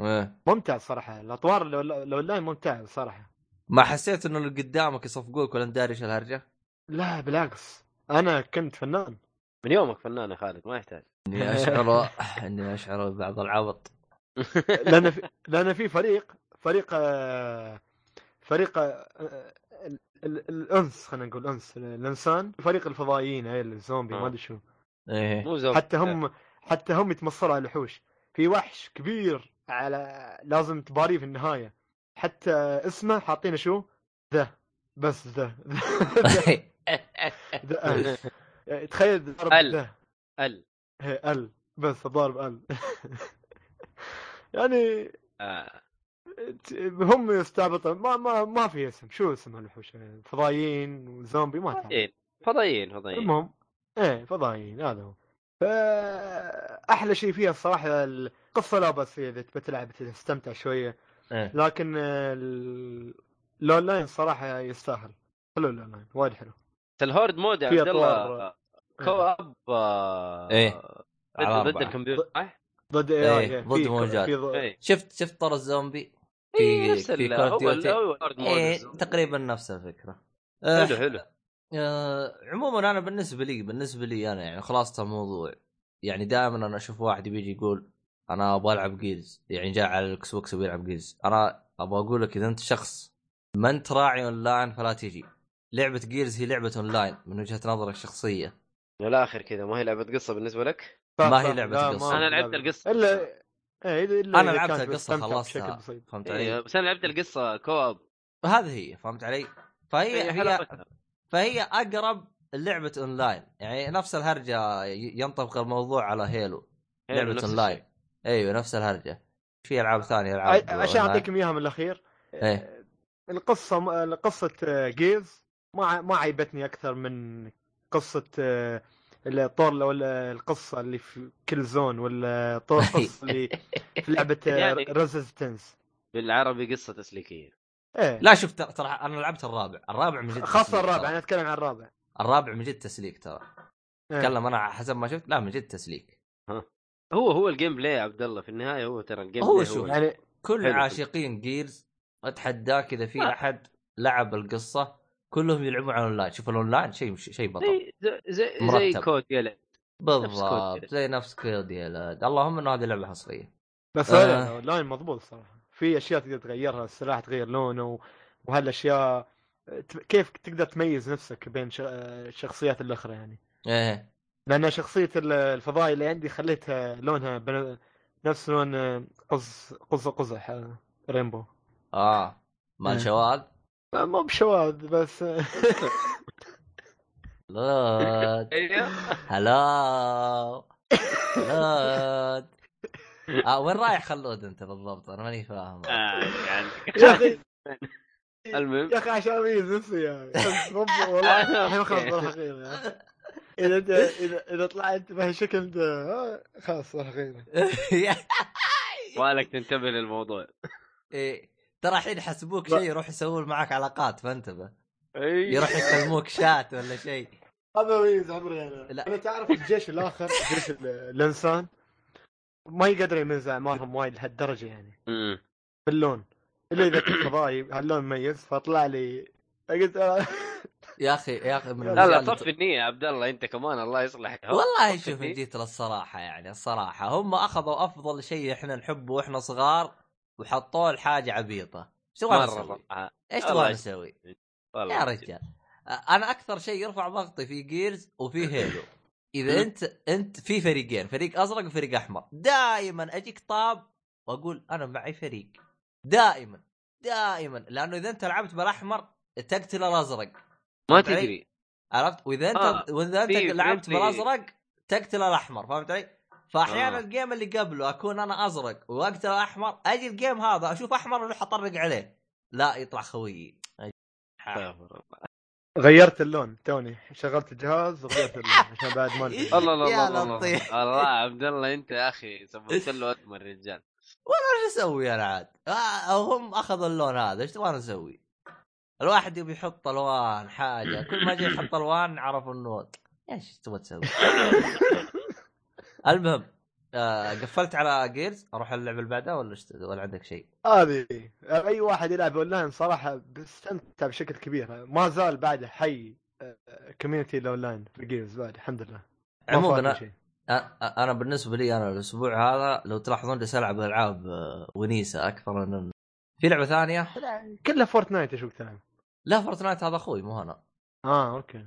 Speaker 3: إيه.
Speaker 1: ممتع صراحه الاطوار الأون- الاونلاين ممتع صراحه
Speaker 3: ما حسيت انه اللي قدامك يصفقوك ولا انت داري ايش الهرجه؟
Speaker 1: لا بالعكس انا كنت فنان
Speaker 2: من يومك فنان يا خالد ما يحتاج
Speaker 3: اني اشعر
Speaker 1: *laughs*
Speaker 3: اني اشعر ببعض العبط
Speaker 1: لان في لان في فريق فريق آه، فريق آه، ال- ال- الانس خلينا نقول انس الانسان فريق الفضائيين هاي الزومبي ما ادري شو
Speaker 3: ايه
Speaker 2: مو
Speaker 5: آه.
Speaker 2: زوم
Speaker 1: حتى هم حتى هم يتمصروا على الوحوش في وحش كبير على لازم تباريه في النهايه حتى اسمه حاطينه شو ذا بس ذا *laughs*
Speaker 3: *laughs*
Speaker 1: ذا- ذا ال. تخيل ضرب
Speaker 2: ال.
Speaker 1: ذا
Speaker 2: ال
Speaker 1: إيه، ال بس ضارب ال *laughs* يعني
Speaker 2: آه.
Speaker 1: ت- هم يستعبطون ما ما ما في اسم شو اسم الوحوش فضائيين وزومبي ما تعرف
Speaker 2: فضائيين فضائيين فضائيين
Speaker 1: المهم ايه فضائيين هذا هو فا- احلى شيء فيها الصراحه القصه لا بس فيها اذا تبي تلعب تستمتع شويه
Speaker 3: إيه.
Speaker 1: لكن ال- الاونلاين صراحه يستاهل حلو الاونلاين وايد حلو إيه.
Speaker 2: الهورد مود يا
Speaker 1: في
Speaker 2: عبد الله
Speaker 1: أطوار-
Speaker 2: كو اب آه،
Speaker 3: إيه.
Speaker 2: ضد,
Speaker 3: على
Speaker 2: ضد
Speaker 3: أربعة.
Speaker 2: الكمبيوتر صح؟
Speaker 1: ضد اي
Speaker 3: إيه،
Speaker 1: اي
Speaker 3: ضد موجات.
Speaker 2: إيه.
Speaker 3: شفت شفت طر الزومبي
Speaker 2: إيه،
Speaker 3: في
Speaker 2: نفس
Speaker 3: في
Speaker 2: ال-
Speaker 3: كول اوف
Speaker 2: هو ال-
Speaker 3: ديوتي
Speaker 2: هو الهورد مود
Speaker 3: إيه
Speaker 2: الزومبي.
Speaker 3: تقريبا نفس الفكره آه،
Speaker 2: حلو حلو
Speaker 3: آه، عموما انا بالنسبه لي بالنسبه لي انا يعني خلاصه الموضوع يعني دائما انا اشوف واحد بيجي يقول انا ابغى العب جيرز يعني جاء على الاكس بوكس وبيلعب جيرز انا ابغى اقول لك اذا انت شخص ما انت راعي اونلاين فلا تجي لعبه جيرز هي لعبه اونلاين من وجهه نظرك الشخصيه
Speaker 2: من الاخر كذا ما هي لعبه قصه بالنسبه لك؟
Speaker 1: صح،
Speaker 3: ما هي
Speaker 1: صح.
Speaker 3: لعبة
Speaker 1: لا،
Speaker 3: القصة.
Speaker 1: ما-
Speaker 2: أنا لعبت
Speaker 1: لا.
Speaker 2: القصة.
Speaker 1: الا إيه، إلا إذا
Speaker 3: انا لعبت
Speaker 1: كانت
Speaker 3: القصه
Speaker 1: بتستمتع
Speaker 3: خلصتها
Speaker 1: بشكل بسيط
Speaker 3: فهمت
Speaker 2: إيه،
Speaker 1: طيب.
Speaker 3: علي؟
Speaker 2: بس انا لعبت القصه كو اب
Speaker 3: هذه هي فهمت علي؟
Speaker 2: إيه،
Speaker 3: فهي هي فهي اقرب لعبه اونلاين يعني نفس الهرجه ي- ينطبق الموضوع على هيلو لعبه اونلاين ايوه نفس الهرجه في العاب ثانيه العاب
Speaker 1: ع- عشان
Speaker 3: أونلاين.
Speaker 1: اعطيكم اياها من الاخير
Speaker 3: إيه.
Speaker 1: القصه م- قصه جيز ما ع- ما عيبتني اكثر من قصه آه، الطور ولا القصه اللي في كل زون ولا طور
Speaker 3: *laughs*
Speaker 1: القصه اللي في آه، لعبه
Speaker 2: *laughs* يعني-
Speaker 1: ريزيستنس
Speaker 2: بالعربي قصه تسليكيه
Speaker 1: ايه
Speaker 3: لا شوف ترى ترى انا لعبت الرابع الرابع من جد
Speaker 1: خاصه
Speaker 3: تسليك
Speaker 1: الرابع
Speaker 3: ترى.
Speaker 1: انا اتكلم عن الرابع
Speaker 3: الرابع من جد تسليك ترى
Speaker 1: إيه.
Speaker 3: اتكلم انا حسب ما شفت لا من جد تسليك
Speaker 2: هو هو الجيم بلاي يا عبد الله في النهايه هو ترى الجيم
Speaker 3: هو
Speaker 2: بلاي
Speaker 3: شوف.
Speaker 2: هو
Speaker 1: يعني
Speaker 3: كل
Speaker 2: حلو.
Speaker 3: عاشقين جيرز اتحداك اذا في احد لعب القصه كلهم يلعبون على الاونلاين شوف الاونلاين شيء شيء بطل
Speaker 2: زي زي, زي, زي
Speaker 3: مرتب.
Speaker 2: كود يلعب
Speaker 3: بالضبط
Speaker 2: كود.
Speaker 3: زي نفس كود يا لاد اللهم انه هذه لعبه حصريه
Speaker 1: بس
Speaker 3: آه.
Speaker 1: آه. لاين مضبوط صراحه في اشياء تقدر تغيرها السلاح تغير لونه وهالاشياء ت- كيف تقدر تميز نفسك بين ش- الشخصيات الاخرى يعني
Speaker 3: ايه
Speaker 1: لان شخصيه ال- الفضائي اللي عندي خليتها لونها بن... نفس لون آه، قز قز آه، قز ح- ريمبو
Speaker 3: اه
Speaker 1: إيه.
Speaker 3: مال شواذ
Speaker 1: ما- آه، مو بشواذ بس
Speaker 3: لود
Speaker 2: ايوه
Speaker 3: هلا لود آه وين رايح خلود انت بالضبط انا ماني فاهم
Speaker 2: آه.
Speaker 3: *laughs*
Speaker 1: يا اخي
Speaker 2: يعني *laughs* المهم
Speaker 1: *laughs* يا اخي عشان اميز نفسي يعني. يا أخي. رب- والله الحين *laughs* خلاص
Speaker 2: أوكي.
Speaker 1: راح يعني. اغير يا أخي. اذا انت اذا اذا طلعت بهالشكل ده آه، خلاص راح اغير
Speaker 2: مالك تنتبه للموضوع
Speaker 3: إيه، ترى الحين يحسبوك شيء يروح يسوون معك علاقات فانتبه
Speaker 2: اي
Speaker 3: يروح يكلموك شات ولا شيء
Speaker 1: هذا ميز عمري انا
Speaker 3: لا.
Speaker 1: انا تعرف الجيش الاخر جيش ال- الانسان ما يقدر يميز اعمارهم وايد لهالدرجه يعني
Speaker 2: أمم.
Speaker 1: باللون الا اذا كنت فضائي هاللون مميز فطلع لي قلت آه،
Speaker 3: يا اخي يا اخي من
Speaker 2: لا لا
Speaker 3: الأشياء
Speaker 2: طفي
Speaker 3: اللي-
Speaker 2: النية يا عبد الله انت كمان الله يصلحك
Speaker 3: والله
Speaker 2: طفي
Speaker 3: شوف إن
Speaker 2: النية.
Speaker 3: جيت للصراحه يعني الصراحه هم اخذوا افضل شيء احنا نحبه واحنا صغار وحطوه لحاجه عبيطه شو تبغى
Speaker 2: مره
Speaker 3: نسوي؟
Speaker 2: آه،
Speaker 3: ايش
Speaker 2: والله
Speaker 3: تبغى
Speaker 2: يس-
Speaker 3: نسوي؟
Speaker 2: والله
Speaker 3: يا
Speaker 2: من جد.
Speaker 3: رجال انا اكثر شيء يرفع ضغطي في جيرز
Speaker 2: *coughs*
Speaker 3: وفي هيلو اذا انت انت في فريقين فريق ازرق وفريق احمر دائما اجيك طاب واقول انا معي فريق دائما دائما لانه اذا انت لعبت بالاحمر تقتل الازرق
Speaker 2: ما
Speaker 3: فهمت علي؟
Speaker 2: تدري
Speaker 3: عرفت واذا انت
Speaker 2: آه،
Speaker 3: واذا انت
Speaker 2: في-
Speaker 3: لعبت
Speaker 2: في-
Speaker 3: بالازرق تقتل الاحمر فهمت علي؟ فاحيانا
Speaker 2: آه.
Speaker 3: آه. الجيم اللي قبله اكون انا ازرق واقتل احمر اجي الجيم هذا اشوف احمر اروح اطرق عليه لا يطلع خويي آه.
Speaker 2: استغفر الله.
Speaker 1: غيرت اللون توني شغلت الجهاز وغيرت اللون عشان بعد ما ندري.
Speaker 2: الله الله
Speaker 3: يا
Speaker 2: الله الله
Speaker 3: لطيف.
Speaker 2: الله الله عبد الله انت يا اخي سببت له اكمل رجال
Speaker 3: ايش اسوي انا عاد؟ آه، هم اخذوا اللون هذا ايش تبغى نسوي؟ الواحد يبي يحط الوان حاجه كل ما جاي يحط الوان عرفوا انه ايش تبغى تسوي؟ المهم آه قفلت على جيرز اروح اللعبه اللي بعدها ولا إيش- ولا عندك شيء؟
Speaker 1: هذه اي واحد يلعب اونلاين صراحه بيستمتع بشكل كبير ما زال بعد حي آه، كوميونتي الاونلاين في جيمز بعد الحمد لله ما فاتني
Speaker 3: عموما
Speaker 1: شيء.
Speaker 3: أ- انا بالنسبه لي انا الاسبوع هذا لو تلاحظون جالس العب العاب آه، ونيسه اكثر من في لعبه ثانيه
Speaker 1: كلها فورتنايت ايش وقت تلعب
Speaker 3: لا فورتنايت هذا اخوي مو انا
Speaker 1: اه اوكي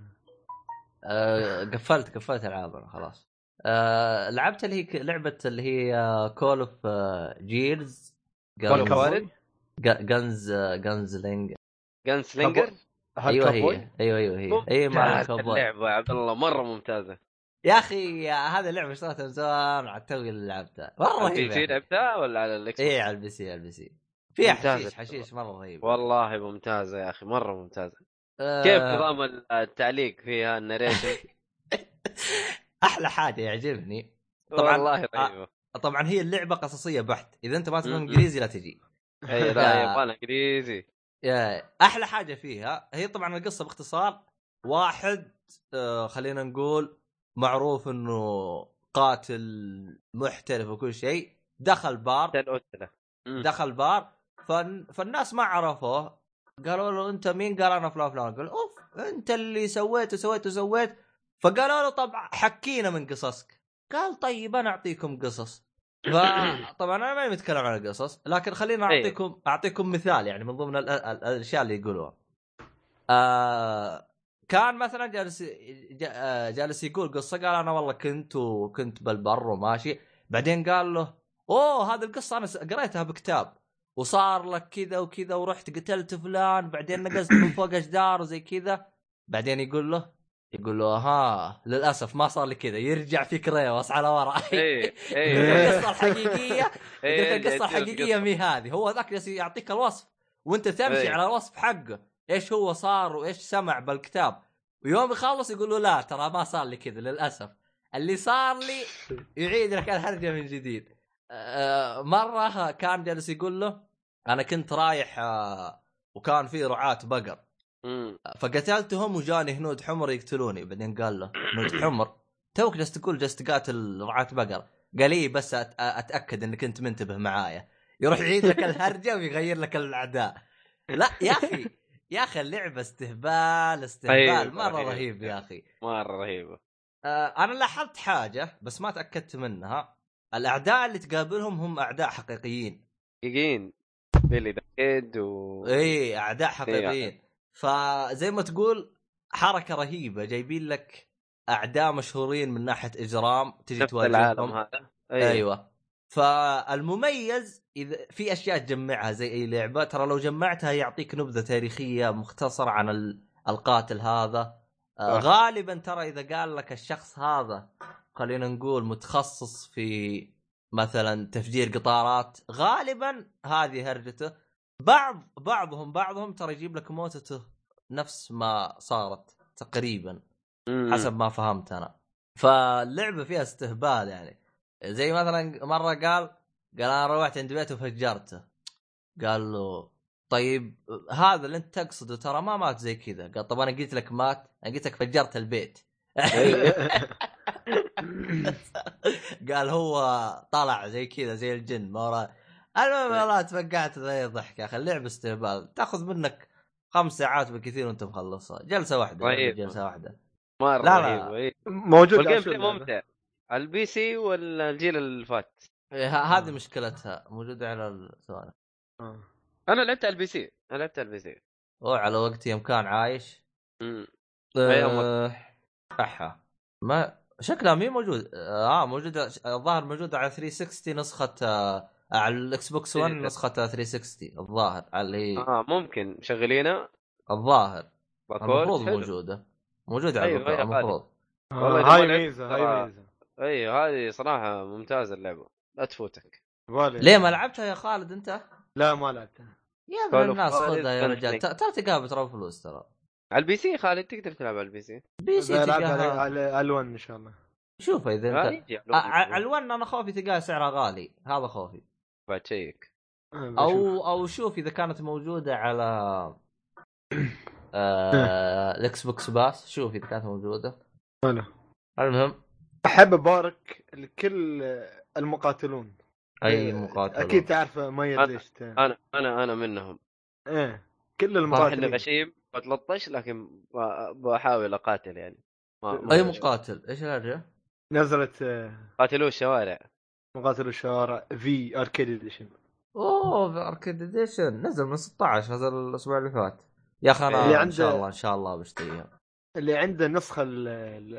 Speaker 3: آه، قفلت قفلت العاب انا خلاص آه، لعبت اللي هي ك- لعبه اللي هي آه، كول اوف جيرز
Speaker 2: كوارث؟
Speaker 3: جنز جنز لينج
Speaker 2: جان سلينجر
Speaker 3: ايوه
Speaker 1: هالكابوي؟
Speaker 3: هي ايوه ايوه هي اي مع
Speaker 2: ممتازة
Speaker 3: الكوبوي
Speaker 2: اللعبه يا عبد الله مره ممتازه
Speaker 3: يا اخي هذه اللعبه اشتريتها من زمان على التو اللي لعبتها مره
Speaker 2: انت شي
Speaker 3: رهيبه
Speaker 2: لعبتها ولا على الاكس
Speaker 3: اي إيه، على البي سي على البي سي فيها
Speaker 2: ممتازة.
Speaker 3: حشيش حشيش مره رهيب
Speaker 2: والله ممتازه يا اخي مره ممتازه
Speaker 3: آه،
Speaker 2: كيف نظام التعليق فيها النريشن
Speaker 3: احلى حاجه يعجبني طبعاً. آه.
Speaker 2: والله رهيبه
Speaker 3: طبعا هي اللعبه قصصيه بحت اذا انت ما تفهم
Speaker 2: م-م.
Speaker 3: انجليزي لا تجي
Speaker 5: إيه،
Speaker 3: *laughs*
Speaker 2: اي لا
Speaker 3: لا.
Speaker 2: يبغى لها انجليزي
Speaker 3: يا احلى حاجه فيها هي طبعا القصه باختصار واحد آه، خلينا نقول معروف انه قاتل محترف وكل شيء دخل بار
Speaker 2: الأسرة مم.
Speaker 3: دخل بار فن فالناس ما عرفوه قالوا له انت مين؟ قال انا فلان فلان قال اوف انت اللي سويت وسويت وسويت فقالوا له طبعا حكينا من قصصك قال طيب انا اعطيكم قصص فطبعا انا ماني متكلم عن القصص لكن خلينا
Speaker 2: أي.
Speaker 3: اعطيكم اعطيكم مثال يعني من ضمن ال- ال- الاشياء اللي يقولوها. آه كان مثلا جالس ج- آه، جالس يقول قصه قال انا والله كنت وكنت بالبر وماشي بعدين قال له اوه هذه القصه انا س- قريتها بكتاب وصار لك كذا وكذا ورحت قتلت فلان بعدين نقزت من فوق جدار وزي كذا بعدين يقول له يقول له ها للاسف ما صار لي كذا يرجع فيك ريوس على ورا
Speaker 2: اي
Speaker 5: إيه،
Speaker 3: إيه.
Speaker 2: اي
Speaker 3: *laughs* القصه الحقيقيه يقول
Speaker 2: إيه،
Speaker 3: لك القصه الحقيقيه مي هذه هو ذاك جالس يعطيك الوصف وانت تمشي
Speaker 2: إيه.
Speaker 3: على الوصف حقه ايش هو صار وايش سمع بالكتاب ويوم يخلص يقول له لا ترى ما صار لي كذا للاسف اللي صار لي يعيد لك الهرجه من جديد آه، مره كان جالس يقول له انا كنت رايح آه، وكان في رعاة بقر فقتلتهم وجاني هنود حمر يقتلوني بعدين قال له هنود حمر توك جالس تقول جالس تقاتل رعاة بقر قال لي بس أت- اتاكد انك انت منتبه معايا يروح يعيد لك الهرجه ويغير لك الاعداء لا يا اخي يا اخي اللعبه استهبال
Speaker 2: أيوة،
Speaker 3: استهبال مره
Speaker 2: أيوة.
Speaker 3: رهيب يا اخي
Speaker 2: مره رهيبه
Speaker 3: آه، انا لاحظت حاجه بس ما تاكدت منها الاعداء اللي تقابلهم هم اعداء حقيقيين
Speaker 2: حقيقيين بيلي ذا كيد و
Speaker 3: اي اعداء
Speaker 2: إيه.
Speaker 3: حقيقيين فزي ما تقول حركه رهيبه جايبين لك اعداء مشهورين من ناحيه اجرام تجي
Speaker 2: نفس العالم
Speaker 3: تواجههم
Speaker 2: هذا
Speaker 5: إيه.
Speaker 3: ايوه فالمميز اذا في اشياء تجمعها زي اي لعبه ترى لو جمعتها يعطيك نبذه تاريخيه مختصره عن ال- القاتل هذا آه،
Speaker 2: صح.
Speaker 3: غالبا ترى اذا قال لك الشخص هذا خلينا نقول متخصص في مثلا تفجير قطارات غالبا هذه هرجته بعض بعضهم بعضهم ترى يجيب لك موتته نفس ما صارت تقريبا
Speaker 2: مم.
Speaker 3: حسب ما فهمت انا فاللعبه فيها استهبال يعني زي مثلا مره قال قال انا روحت عند بيته وفجرته قال له طيب هذا اللي انت تقصده ترى ما مات زي كذا قال طب انا قلت لك مات انا قلت لك فجرت البيت
Speaker 2: إيه.
Speaker 3: *laughs*
Speaker 5: إيه،
Speaker 3: قال هو طلع زي كذا زي الجن ما وراه المهم
Speaker 2: إيه.
Speaker 3: والله تفقعت ذي الضحك يا اخي اللعبه استهبال تاخذ منك خمس ساعات بالكثير وانت مخلصها جلسه واحده
Speaker 2: طيب.
Speaker 3: جلسه واحده
Speaker 2: مره
Speaker 3: لا، لا.
Speaker 2: رهيبه إيه.
Speaker 1: موجود
Speaker 2: والجيم
Speaker 1: على شو
Speaker 2: بلاي
Speaker 1: اللعبة؟
Speaker 2: ممتع على البي سي والجيل اللي فات
Speaker 3: إيه، ه- هذه مشكلتها موجوده على السوالف
Speaker 1: آه.
Speaker 5: انا لعبت على البي سي انا لعبت على البي سي
Speaker 3: إيه. اوه على وقت يوم كان عايش
Speaker 5: أمم. ما يوم
Speaker 3: آه، احا ما شكلها مي موجود اه موجوده الظاهر موجوده على 360 نسخه آه على الاكس بوكس 1
Speaker 5: إيه.
Speaker 3: نسخه 360 الظاهر اللي هي
Speaker 5: اه ممكن مشغلينها
Speaker 3: الظاهر
Speaker 5: باكورد
Speaker 3: المفروض
Speaker 5: حلو.
Speaker 3: موجوده موجوده على
Speaker 5: أيوة،
Speaker 3: البقاء،
Speaker 5: هي غالية.
Speaker 3: المفروض
Speaker 5: والله
Speaker 1: آه،
Speaker 5: إذا
Speaker 1: هاي
Speaker 5: ما لعبت
Speaker 1: ميزه
Speaker 5: ترى-
Speaker 1: هاي ميزه
Speaker 5: ايوه هذه صراحه ممتازه اللعبه لا تفوتك
Speaker 1: بالي.
Speaker 3: ليه ما لعبتها يا خالد انت؟
Speaker 1: لا ما لعبتها
Speaker 3: يا
Speaker 5: Call
Speaker 3: ابن
Speaker 5: of
Speaker 3: الناس
Speaker 5: Duty
Speaker 3: خذها يا رجال
Speaker 5: Conflict.
Speaker 3: ت- ترى تلقاها بترى فلوس ترى
Speaker 5: على البي سي خالد تقدر تلعب على البي سي
Speaker 3: بي سي
Speaker 1: إذا آه. لعبت على-
Speaker 3: تلقاها
Speaker 1: على الوان ان شاء الله
Speaker 3: شوفها اذا
Speaker 5: آه،
Speaker 3: انت
Speaker 5: يجي على
Speaker 3: ع- ع- على
Speaker 5: الوقت.
Speaker 3: الون انا خوفي تلقاها سعرها غالي هذا خوفي
Speaker 5: بعد تشيك
Speaker 1: أنا بشوف.
Speaker 3: او او شوف اذا كانت موجوده على *clears throat*
Speaker 1: إيه.
Speaker 3: آه، الاكس بوكس باس شوف اذا كانت موجوده
Speaker 1: حلو.
Speaker 3: المهم
Speaker 1: احب ابارك لكل المقاتلون
Speaker 3: اي
Speaker 1: آه،
Speaker 3: مقاتل
Speaker 1: اكيد تعرف ما
Speaker 5: أنا-
Speaker 1: يدري إيش-
Speaker 5: انا انا انا منهم
Speaker 1: ايه كل
Speaker 5: صح اني
Speaker 1: المقاتلين
Speaker 5: غشيم بتلطش لكن ب- بحاول اقاتل يعني ما
Speaker 1: إيه،
Speaker 5: ما
Speaker 3: اي
Speaker 5: بشوف.
Speaker 3: مقاتل ايش الهرجه؟
Speaker 1: نزلت آه،
Speaker 5: قاتلوه الشوارع
Speaker 1: مقاتل الشوارع في اركيد اديشن
Speaker 3: اوه في اركيد اديشن نزل من 16 نزل الاسبوع اللي فات يا اخي
Speaker 5: اللي
Speaker 3: انا ان
Speaker 1: عنده-
Speaker 3: شاء الله ان شاء الله بشتريها
Speaker 1: اللي عنده النسخه ال- ال-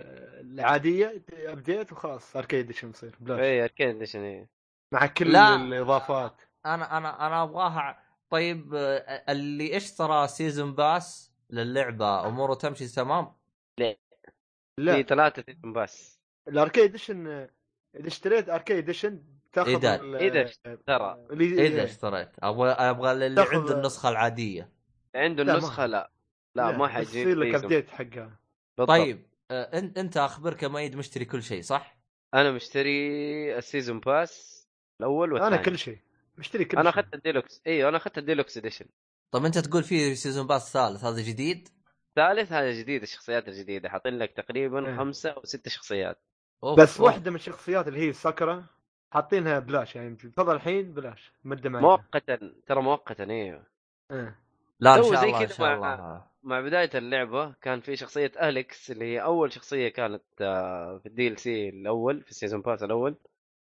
Speaker 1: العاديه ابديت وخلاص اركيد اديشن يصير بلاش
Speaker 5: اي اركين اديشن إي.
Speaker 1: مع كل
Speaker 3: لا.
Speaker 1: الاضافات
Speaker 3: انا انا انا ابغاها طيب آه، اللي اشترى سيزون باس للعبه اموره تمشي تمام
Speaker 5: في
Speaker 3: إيه،
Speaker 1: لا
Speaker 5: ثلاثة سيزون بس
Speaker 1: الاركيد اديشن آه، اذا اشتريت اركيد اديشن تاخذ
Speaker 3: إيدان.
Speaker 1: ال-
Speaker 5: إيدان.
Speaker 1: آه،
Speaker 5: ترى
Speaker 1: اللي-
Speaker 3: اذا إيه، اشتريت ابغى ابغى اللي
Speaker 1: إيه. تاخذ-
Speaker 3: عنده النسخه العاديه
Speaker 5: عنده
Speaker 1: لا، ما-
Speaker 5: النسخة لا لا ما
Speaker 1: بس
Speaker 5: حيجيب
Speaker 1: يصير لك
Speaker 5: سيزون.
Speaker 1: ابديت حقها
Speaker 5: بالضبط.
Speaker 3: طيب آه، انت انت اخبرك يا مؤيد مشتري كل شيء صح؟
Speaker 5: انا مشتري السيزون باس الاول والثاني
Speaker 1: انا كل شيء مشتري كل
Speaker 5: انا
Speaker 1: شيء
Speaker 5: اخذت الديلوكس ايوه انا اخذت الديلوكس اديشن
Speaker 3: طب انت تقول في سيزون باس ثالث هذا جديد؟
Speaker 5: ثالث هذا جديد الشخصيات الجديدة حاطين لك تقريبا
Speaker 1: إيه.
Speaker 5: خمسة او ست شخصيات
Speaker 3: أوف،
Speaker 1: بس
Speaker 3: أوف.
Speaker 1: واحده من الشخصيات اللي هي ساكرا حاطينها بلاش يعني تفضل الحين بلاش مده معي إيه.
Speaker 5: مؤقتا ترى مؤقتا ايوه
Speaker 3: لا ان
Speaker 5: سوي
Speaker 3: شاء
Speaker 5: زي
Speaker 3: الله ان
Speaker 5: كذا
Speaker 3: شاء
Speaker 5: مع-
Speaker 3: الله
Speaker 5: مع بداية اللعبة كان في شخصية أليكس اللي هي أول شخصية كانت آه، في الدي ال سي الأول في السيزون باس الأول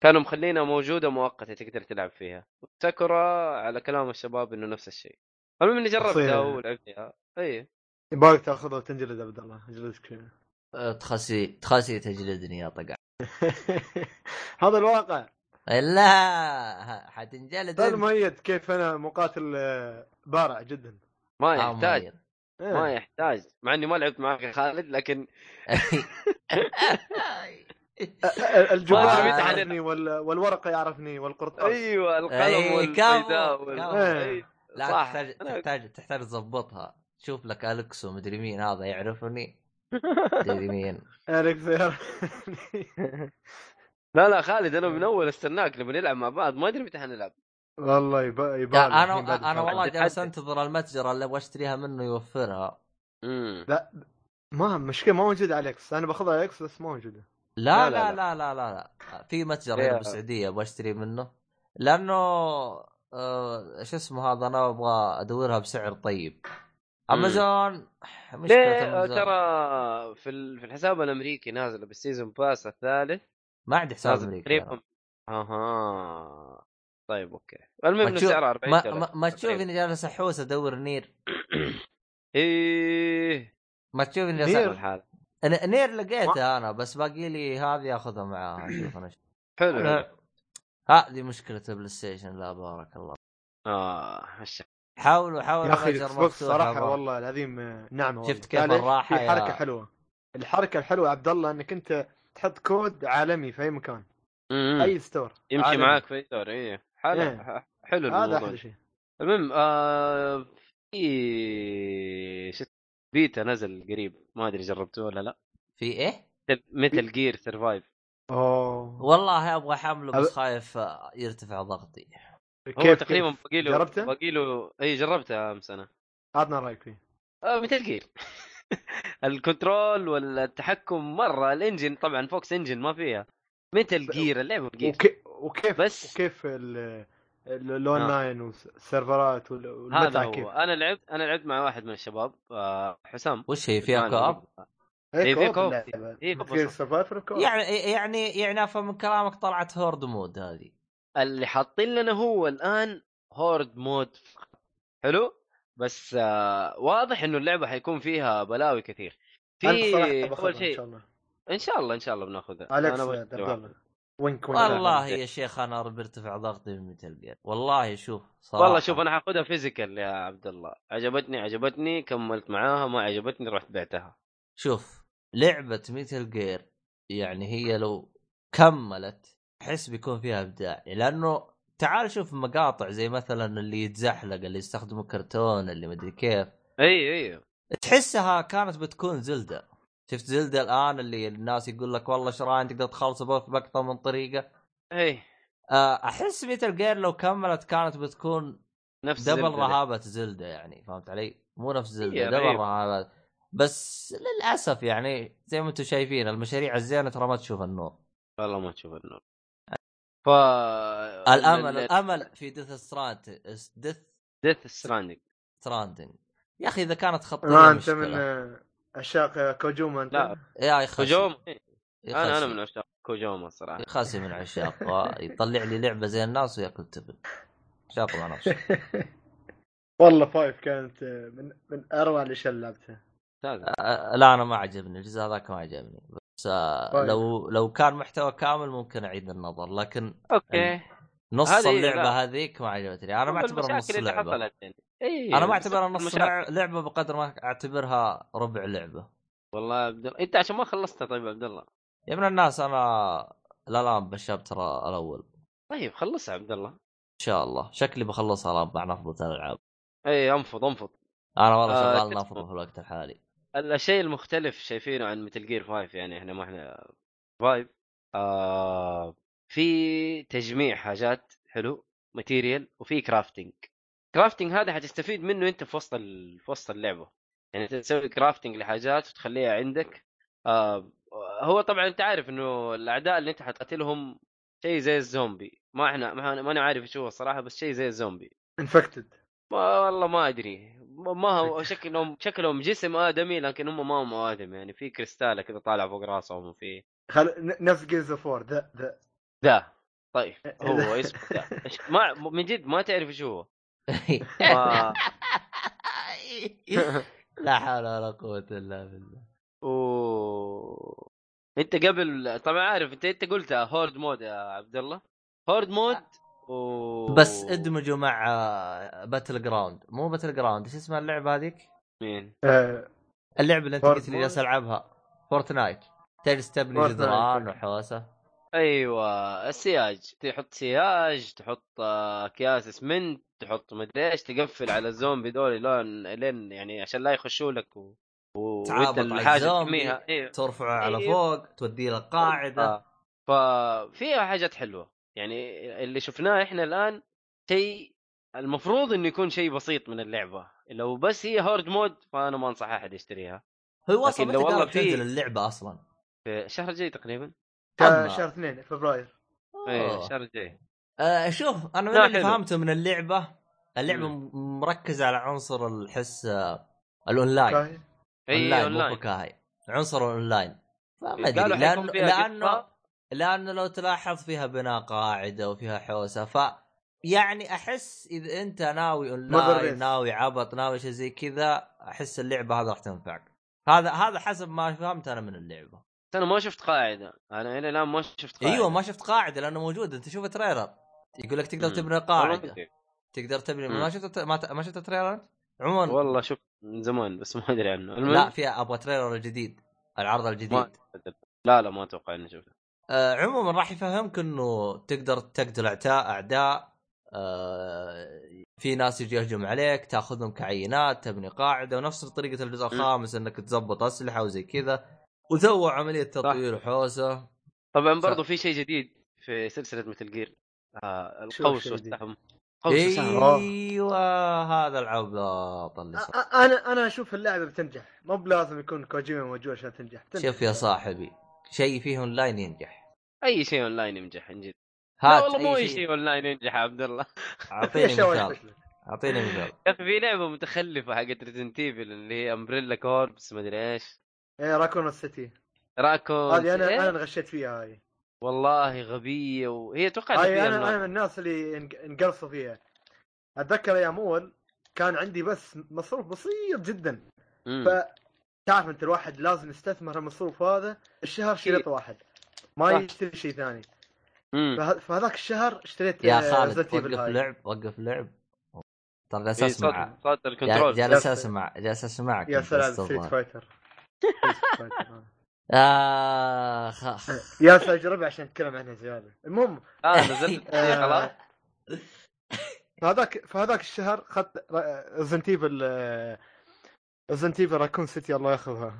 Speaker 5: كانوا مخلينها موجودة مؤقتة تقدر تلعب فيها ساكورا على كلام الشباب إنه نفس الشيء المهم إني جربتها
Speaker 1: شخصية.
Speaker 5: ولعبتها أي
Speaker 1: يبغاك تاخذها وتنجلد عبد الله اجلدك
Speaker 3: آه، تخسي تخسي تجلدني يا طقع
Speaker 1: *laughs* هذا الواقع
Speaker 3: لا حتنجلد
Speaker 1: هذا
Speaker 3: أنت.
Speaker 1: مؤيد كيف انا مقاتل آه، بارع جدا
Speaker 5: ما
Speaker 3: آه،
Speaker 5: يحتاج
Speaker 3: مؤيد.
Speaker 1: إيه.
Speaker 5: ما يحتاج مع إني ما لعبت معك يا خالد لكن
Speaker 1: أ- أ- الجبال
Speaker 3: ما-
Speaker 1: آه، يعرفني وال- والورقه يعرفني والقرطاس
Speaker 5: أيوه القلم
Speaker 3: إيه،
Speaker 5: والبيداء
Speaker 3: كفو،
Speaker 5: وال-
Speaker 3: كفو.
Speaker 5: إيه.
Speaker 3: *laughs* لا
Speaker 5: صح.
Speaker 3: تحتاج
Speaker 5: أنا-
Speaker 3: تحتاج تحتاج تظبطها شوف لك الكسو مدري مين هذا
Speaker 5: *laughs*
Speaker 3: يعرفني مدري مين
Speaker 1: أليكس يعرف- *laughs*
Speaker 5: *laughs* لا لا خالد أنا من أول استناك نبي نلعب مع بعض ما أدري متى حنلعب
Speaker 1: والله يبا يبا
Speaker 3: يا
Speaker 1: له.
Speaker 3: انا
Speaker 1: الحين بعد
Speaker 3: انا
Speaker 1: الفرق.
Speaker 3: والله
Speaker 5: حدد-
Speaker 3: جالس
Speaker 5: حدد.
Speaker 3: انتظر المتجر اللي ابغى اشتريها منه يوفرها
Speaker 5: أمم.
Speaker 1: ما مشكله ما موجوده اليكس انا باخذها اليكس بس ما موجوده
Speaker 5: لا،
Speaker 3: لا لا
Speaker 5: لا،
Speaker 3: لا لا لا, لا. في متجر
Speaker 5: يا-
Speaker 3: هنا بالسعوديه ابغى اشتري منه لانه آه، شو اسمه هذا انا ابغى ادورها بسعر طيب امازون مشكله
Speaker 5: ليه آه،
Speaker 3: امازون
Speaker 5: ترى في ال- في الحساب الامريكي نازله بالسيزون باس الثالث
Speaker 3: ما عندي حساب
Speaker 5: نازل
Speaker 3: امريكي أنا.
Speaker 5: تقريبا اها طيب اوكي المهم
Speaker 3: ما
Speaker 5: انه
Speaker 3: تشوف-
Speaker 5: سعره 40
Speaker 3: ما,
Speaker 5: دولار
Speaker 3: ما, ما تشوف
Speaker 5: تقريباً.
Speaker 3: اني جالس احوس ادور نير
Speaker 5: ايه
Speaker 3: ما تشوف اني
Speaker 1: نير؟
Speaker 3: جالس أحوس.
Speaker 5: الحال
Speaker 3: أنا- نير لقيتها انا بس باقي لي هذه اخذها معاها شوف انا
Speaker 5: حلو حلو.
Speaker 3: هذه مشكله البلاي ستيشن لا بارك الله
Speaker 5: اه هش-
Speaker 3: حاولوا حاولوا
Speaker 1: يا اخي
Speaker 3: متجر
Speaker 1: الاكس بوكس
Speaker 3: مفتوح يا
Speaker 1: صراحه
Speaker 3: بارك.
Speaker 1: والله العظيم آه، نعمه والله.
Speaker 3: شفت كيف
Speaker 1: معليش،
Speaker 3: الراحة
Speaker 1: في
Speaker 3: يا-
Speaker 1: حركه حلوه الحركه الحلوه يا عبد الله انك انت تحط كود عالمي في اي مكان
Speaker 5: أمم.
Speaker 1: اي ستور
Speaker 5: يمشي
Speaker 1: عالمي.
Speaker 5: معاك في دور ايه حلو
Speaker 1: إيه.
Speaker 5: ح- حلو
Speaker 1: هذا احلى
Speaker 5: الموضوع
Speaker 1: شيء
Speaker 5: المهم آه في شت- بيتا نزل قريب ما ادري جربتوه ولا لا
Speaker 3: في ايه؟
Speaker 5: متل جير سرفايف
Speaker 1: اوه
Speaker 3: والله ابغى حمله بس
Speaker 1: أب-
Speaker 3: خايف آه، يرتفع ضغطي
Speaker 5: هو
Speaker 1: كيف
Speaker 5: تقريبا
Speaker 1: تقريبا
Speaker 5: باقي له
Speaker 1: جربته؟
Speaker 5: باقي له اي جربته امس انا
Speaker 1: عطنا رايك فيه
Speaker 5: آه مثل جير *laughs* الكنترول والتحكم مره الانجن طبعا فوكس انجن ما فيها مثل جير اللعبه جير
Speaker 1: وكي... وكيف
Speaker 5: بس- آه.
Speaker 1: وكيف ال- ال- الاونلاين والسيرفرات وال-
Speaker 5: هذا
Speaker 1: والمتعه كيف
Speaker 5: هو انا لعبت انا لعبت مع واحد من الشباب آه حسام
Speaker 3: وش هي فيها
Speaker 5: عثمان.
Speaker 3: كاب؟
Speaker 5: إيه، في
Speaker 1: كوب
Speaker 5: كوب.
Speaker 1: اللعبة.
Speaker 5: إيه، كوب
Speaker 1: في
Speaker 5: بس.
Speaker 1: سرفايفر كوب
Speaker 3: يعني يعني يعني افهم من كلامك طلعت هورد مود هذه
Speaker 5: اللي حاطين لنا هو الان هورد مود حلو بس آه واضح انه اللعبه حيكون فيها بلاوي كثير في
Speaker 1: انا صراحه
Speaker 5: اول
Speaker 1: بخبر ان شاء
Speaker 5: شيء
Speaker 1: الله
Speaker 5: ان شاء الله ان شاء الله بناخذها
Speaker 1: اليكس
Speaker 5: أنا
Speaker 1: عبد الله وينك وينك
Speaker 3: والله
Speaker 5: أنا-
Speaker 3: يا شيخ انا بيرتفع ضغطي من متل جير والله شوف صراحه
Speaker 5: والله شوف انا حاخذها فيزيكال يا عبد الله عجبتني عجبتني كملت معاها ما عجبتني رحت بعتها
Speaker 3: شوف لعبه ميتل جير يعني هي لو كملت احس بيكون فيها ابداع لانه تعال شوف مقاطع زي مثلا اللي يتزحلق اللي يستخدموا كرتون اللي مدري كيف
Speaker 5: اي اي
Speaker 3: تحسها كانت بتكون زلدة شفت زلدة الان اللي الناس يقول لك والله شراين تقدر تخلصه بأك- باكثر من طريقه
Speaker 5: اي
Speaker 3: آه، احس ميتل جير لو كملت كانت بتكون
Speaker 5: نفس
Speaker 3: دبل
Speaker 5: زلدة.
Speaker 3: رهابه زلدة يعني فهمت علي؟ مو نفس زلدة
Speaker 5: هي
Speaker 3: دبل
Speaker 5: رهيب.
Speaker 3: رهابه بس للاسف يعني زي ما انتم شايفين المشاريع الزينه ترى ما تشوف النور
Speaker 5: والله ما تشوف النور ف
Speaker 3: الامل الامل في ديث ستراند ديث
Speaker 5: ديث ستراندنج
Speaker 3: ستراندنج يا اخي اذا كانت خطيه
Speaker 1: ما انت
Speaker 3: إيه، مشكلة.
Speaker 1: من آه، عشاق كوجوما انت
Speaker 5: لا.
Speaker 3: يا خسي
Speaker 5: كوجوما
Speaker 3: يا
Speaker 5: انا انا
Speaker 3: خسي.
Speaker 5: من عشاق كوجوما الصراحه
Speaker 3: يعني خاسي من عشاقها يطلع لي لعبه زي الناس وياكل تبن شاطر مع نفسه
Speaker 1: *laughs* والله فايف كانت آه، من من اروع الاشياء اللي لعبتها
Speaker 5: ممتاز
Speaker 3: أ- لا انا ما عجبني الجزء هذاك ما عجبني بس آه،
Speaker 1: طيب.
Speaker 3: لو لو كان محتوى كامل ممكن اعيد النظر لكن
Speaker 5: اوكي
Speaker 3: نص
Speaker 5: هذه-
Speaker 3: اللعبه
Speaker 5: لا.
Speaker 3: هذيك ما عجبتني انا يعني ما
Speaker 5: هم
Speaker 3: اعتبرها نص
Speaker 5: المشاكل اللي
Speaker 3: لعبه
Speaker 5: حصلت يعني اي
Speaker 3: انا ما اعتبرها نص
Speaker 5: المشاكل
Speaker 3: لع- لعبه بقدر ما اعتبرها ربع لعبه
Speaker 5: والله يا عبد الله انت عشان ما خلصتها طيب يا عبد الله
Speaker 3: يا ابن الناس انا لا لا بشاب ترى الاول ان
Speaker 5: طيب خلصها يا عبد الله
Speaker 3: شاء الله شكلي بخلصها الان مع نفضه الالعاب
Speaker 5: اي انفض انفض
Speaker 3: انا والله
Speaker 5: آه،
Speaker 3: شغال
Speaker 5: شو اسمه؟
Speaker 3: نفضه في الوقت الحالي *laughs*
Speaker 5: الشيء المختلف شايفينه عن متل جير 5 يعني احنا ما احنا فايف آه في تجميع حاجات حلو ماتيريال وفي كرافتنج كرافتنج هذا حتستفيد منه انت في وسط ال... في وسط اللعبه يعني تسوي كرافتنج لحاجات وتخليها عندك آه هو طبعا انت عارف انه الاعداء اللي انت حتقتلهم شيء زي الزومبي ما احنا ما انا ما أنا عارف شو هو الصراحه بس شيء زي الزومبي
Speaker 1: انفكتد
Speaker 5: ما والله ما ادري ما ما هو شكلهم شكلهم جسم ادمي لكن هم ما هم ادمي يعني في كريستاله كذا طالع فوق راسهم وفي
Speaker 1: خل... ن- نفس جيمز اوف وور ذا ذا
Speaker 5: ذا طيب هو اسمه ذا إيش- ما من جد ما تعرف شو هو ما-
Speaker 3: *laughs* لا حول ولا قوة الا بالله
Speaker 5: و... انت قبل طبعا عارف انت انت قلت هورد مود يا عبد الله هورد مود و...
Speaker 3: بس ادمجوا مع آه، باتل جراوند مو باتل جراوند ايش اسمها اللعبة هذيك؟
Speaker 5: مين
Speaker 1: *laughs* آه،
Speaker 3: اللعبة اللي انت
Speaker 1: فورت
Speaker 3: قلت لي
Speaker 1: نايت.
Speaker 3: جالس العبها فورتنايت تجلس تبني
Speaker 1: فورت نايت.
Speaker 3: جدران وحوسه
Speaker 5: ايوه السياج تحط سياج تحط آه، اكياس اسمنت تحط مدري ايش تقفل على الزومبي دول لون لين يعني عشان لا يخشوا لك و... و...
Speaker 3: تعابط
Speaker 5: وانت
Speaker 3: على
Speaker 5: الحاجه
Speaker 3: الزومبي.
Speaker 5: تحميها ايوه
Speaker 3: ترفعه على
Speaker 5: أيوه.
Speaker 3: فوق توديه للقاعدة
Speaker 5: آه. ففيها حاجات حلوه يعني اللي شفناه احنا الان شيء المفروض انه يكون شيء بسيط من اللعبه لو بس هي هورد مود فانا ما انصح احد يشتريها
Speaker 3: هو اصلا
Speaker 5: لكن
Speaker 3: متى
Speaker 5: لو والله
Speaker 3: قالوا
Speaker 5: في-
Speaker 3: تنزل اللعبة اصلا؟
Speaker 5: في الشهر الجاي تقريبا
Speaker 1: كان
Speaker 3: أما-
Speaker 1: شهر اثنين فبراير
Speaker 5: ايه
Speaker 3: أوه.
Speaker 5: الشهر الجاي
Speaker 3: آه شوف انا من
Speaker 5: لا،
Speaker 3: اللي
Speaker 5: حلو.
Speaker 3: فهمته من اللعبة اللعبة م- مركزة على عنصر الحس آه، الاونلاين
Speaker 1: كاهي.
Speaker 5: اي
Speaker 3: اونلاين مو
Speaker 5: اونلاين
Speaker 3: فكاهي عنصر اونلاين فما ادري
Speaker 5: قالوا
Speaker 3: لانه
Speaker 5: حيكون فيها
Speaker 3: لانه
Speaker 5: قصة.
Speaker 3: لانه لو تلاحظ فيها بناء قاعده وفيها حوسه ف يعني احس اذا انت ناوي
Speaker 1: Mother
Speaker 3: اونلاين
Speaker 1: race.
Speaker 3: ناوي عبط ناوي شيء زي كذا احس اللعبه هذا راح تنفعك هذا هذا حسب ما فهمت انا من اللعبه
Speaker 5: انا ما شفت قاعده انا الى الان ما شفت قاعده
Speaker 3: ايوه ما شفت قاعده لانه موجود انت شوف تريلر يقول لك تقدر
Speaker 5: مم.
Speaker 3: تبني
Speaker 5: والله ما
Speaker 3: قاعده
Speaker 5: أدري.
Speaker 3: تقدر تبني
Speaker 5: مم.
Speaker 3: ما شفت ما ما شفت تريلر انت عموما
Speaker 5: والله شفت من زمان بس ما ادري عنه المهم
Speaker 3: لا فيها ابغى تريلر الجديد العرض الجديد
Speaker 5: ما لا لا ما اتوقع اني شفته
Speaker 3: آه، عموما راح يفهمك انه تقدر تقتل اعداء اعداء آه، في ناس يجي يهجم عليك تاخذهم كعينات تبني قاعده ونفس طريقه الجزء الخامس انك تزبط اسلحه وزي كذا وسووا عمليه تطوير وحوسه
Speaker 5: طبعا برضو في شيء جديد في سلسله مثل جير آه
Speaker 1: شو
Speaker 5: القوس
Speaker 1: الشيء الجديد؟
Speaker 5: والسهم قوس وسهم
Speaker 1: إيه.
Speaker 3: ايوه هذا العباط اللي صار
Speaker 1: أ- أ- انا انا اشوف اللعبه بتنجح مو بلازم يكون كوجيما موجود عشان تنجح بتنجح.
Speaker 3: شوف يا صاحبي شيء فيه اونلاين ينجح
Speaker 5: اي شيء اونلاين ينجح عن جد لا
Speaker 3: هات
Speaker 5: والله مو
Speaker 3: اي شيء
Speaker 5: اونلاين ينجح يا عبد الله *laughs*
Speaker 1: في
Speaker 3: اعطيني
Speaker 1: اشياء وايد
Speaker 3: مثال
Speaker 1: فشلت
Speaker 3: اعطيني مثال
Speaker 5: يا اخي في لعبه متخلفه حقت ريزنت ايفل اللي هي امبريلا كوربس ما ادري ايش
Speaker 1: ايه راكون السيتي
Speaker 5: راكون
Speaker 1: هذه انا انا انغشيت فيها هاي
Speaker 5: والله غبية وهي توقع
Speaker 1: هاي انا
Speaker 5: فيها
Speaker 1: انا
Speaker 5: أونلاين.
Speaker 1: من الناس اللي انق- انقرصوا فيها اتذكر ايام اول كان عندي بس مصروف بسيط جدا
Speaker 5: مم.
Speaker 1: تعرف انت الواحد لازم يستثمر المصروف هذا الشهر شريط واحد ما
Speaker 5: إيه. صح.
Speaker 1: يشتري شيء ثاني
Speaker 5: مم.
Speaker 1: فه- فهذاك الشهر اشتريت
Speaker 3: يا
Speaker 1: آه،
Speaker 3: خالد
Speaker 1: Resident Evil
Speaker 3: وقف
Speaker 1: هاي.
Speaker 3: لعب وقف لعب ترى جالس
Speaker 5: إيه،
Speaker 3: اسمع
Speaker 5: صوت صوت
Speaker 3: جا-
Speaker 5: الكنترول
Speaker 3: جالس اسمع جالس اسمعك
Speaker 1: يا
Speaker 3: أنت
Speaker 1: سلام
Speaker 3: أستاذ
Speaker 1: ستريت
Speaker 3: ضايع.
Speaker 1: فايتر
Speaker 3: اخ اخ
Speaker 1: يا سلام جربها عشان نتكلم عنها زياده المهم
Speaker 5: اه
Speaker 1: *laughs*
Speaker 5: نزلت
Speaker 1: آه،
Speaker 5: خلاص
Speaker 1: فهذاك فهذاك الشهر آه، اخذت ريزنت ايفل ريزنت ايفل راكون سيتي الله ياخذها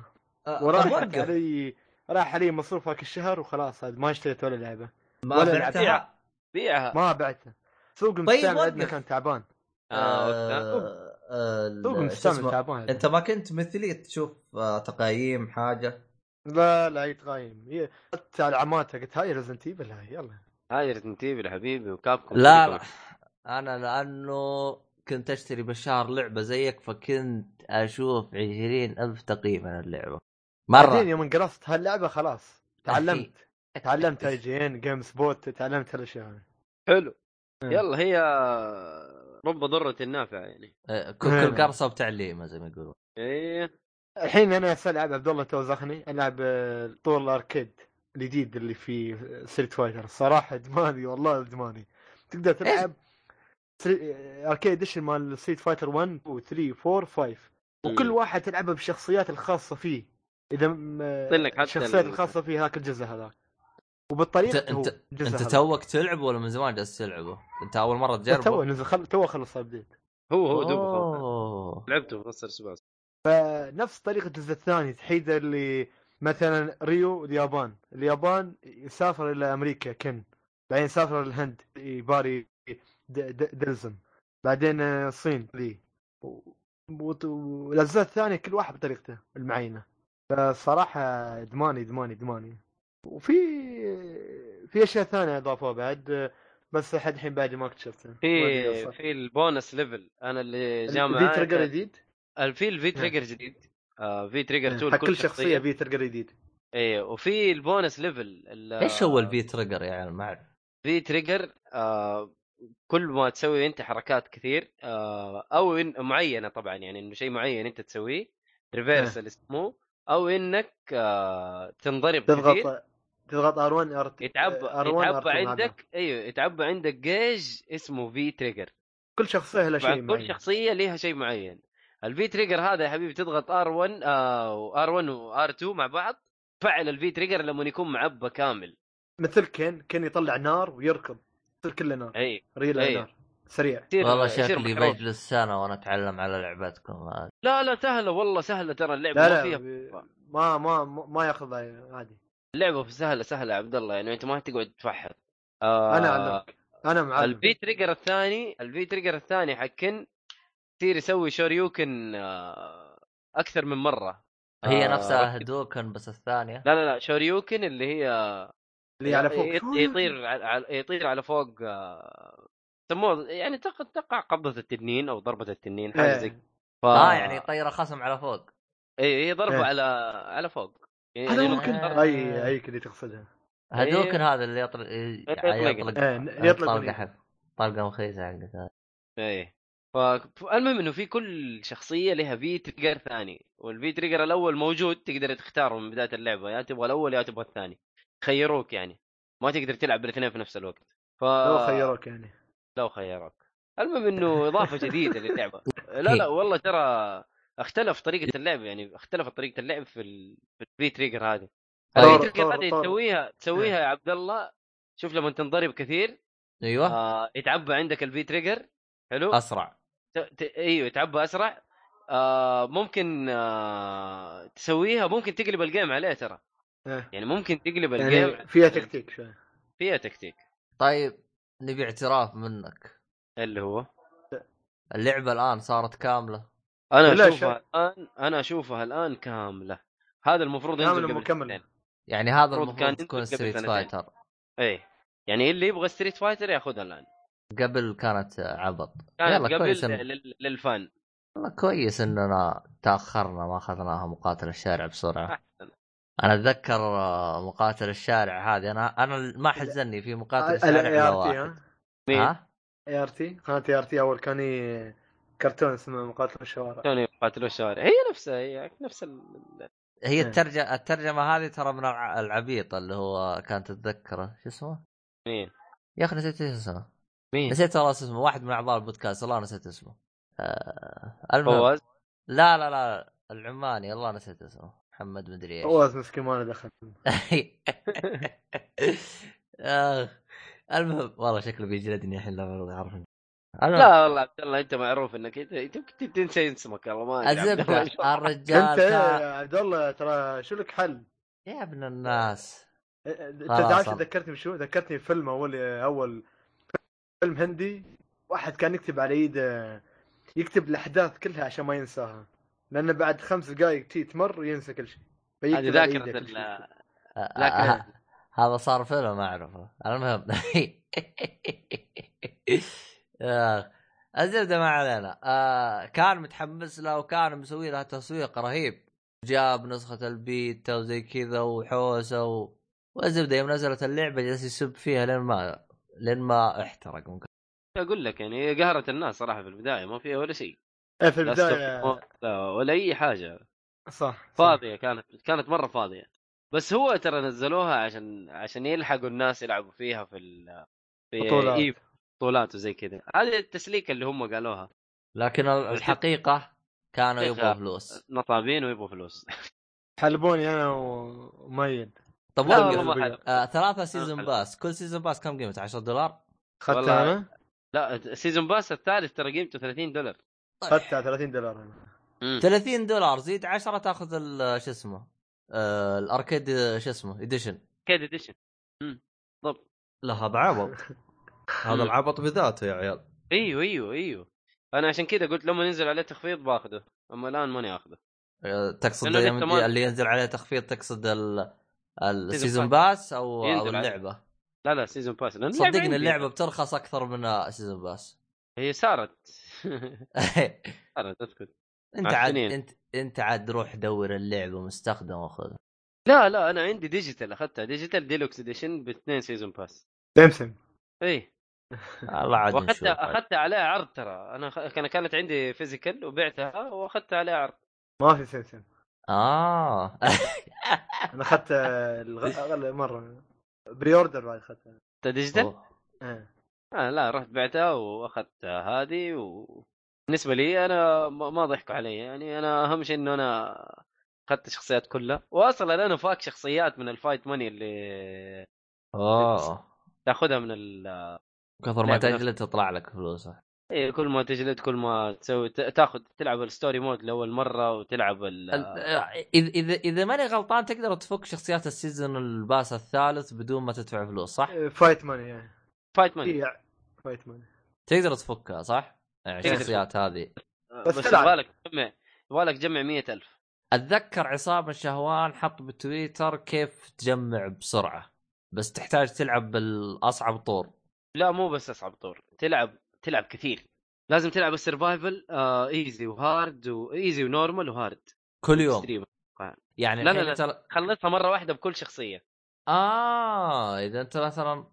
Speaker 3: آه،
Speaker 1: وراحت
Speaker 3: وقف.
Speaker 1: علي راح علي مصروف هاك الشهر وخلاص عاد ما اشتريت ولا لعبه
Speaker 3: ما
Speaker 1: ولا
Speaker 3: بعتها
Speaker 5: بيعها
Speaker 1: ما بعتها سوق المستعمل
Speaker 3: وقف.
Speaker 1: عندنا كان تعبان
Speaker 5: اه وقتها.
Speaker 3: آه، آه، ال-
Speaker 1: سوق
Speaker 3: شو
Speaker 1: المستعمل
Speaker 3: اسمه؟
Speaker 1: تعبان
Speaker 3: انت ما كنت مثلي تشوف آه، تقييم حاجه
Speaker 1: لا لا يتغايم هي- حتى على عماتها قلت هاي ريزنت ايفل هاي يلا
Speaker 5: هاي ريزنت ايفل حبيبي وكابكم
Speaker 3: لا
Speaker 5: كلكم.
Speaker 3: لا انا لانه كنت اشتري بالشهر لعبه زيك فكنت اشوف عشرين الف تقييم على اللعبه
Speaker 1: بعدين
Speaker 3: مره
Speaker 1: يوم انقرصت هاللعبه خلاص تعلمت تعلمت اي جي ان جيم سبوت تعلمت هالاشياء هاي.
Speaker 5: حلو
Speaker 1: آه.
Speaker 5: يلا هي رب ضرة نافعة يعني
Speaker 3: آه، كل كل قرصه بتعليمه زي ما يقولون
Speaker 5: ايه
Speaker 1: الحين انا هسه العب عبد الله توزخني العب آه، طور الاركيد الجديد اللي في ستريت فايتر الصراحه ادماني والله ادماني تقدر تلعب سري- آه، اركيد اديشن مال ستريت فايتر 1 2 3 4 5 وكل
Speaker 5: مم.
Speaker 1: واحد تلعبه بالشخصيات الخاصه فيه اذا م- آه،
Speaker 5: يحط لك حتى
Speaker 1: الشخصيات
Speaker 5: ال-
Speaker 1: الخاصه فيه هذاك الجزء هذاك
Speaker 3: انت
Speaker 1: وبالطريقه هو
Speaker 3: انت
Speaker 1: الجزء
Speaker 3: انت
Speaker 1: هذاك.
Speaker 3: توك تلعب ولا من زمان جالس تلعبه؟ انت اول مره
Speaker 1: لا، تو
Speaker 3: تجربه؟
Speaker 1: نزل خل... تو خلص الابديت
Speaker 5: هو هو دوب خلص.
Speaker 3: أوه.
Speaker 5: لعبته في نص سباس
Speaker 1: نفس طريقه الجزء الثاني تحيد اللي مثلا ريو اليابان اليابان يسافر الى امريكا كن بعدين يسافر الهند يباري د- د- دلزم بعدين آه، الصين لي و- وت- والاجزاء الثانيه كل واحد بطريقته المعينه فصراحه ادماني ادماني ادماني وفي في اشياء ثانيه اضافوها بعد آه، بس لحد الحين بعد ما اكتشفتها ما أدري
Speaker 5: في
Speaker 1: صح.
Speaker 5: في البونس ليفل انا اللي جاء
Speaker 1: في
Speaker 5: معاي
Speaker 1: تريجر جديد؟
Speaker 5: ال- في الفي
Speaker 1: نعم.
Speaker 5: تريجر جديد آه في تريجر 2
Speaker 1: إيه، حق
Speaker 5: لكل
Speaker 1: كل شخصيه
Speaker 5: شخصيه
Speaker 1: في تريجر جديد
Speaker 5: ايه طيب. وفي البونس ليفل ال-
Speaker 3: ايش هو الفي تريجر يا عيال ما اعرف
Speaker 5: في تريجر آه كل ما تسوي انت حركات كثير آه او إن معينه طبعا يعني انه شيء معين انت تسويه
Speaker 1: إيه.
Speaker 5: ريفيرس اللي اسمه او انك آه تنضرب كثير
Speaker 1: تضغط آه، تضغط ار1 ار
Speaker 5: يتعبى يتعبى عندك ايوه يتعبى عندك جيج اسمه في تريجر
Speaker 1: كل شخصيه لها شيء
Speaker 5: طبعا كل
Speaker 1: معين
Speaker 5: شخصيه لها شيء معين الفي تريجر هذا يا حبيبي تضغط آه، ار1 ار1 وار2 مع بعض فعل الفي تريجر لما يكون معبى كامل
Speaker 1: مثل كين كين يطلع نار ويركض يصير كله نار
Speaker 5: اي
Speaker 1: ريل
Speaker 5: أي.
Speaker 1: نار سريع
Speaker 5: إيه، يصير
Speaker 3: والله
Speaker 5: يصير
Speaker 3: شكلي
Speaker 5: محروق.
Speaker 3: بجلس سنه وانا اتعلم على لعبتكم هذه
Speaker 5: لا لا سهله والله سهله ترى اللعبه
Speaker 1: لا
Speaker 5: ما
Speaker 1: لا
Speaker 5: فيها
Speaker 1: ما ما ما- ما ياخذ عادي
Speaker 5: اللعبه سهله سهله يا عبد الله يعني انت ما تقعد تفحط آه
Speaker 1: انا اعلمك انا معلم
Speaker 5: الفي تريجر الثاني الفي تريجر الثاني حقن يصير يسوي شوريوكن آه اكثر من مره
Speaker 3: هي
Speaker 5: آه،
Speaker 3: نفسها
Speaker 5: ركز-
Speaker 3: هدوكن بس الثانية
Speaker 5: لا لا لا شوريوكن اللي هي
Speaker 1: اللي على فوق
Speaker 5: يط- يطير على- على يطير على فوق آه، يسموه يعني تق- تقع قبضه التنين او ضربه التنين حاجه زي
Speaker 1: إيه.
Speaker 5: ف...
Speaker 3: اه يعني طيرة خصم على فوق
Speaker 5: اي هي ضربه
Speaker 1: إيه.
Speaker 5: على على فوق يعني
Speaker 1: هذا
Speaker 5: نقطة
Speaker 1: ممكن
Speaker 5: ضرب.
Speaker 3: آه.
Speaker 1: اي اي كذي تقصدها
Speaker 5: إيه.
Speaker 3: هدوكن هذا اللي يطلق يطلق
Speaker 1: إيه، يطلق
Speaker 3: طلقة
Speaker 1: وليد.
Speaker 3: حلو طلقة مخيسة حقت هذه.
Speaker 5: ايه ف- فالمهم انه في كل شخصيه لها في تريجر ثاني والفي تريجر الاول موجود تقدر تختاره من بدايه اللعبه يا تبغى الاول يا تبغى الثاني خيروك يعني ما تقدر تلعب بالاثنين في نفس الوقت ف
Speaker 1: لو خيروك يعني
Speaker 5: لو خيروك المهم انه اضافه جديده للعبه لا لا والله ترى اختلف طريقه اللعب يعني اختلفت طريقه اللعب في ال- في الفي تريجر هذه
Speaker 1: طور-
Speaker 5: الفي تريجر
Speaker 1: طور-
Speaker 5: هذه
Speaker 1: طور.
Speaker 5: تسويها تسويها يا عبد الله شوف لما تنضرب كثير
Speaker 3: ايوه
Speaker 5: آه يتعبى عندك الفي تريجر حلو
Speaker 3: اسرع
Speaker 5: ت... ت... ايوه تعبى اسرع آه ممكن آه تسويها ممكن تقلب الجيم عليه ترى
Speaker 1: إيه.
Speaker 5: يعني ممكن تقلب الجيم
Speaker 1: يعني فيها تكتيك شوي
Speaker 5: فيها تكتيك
Speaker 3: طيب نبي اعتراف منك
Speaker 5: اللي هو
Speaker 3: اللعبة الان صارت كاملة
Speaker 5: انا
Speaker 1: لا
Speaker 5: اشوفها الان انا اشوفها الان كامله هذا المفروض ينزل
Speaker 1: كامل
Speaker 5: قبل
Speaker 1: مكمل
Speaker 5: سنتين.
Speaker 3: يعني هذا
Speaker 5: المفروض
Speaker 3: المفروض
Speaker 5: كان
Speaker 3: تكون
Speaker 5: ينزل قبل
Speaker 3: ستريت
Speaker 5: سنتين.
Speaker 3: فايتر
Speaker 5: ايه يعني اللي يبغى ستريت فايتر ياخذها الان
Speaker 3: قبل كانت عبط
Speaker 5: كانت
Speaker 3: يلا
Speaker 5: قبل
Speaker 3: كويس إن...
Speaker 5: لل... للفان
Speaker 3: والله كويس اننا تاخرنا ما اخذناها مقاتل الشارع بسرعه
Speaker 5: احسن
Speaker 3: انا اتذكر آه، مقاتل الشارع هذه انا انا ما حزني في
Speaker 1: آه،
Speaker 3: مقاتل الشارع
Speaker 1: الاي ار
Speaker 3: الا
Speaker 1: تي
Speaker 3: واحد
Speaker 1: ها
Speaker 5: مين؟
Speaker 3: ها
Speaker 1: اي ار تي قناه اي ار تي اول كان ي- كرتون اسمه مقاتل الشوارع
Speaker 5: توني قاتلوا الشوارع هي نفسها هي نفس ال...
Speaker 3: هي
Speaker 1: إيه.
Speaker 3: الترجمه الترجمه هذه ترى من الع- العبيط اللي هو كانت اتذكره شو اسمه؟
Speaker 5: مين
Speaker 3: يا اخي نسيت ايش اسمه
Speaker 5: مين
Speaker 3: نسيت والله شو اسمه واحد من اعضاء البودكاست والله نسيت اسمه آه المهم
Speaker 5: فواز
Speaker 3: لا لا لا العماني والله نسيت اسمه محمد مدري ايش
Speaker 1: فواز مسكين ما له دخل
Speaker 3: آخ. المهم والله شكله بيجلدني الحين لما اعرف المهم،
Speaker 5: لا والله عبد الله انت معروف انك انت انت يمكن تنسى اسمك والله ما أدري. عبد الله إيش وضعك؟
Speaker 3: الزبده
Speaker 1: انت
Speaker 3: الرجال كان-
Speaker 1: يا عبد الله ترى شو لك حل؟
Speaker 3: يا ابن الناس
Speaker 1: انت
Speaker 3: خلاص
Speaker 1: تعرف شو
Speaker 3: والله.
Speaker 1: ذكرتني بشو؟ ذكرتني بفيلم اول اول فيلم هندي واحد كان يكتب على ايده يكتب الاحداث كلها عشان ما ينساها لانه بعد خمس دقائق تي تمر ينسى كل شيء فيكتب
Speaker 5: هذه
Speaker 1: على
Speaker 5: ذاكرة
Speaker 1: إيده كل شيء.
Speaker 5: ال-
Speaker 3: آه،
Speaker 5: لكن-
Speaker 3: آه، هذا صار فيلم اعرفه المهم *laughs* آه، الزبده ما علينا آه، كان متحمس له وكان مسوي لها تسويق رهيب جاب نسخة البيتا وزي كذا وحوسه و... والزبده يوم نزلت اللعبة جالس يسب فيها لين ما لين ما احترق ممكن
Speaker 5: اقول لك يعني هي قهرت الناس صراحه في البدايه ما فيها ولا شيء
Speaker 1: إيه، في
Speaker 5: لا
Speaker 1: البدايه
Speaker 5: استوديو، لا ولا اي حاجه
Speaker 1: صح صح.
Speaker 5: فاضيه كانت كانت مره فاضيه بس هو ترى نزلوها عشان عشان يلحقوا الناس يلعبوا فيها في ال في
Speaker 1: بطولات.
Speaker 5: إيه، بطولات وزي كذا هذه التسليكه اللي هم قالوها
Speaker 3: لكن ال- الحقيقة كانوا
Speaker 5: الحقيقة-
Speaker 3: يبغوا فلوس
Speaker 5: نصابين ويبغوا
Speaker 1: *laughs*
Speaker 5: فلوس
Speaker 1: حلبوني انا و- وميد
Speaker 3: طب
Speaker 5: لا
Speaker 1: والله
Speaker 5: والله ما
Speaker 1: البقية.
Speaker 5: حلو.
Speaker 3: آه ثلاثة سيزون
Speaker 5: حلو.
Speaker 3: باس كل سيزون باس كم قيمته 10 دولار؟
Speaker 1: اخذت
Speaker 5: والله.
Speaker 1: انا
Speaker 5: لا سيزون باس الثالث ترى قيمته 30 دولار
Speaker 1: اخذت على 30 دولار انا
Speaker 5: مم.
Speaker 3: 30 دولار زيد 10 تاخذ ال- شو اسمه آه، الاركيد آه، شو اسمه اديشن
Speaker 5: كيد اديشن بالضبط
Speaker 3: لا هذا عبط
Speaker 5: مم.
Speaker 3: هذا العبط بذاته يا عيال
Speaker 5: ايوه ايوه ايوه انا عشان كذا قلت لما ينزل عليه تخفيض باخذه اما الان ماني اخذه
Speaker 3: آه، تقصد
Speaker 5: لأنه
Speaker 3: يوم
Speaker 5: لسه ما-
Speaker 3: اللي ينزل عليه تخفيض تقصد ال السيزون
Speaker 5: سيزون
Speaker 3: باس او او
Speaker 5: ينزل عليه.
Speaker 3: اللعبه
Speaker 5: لا لا سيزون باس لأن اللعبة
Speaker 3: صدقني
Speaker 5: عندي.
Speaker 3: اللعبه بترخص اكثر من سيزون *laughs* باس
Speaker 5: هي صارت *laughs* صارت اسكت
Speaker 3: انت
Speaker 5: مع
Speaker 3: عاد
Speaker 5: السنين.
Speaker 3: انت انت عاد روح دور اللعبه مستخدمه وخذها
Speaker 5: لا لا انا عندي ديجيتال اخذتها ديجيتال ديلوكس اديشن باثنين سيزون باس
Speaker 1: سمسم
Speaker 5: اي
Speaker 3: الله عاد نشوف
Speaker 5: واخذتها اخذتها عليها عرض ترى انا أخ- كان كانت عندي فيزيكال وبعتها واخذتها عليها عرض
Speaker 1: ما في سمسم
Speaker 3: *laughs* اه
Speaker 1: انا اخذت آه، الغ- اغلى مره بري اوردر بعد اخذتها
Speaker 5: أنت ديجيتال *laughs*
Speaker 1: إيه.
Speaker 5: آه لا رحت بعتها واخذت هذه و... بالنسبه لي انا ما ما ضحكوا علي يعني انا اهم شيء انه انا اخذت الشخصيات كلها واصلا انا فاك شخصيات من الفايت ماني اللي
Speaker 3: اه
Speaker 5: تاخذها من ال
Speaker 3: كثر ما
Speaker 5: لعبة
Speaker 3: تجلد تطلع لك فلوسه
Speaker 5: إيه، كل ما تجلد كل ما تسوي ت- تاخذ تلعب الستوري مود لاول مره وتلعب ال...
Speaker 3: ال- اذا اذا اذا ماني غلطان تقدر تفك شخصيات السيزون الباس الثالث بدون ما تدفع فلوس صح؟
Speaker 1: آه، فايت ماني يعني.
Speaker 5: فايت ماني
Speaker 1: إيه، فايت ماني
Speaker 3: تقدر تفكها صح؟ يعني
Speaker 5: تقدر.
Speaker 3: الشخصيات هذه
Speaker 1: بس
Speaker 5: بس
Speaker 1: تلعب.
Speaker 5: يبغالك تجمع يبغالك تجمع مئة ألف
Speaker 3: اتذكر عصام الشهوان حط بتويتر كيف تجمع بسرعه بس تحتاج تلعب بالاصعب طور
Speaker 5: لا مو بس اصعب طور تلعب تلعب كثير لازم تلعب السرفايفل آه ايزي وهارد وايزي ونورمال وهارد
Speaker 3: كل يوم
Speaker 5: اكستريم
Speaker 3: يعني
Speaker 5: لا،
Speaker 3: الحين
Speaker 5: لا،
Speaker 3: انت ل-
Speaker 5: خلصها مره واحده بكل شخصيه
Speaker 3: اه اذا انت مثلا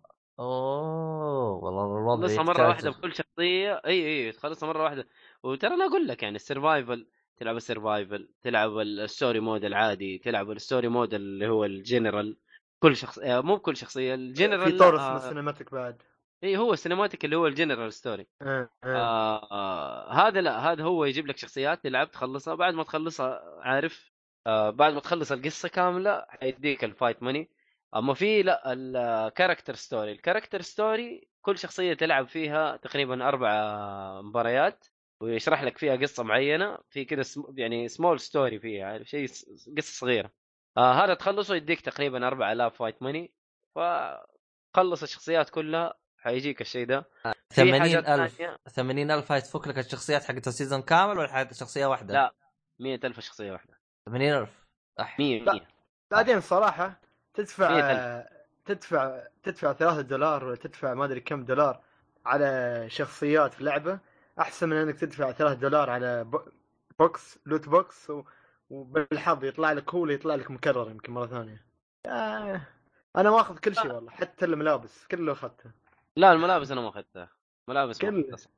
Speaker 3: اوه والله الوضع
Speaker 5: خلصها
Speaker 3: يحتاج-
Speaker 5: مره واحده بكل شخصيه اي اي تخلصها مره واحده وترى انا اقول لك يعني السرفايفل تلعب السرفايفل تلعب الستوري مود العادي تلعب الستوري مود اللي هو الجنرال كل شخص آه، مو بكل شخصيه الجنرال
Speaker 1: في طور
Speaker 5: لا،
Speaker 1: اسمه
Speaker 5: آه،
Speaker 1: السينماتيك بعد
Speaker 5: اي هو السينماتيك اللي هو الجنرال ستوري
Speaker 1: آه، آه.
Speaker 5: آه آه هذا لا هذا هو يجيب لك شخصيات تلعب تخلصها بعد ما تخلصها عارف آه بعد ما تخلص القصه كامله حيديك الفايت ماني اما في لا الكاركتر ستوري الكاركتر ستوري كل شخصيه تلعب فيها تقريبا اربع مباريات ويشرح لك فيها قصه معينه في كذا سم... يعني سمول ستوري فيها عارف شيء س- قصه صغيره آه هذا تخلصه يديك تقريبا 4000 فايت ماني فخلص الشخصيات كلها حيجيك الشيء ده في حاجات
Speaker 3: 80000
Speaker 5: ثانية.
Speaker 3: 80000 هتفك لك الشخصيات حقت السيزون كامل ولا حقت شخصيه واحده؟
Speaker 5: لا. 100000 شخصيه واحده
Speaker 3: 80000 أح.
Speaker 5: 100
Speaker 1: لا.
Speaker 5: 100
Speaker 1: بعدين صراحه تدفع
Speaker 5: مية
Speaker 1: آه، تدفع تدفع ثلاثة دولار ولا تدفع ما ادري كم دولار على شخصيات في لعبه احسن من انك تدفع ثلاثة دولار على بو- بوكس لوت بوكس و... وبالحظ يطلع لك هو اللي يطلع لك مكرر يمكن مره ثانيه آه. انا واخذ كل
Speaker 5: آه.
Speaker 1: شيء والله حتى الملابس كله اخذته
Speaker 5: لا الملابس انا ما اخذتها ملابس ما
Speaker 1: كل-
Speaker 5: أخذتها.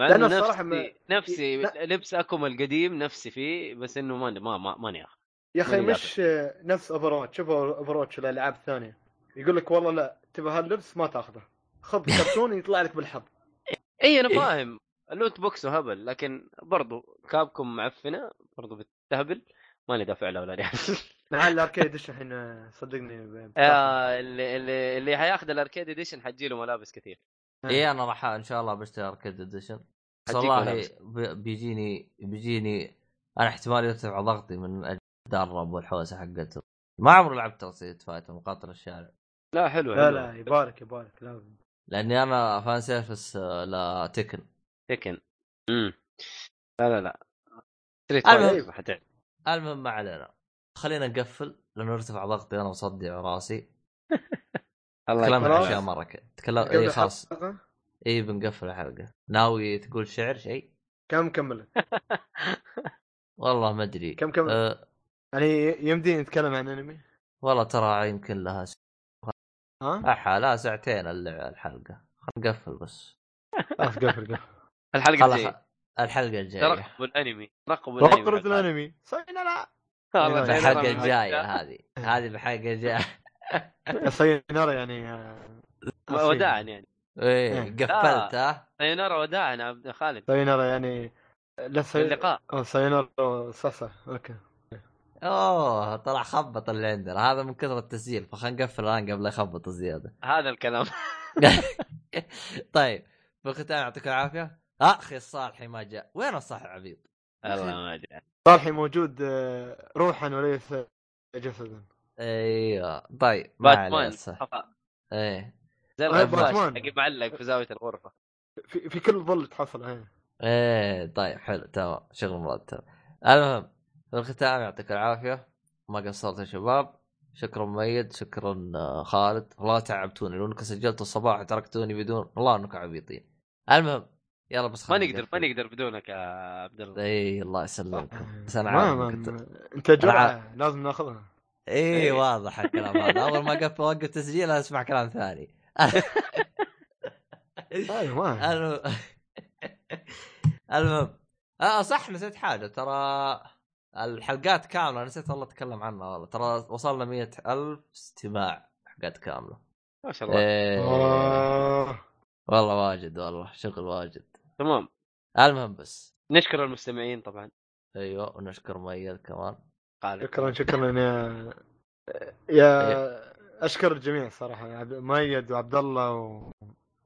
Speaker 5: مع
Speaker 1: لأن
Speaker 5: إنه
Speaker 1: الصراحة
Speaker 5: نفسي, نفسي لبس اكوما القديم نفسي فيه بس انه ماني ما ما ماني اخذ
Speaker 1: يا اخي
Speaker 5: ماني
Speaker 1: مش نفس اوفرواتش شوف اوفرواتش الالعاب الثانيه يقول لك والله لا تبغى هاللبس ما تاخذه خذ كرتون يطلع لك بالحظ
Speaker 5: اي
Speaker 1: إيه.
Speaker 5: انا فاهم اللوت بوكس وهبل لكن برضو كابكم معفنه برضو بتهبل ماني دافع لها ولا ريال
Speaker 1: مع الاركيد ايش الحين آه، صدقني ب- ب-
Speaker 5: *laughs* آه، اللي اللي اللي حياخذ الاركيد اديشن حتجي له ملابس كثير
Speaker 3: اي
Speaker 1: إيه.
Speaker 3: انا إيه، راح ان شاء الله بشتري اركيد اديشن بس
Speaker 5: حتجيك
Speaker 3: والله
Speaker 5: ملابس.
Speaker 3: بي- بيجيني بيجيني انا احتمال يرتفع ضغطي من أجل الدرب والحوسه حقته ما عمري لعبت ستريت فايتر مقاطر الشارع
Speaker 5: لا حلو
Speaker 1: لا
Speaker 5: حلو.
Speaker 1: لا يبارك يبارك لازم
Speaker 3: لاني انا فان سيرفس آه، لتكن
Speaker 5: تكن امم لا لا أيوة، لا ستريت
Speaker 3: المهم.
Speaker 5: فايتر حتعب
Speaker 3: المهم ما علينا خلينا نقفل لانه ارتفع ضغطي انا مصدع راسي
Speaker 5: الله
Speaker 3: تكلمنا
Speaker 1: خلاص.
Speaker 3: عن
Speaker 5: يكرمك
Speaker 3: اشياء مره كده تكلم اي إيه، خلاص
Speaker 1: الحلقة؟
Speaker 3: اي بنقفل الحلقه ناوي تقول شعر شيء
Speaker 1: كم كملت
Speaker 3: والله ما ادري
Speaker 1: كم كملت
Speaker 3: أه
Speaker 1: يعني يمديني نتكلم عن انمي
Speaker 3: والله ترى يمكن لها س... *laughs*
Speaker 1: ها؟
Speaker 3: أحا لا ساعتين اللع- الحلقه خلينا نقفل بس
Speaker 1: خلاص قفل قفل
Speaker 5: الحلقه الجايه
Speaker 3: خلاص الحلقه الجايه
Speaker 5: ترقبوا الانمي ترقبوا الانمي
Speaker 1: وقرة الانمي صينا *laughs* لا
Speaker 5: والله
Speaker 1: الأنمي.
Speaker 5: سينارا
Speaker 3: الحلقه
Speaker 5: من
Speaker 3: الجايه
Speaker 5: وجهة.
Speaker 3: هذه هذه الحلقه الجايه *laughs*
Speaker 1: سينارا يعني آه، أصيل.
Speaker 5: وداعا يعني
Speaker 3: ايه قفلت ها
Speaker 5: سينارا وداعا يا عبد خالد
Speaker 1: سينارا يعني لا سي...
Speaker 5: اللقاء
Speaker 1: آه، سينارا صح اوكي
Speaker 3: اوه طلع خبط اللي عندنا هذا من كثر التسجيل فخلينا نقفل الان قبل لا يخبط زياده
Speaker 5: هذا الكلام
Speaker 3: طيب في الختام يعطيك العافيه اخي الصالحي آه، ما جاء وين الصالح العبيط
Speaker 5: الله ما ادري
Speaker 1: صالحي موجود آه، روحا وليس جسدا
Speaker 3: ايوه طيب ما عليه
Speaker 5: باتمان
Speaker 3: الصح
Speaker 5: خفا.
Speaker 3: ايه
Speaker 5: زي
Speaker 1: أنا
Speaker 5: الخفاش
Speaker 1: باتمان.
Speaker 5: حق معلق في زاويه الغرفه
Speaker 1: في, في كل ظل تحصل إيه. هي.
Speaker 3: ايه طيب حلو تمام شغل مرتب المهم في الختام يعطيك العافيه ما قصرت يا شباب شكرا مؤيد شكرا آه، خالد والله تعبتوني لو انكم سجلتوا الصباح تركتوني بدون والله انكم عبيطين المهم يلا بس
Speaker 5: ما
Speaker 3: خلينا
Speaker 5: نقدر ما نقدر بدونك يا عبد الله
Speaker 3: اي الله يسلمكم بس أنا
Speaker 1: ما-
Speaker 3: عارف
Speaker 1: ما-
Speaker 3: إنك
Speaker 1: ما- انت جرعه لازم ناخذها
Speaker 3: اي
Speaker 5: *laughs* إيه.
Speaker 3: واضح الكلام هذا اول ما قف وقف تسجيل أنا اسمع كلام ثاني
Speaker 1: ايوه
Speaker 3: *laughs*
Speaker 1: ما
Speaker 3: الم- المهم *laughs* اه صح نسيت حاجه ترى الحلقات كامله نسيت والله اتكلم عنها والله ترى وصلنا مئة ألف استماع حلقات كامله
Speaker 5: ما شاء الله
Speaker 3: إيه.
Speaker 1: آه.
Speaker 3: والله واجد والله شغل واجد
Speaker 5: تمام
Speaker 3: المهم بس
Speaker 5: نشكر المستمعين طبعا
Speaker 3: ايوه ونشكر مؤيد كمان
Speaker 5: خالد
Speaker 1: شكرا شكرا يا
Speaker 3: إيه.
Speaker 1: يا اشكر الجميع صراحه عبد- مؤيد وعبد الله و...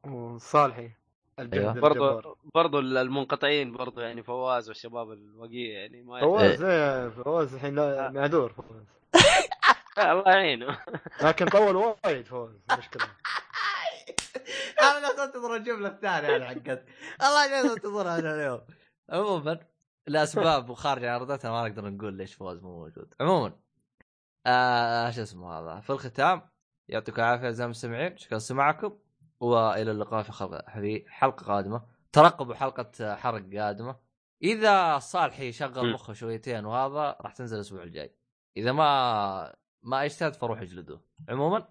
Speaker 1: وصالحي
Speaker 3: أيوة.
Speaker 1: الجهد الجبار
Speaker 5: برضو برضو المنقطعين برضو يعني فواز والشباب الوقيع يعني ما
Speaker 1: فواز إيه، فواز الحين لا- معذور فواز
Speaker 5: آه، الله يعينه *laughs*
Speaker 1: لكن طول وايد فوز
Speaker 3: *laughs*
Speaker 1: مشكله
Speaker 3: انا جالس انتظر الجمله الثانيه انا حقت الله جالس انتظرها انا اليوم عموما لاسباب وخارج عن ارادتنا ما نقدر نقول ليش فوز مو موجود عموما آه شو اسمه هذا في الختام يعطيكم العافيه اعزائي المستمعين شكرا لسماعكم والى اللقاء في خلق في حلقه قادمه ترقبوا حلقه حرق قادمه اذا صالحي شغل
Speaker 5: م.
Speaker 3: مخه شويتين وهذا راح تنزل الاسبوع الجاي اذا ما ما اجتهد فروح اجلدوه عموما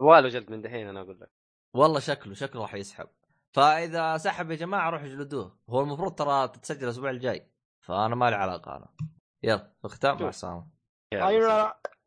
Speaker 5: والو جلد من دحين انا اقول لك
Speaker 3: والله شكله شكله راح يسحب فاذا سحب يا جماعه روحوا جلدوه هو المفروض ترى تتسجل الاسبوع الجاي فانا ما لي علاقه انا يلا في الختام مع
Speaker 5: شوف.
Speaker 3: السلامه
Speaker 5: يا
Speaker 1: أيوة.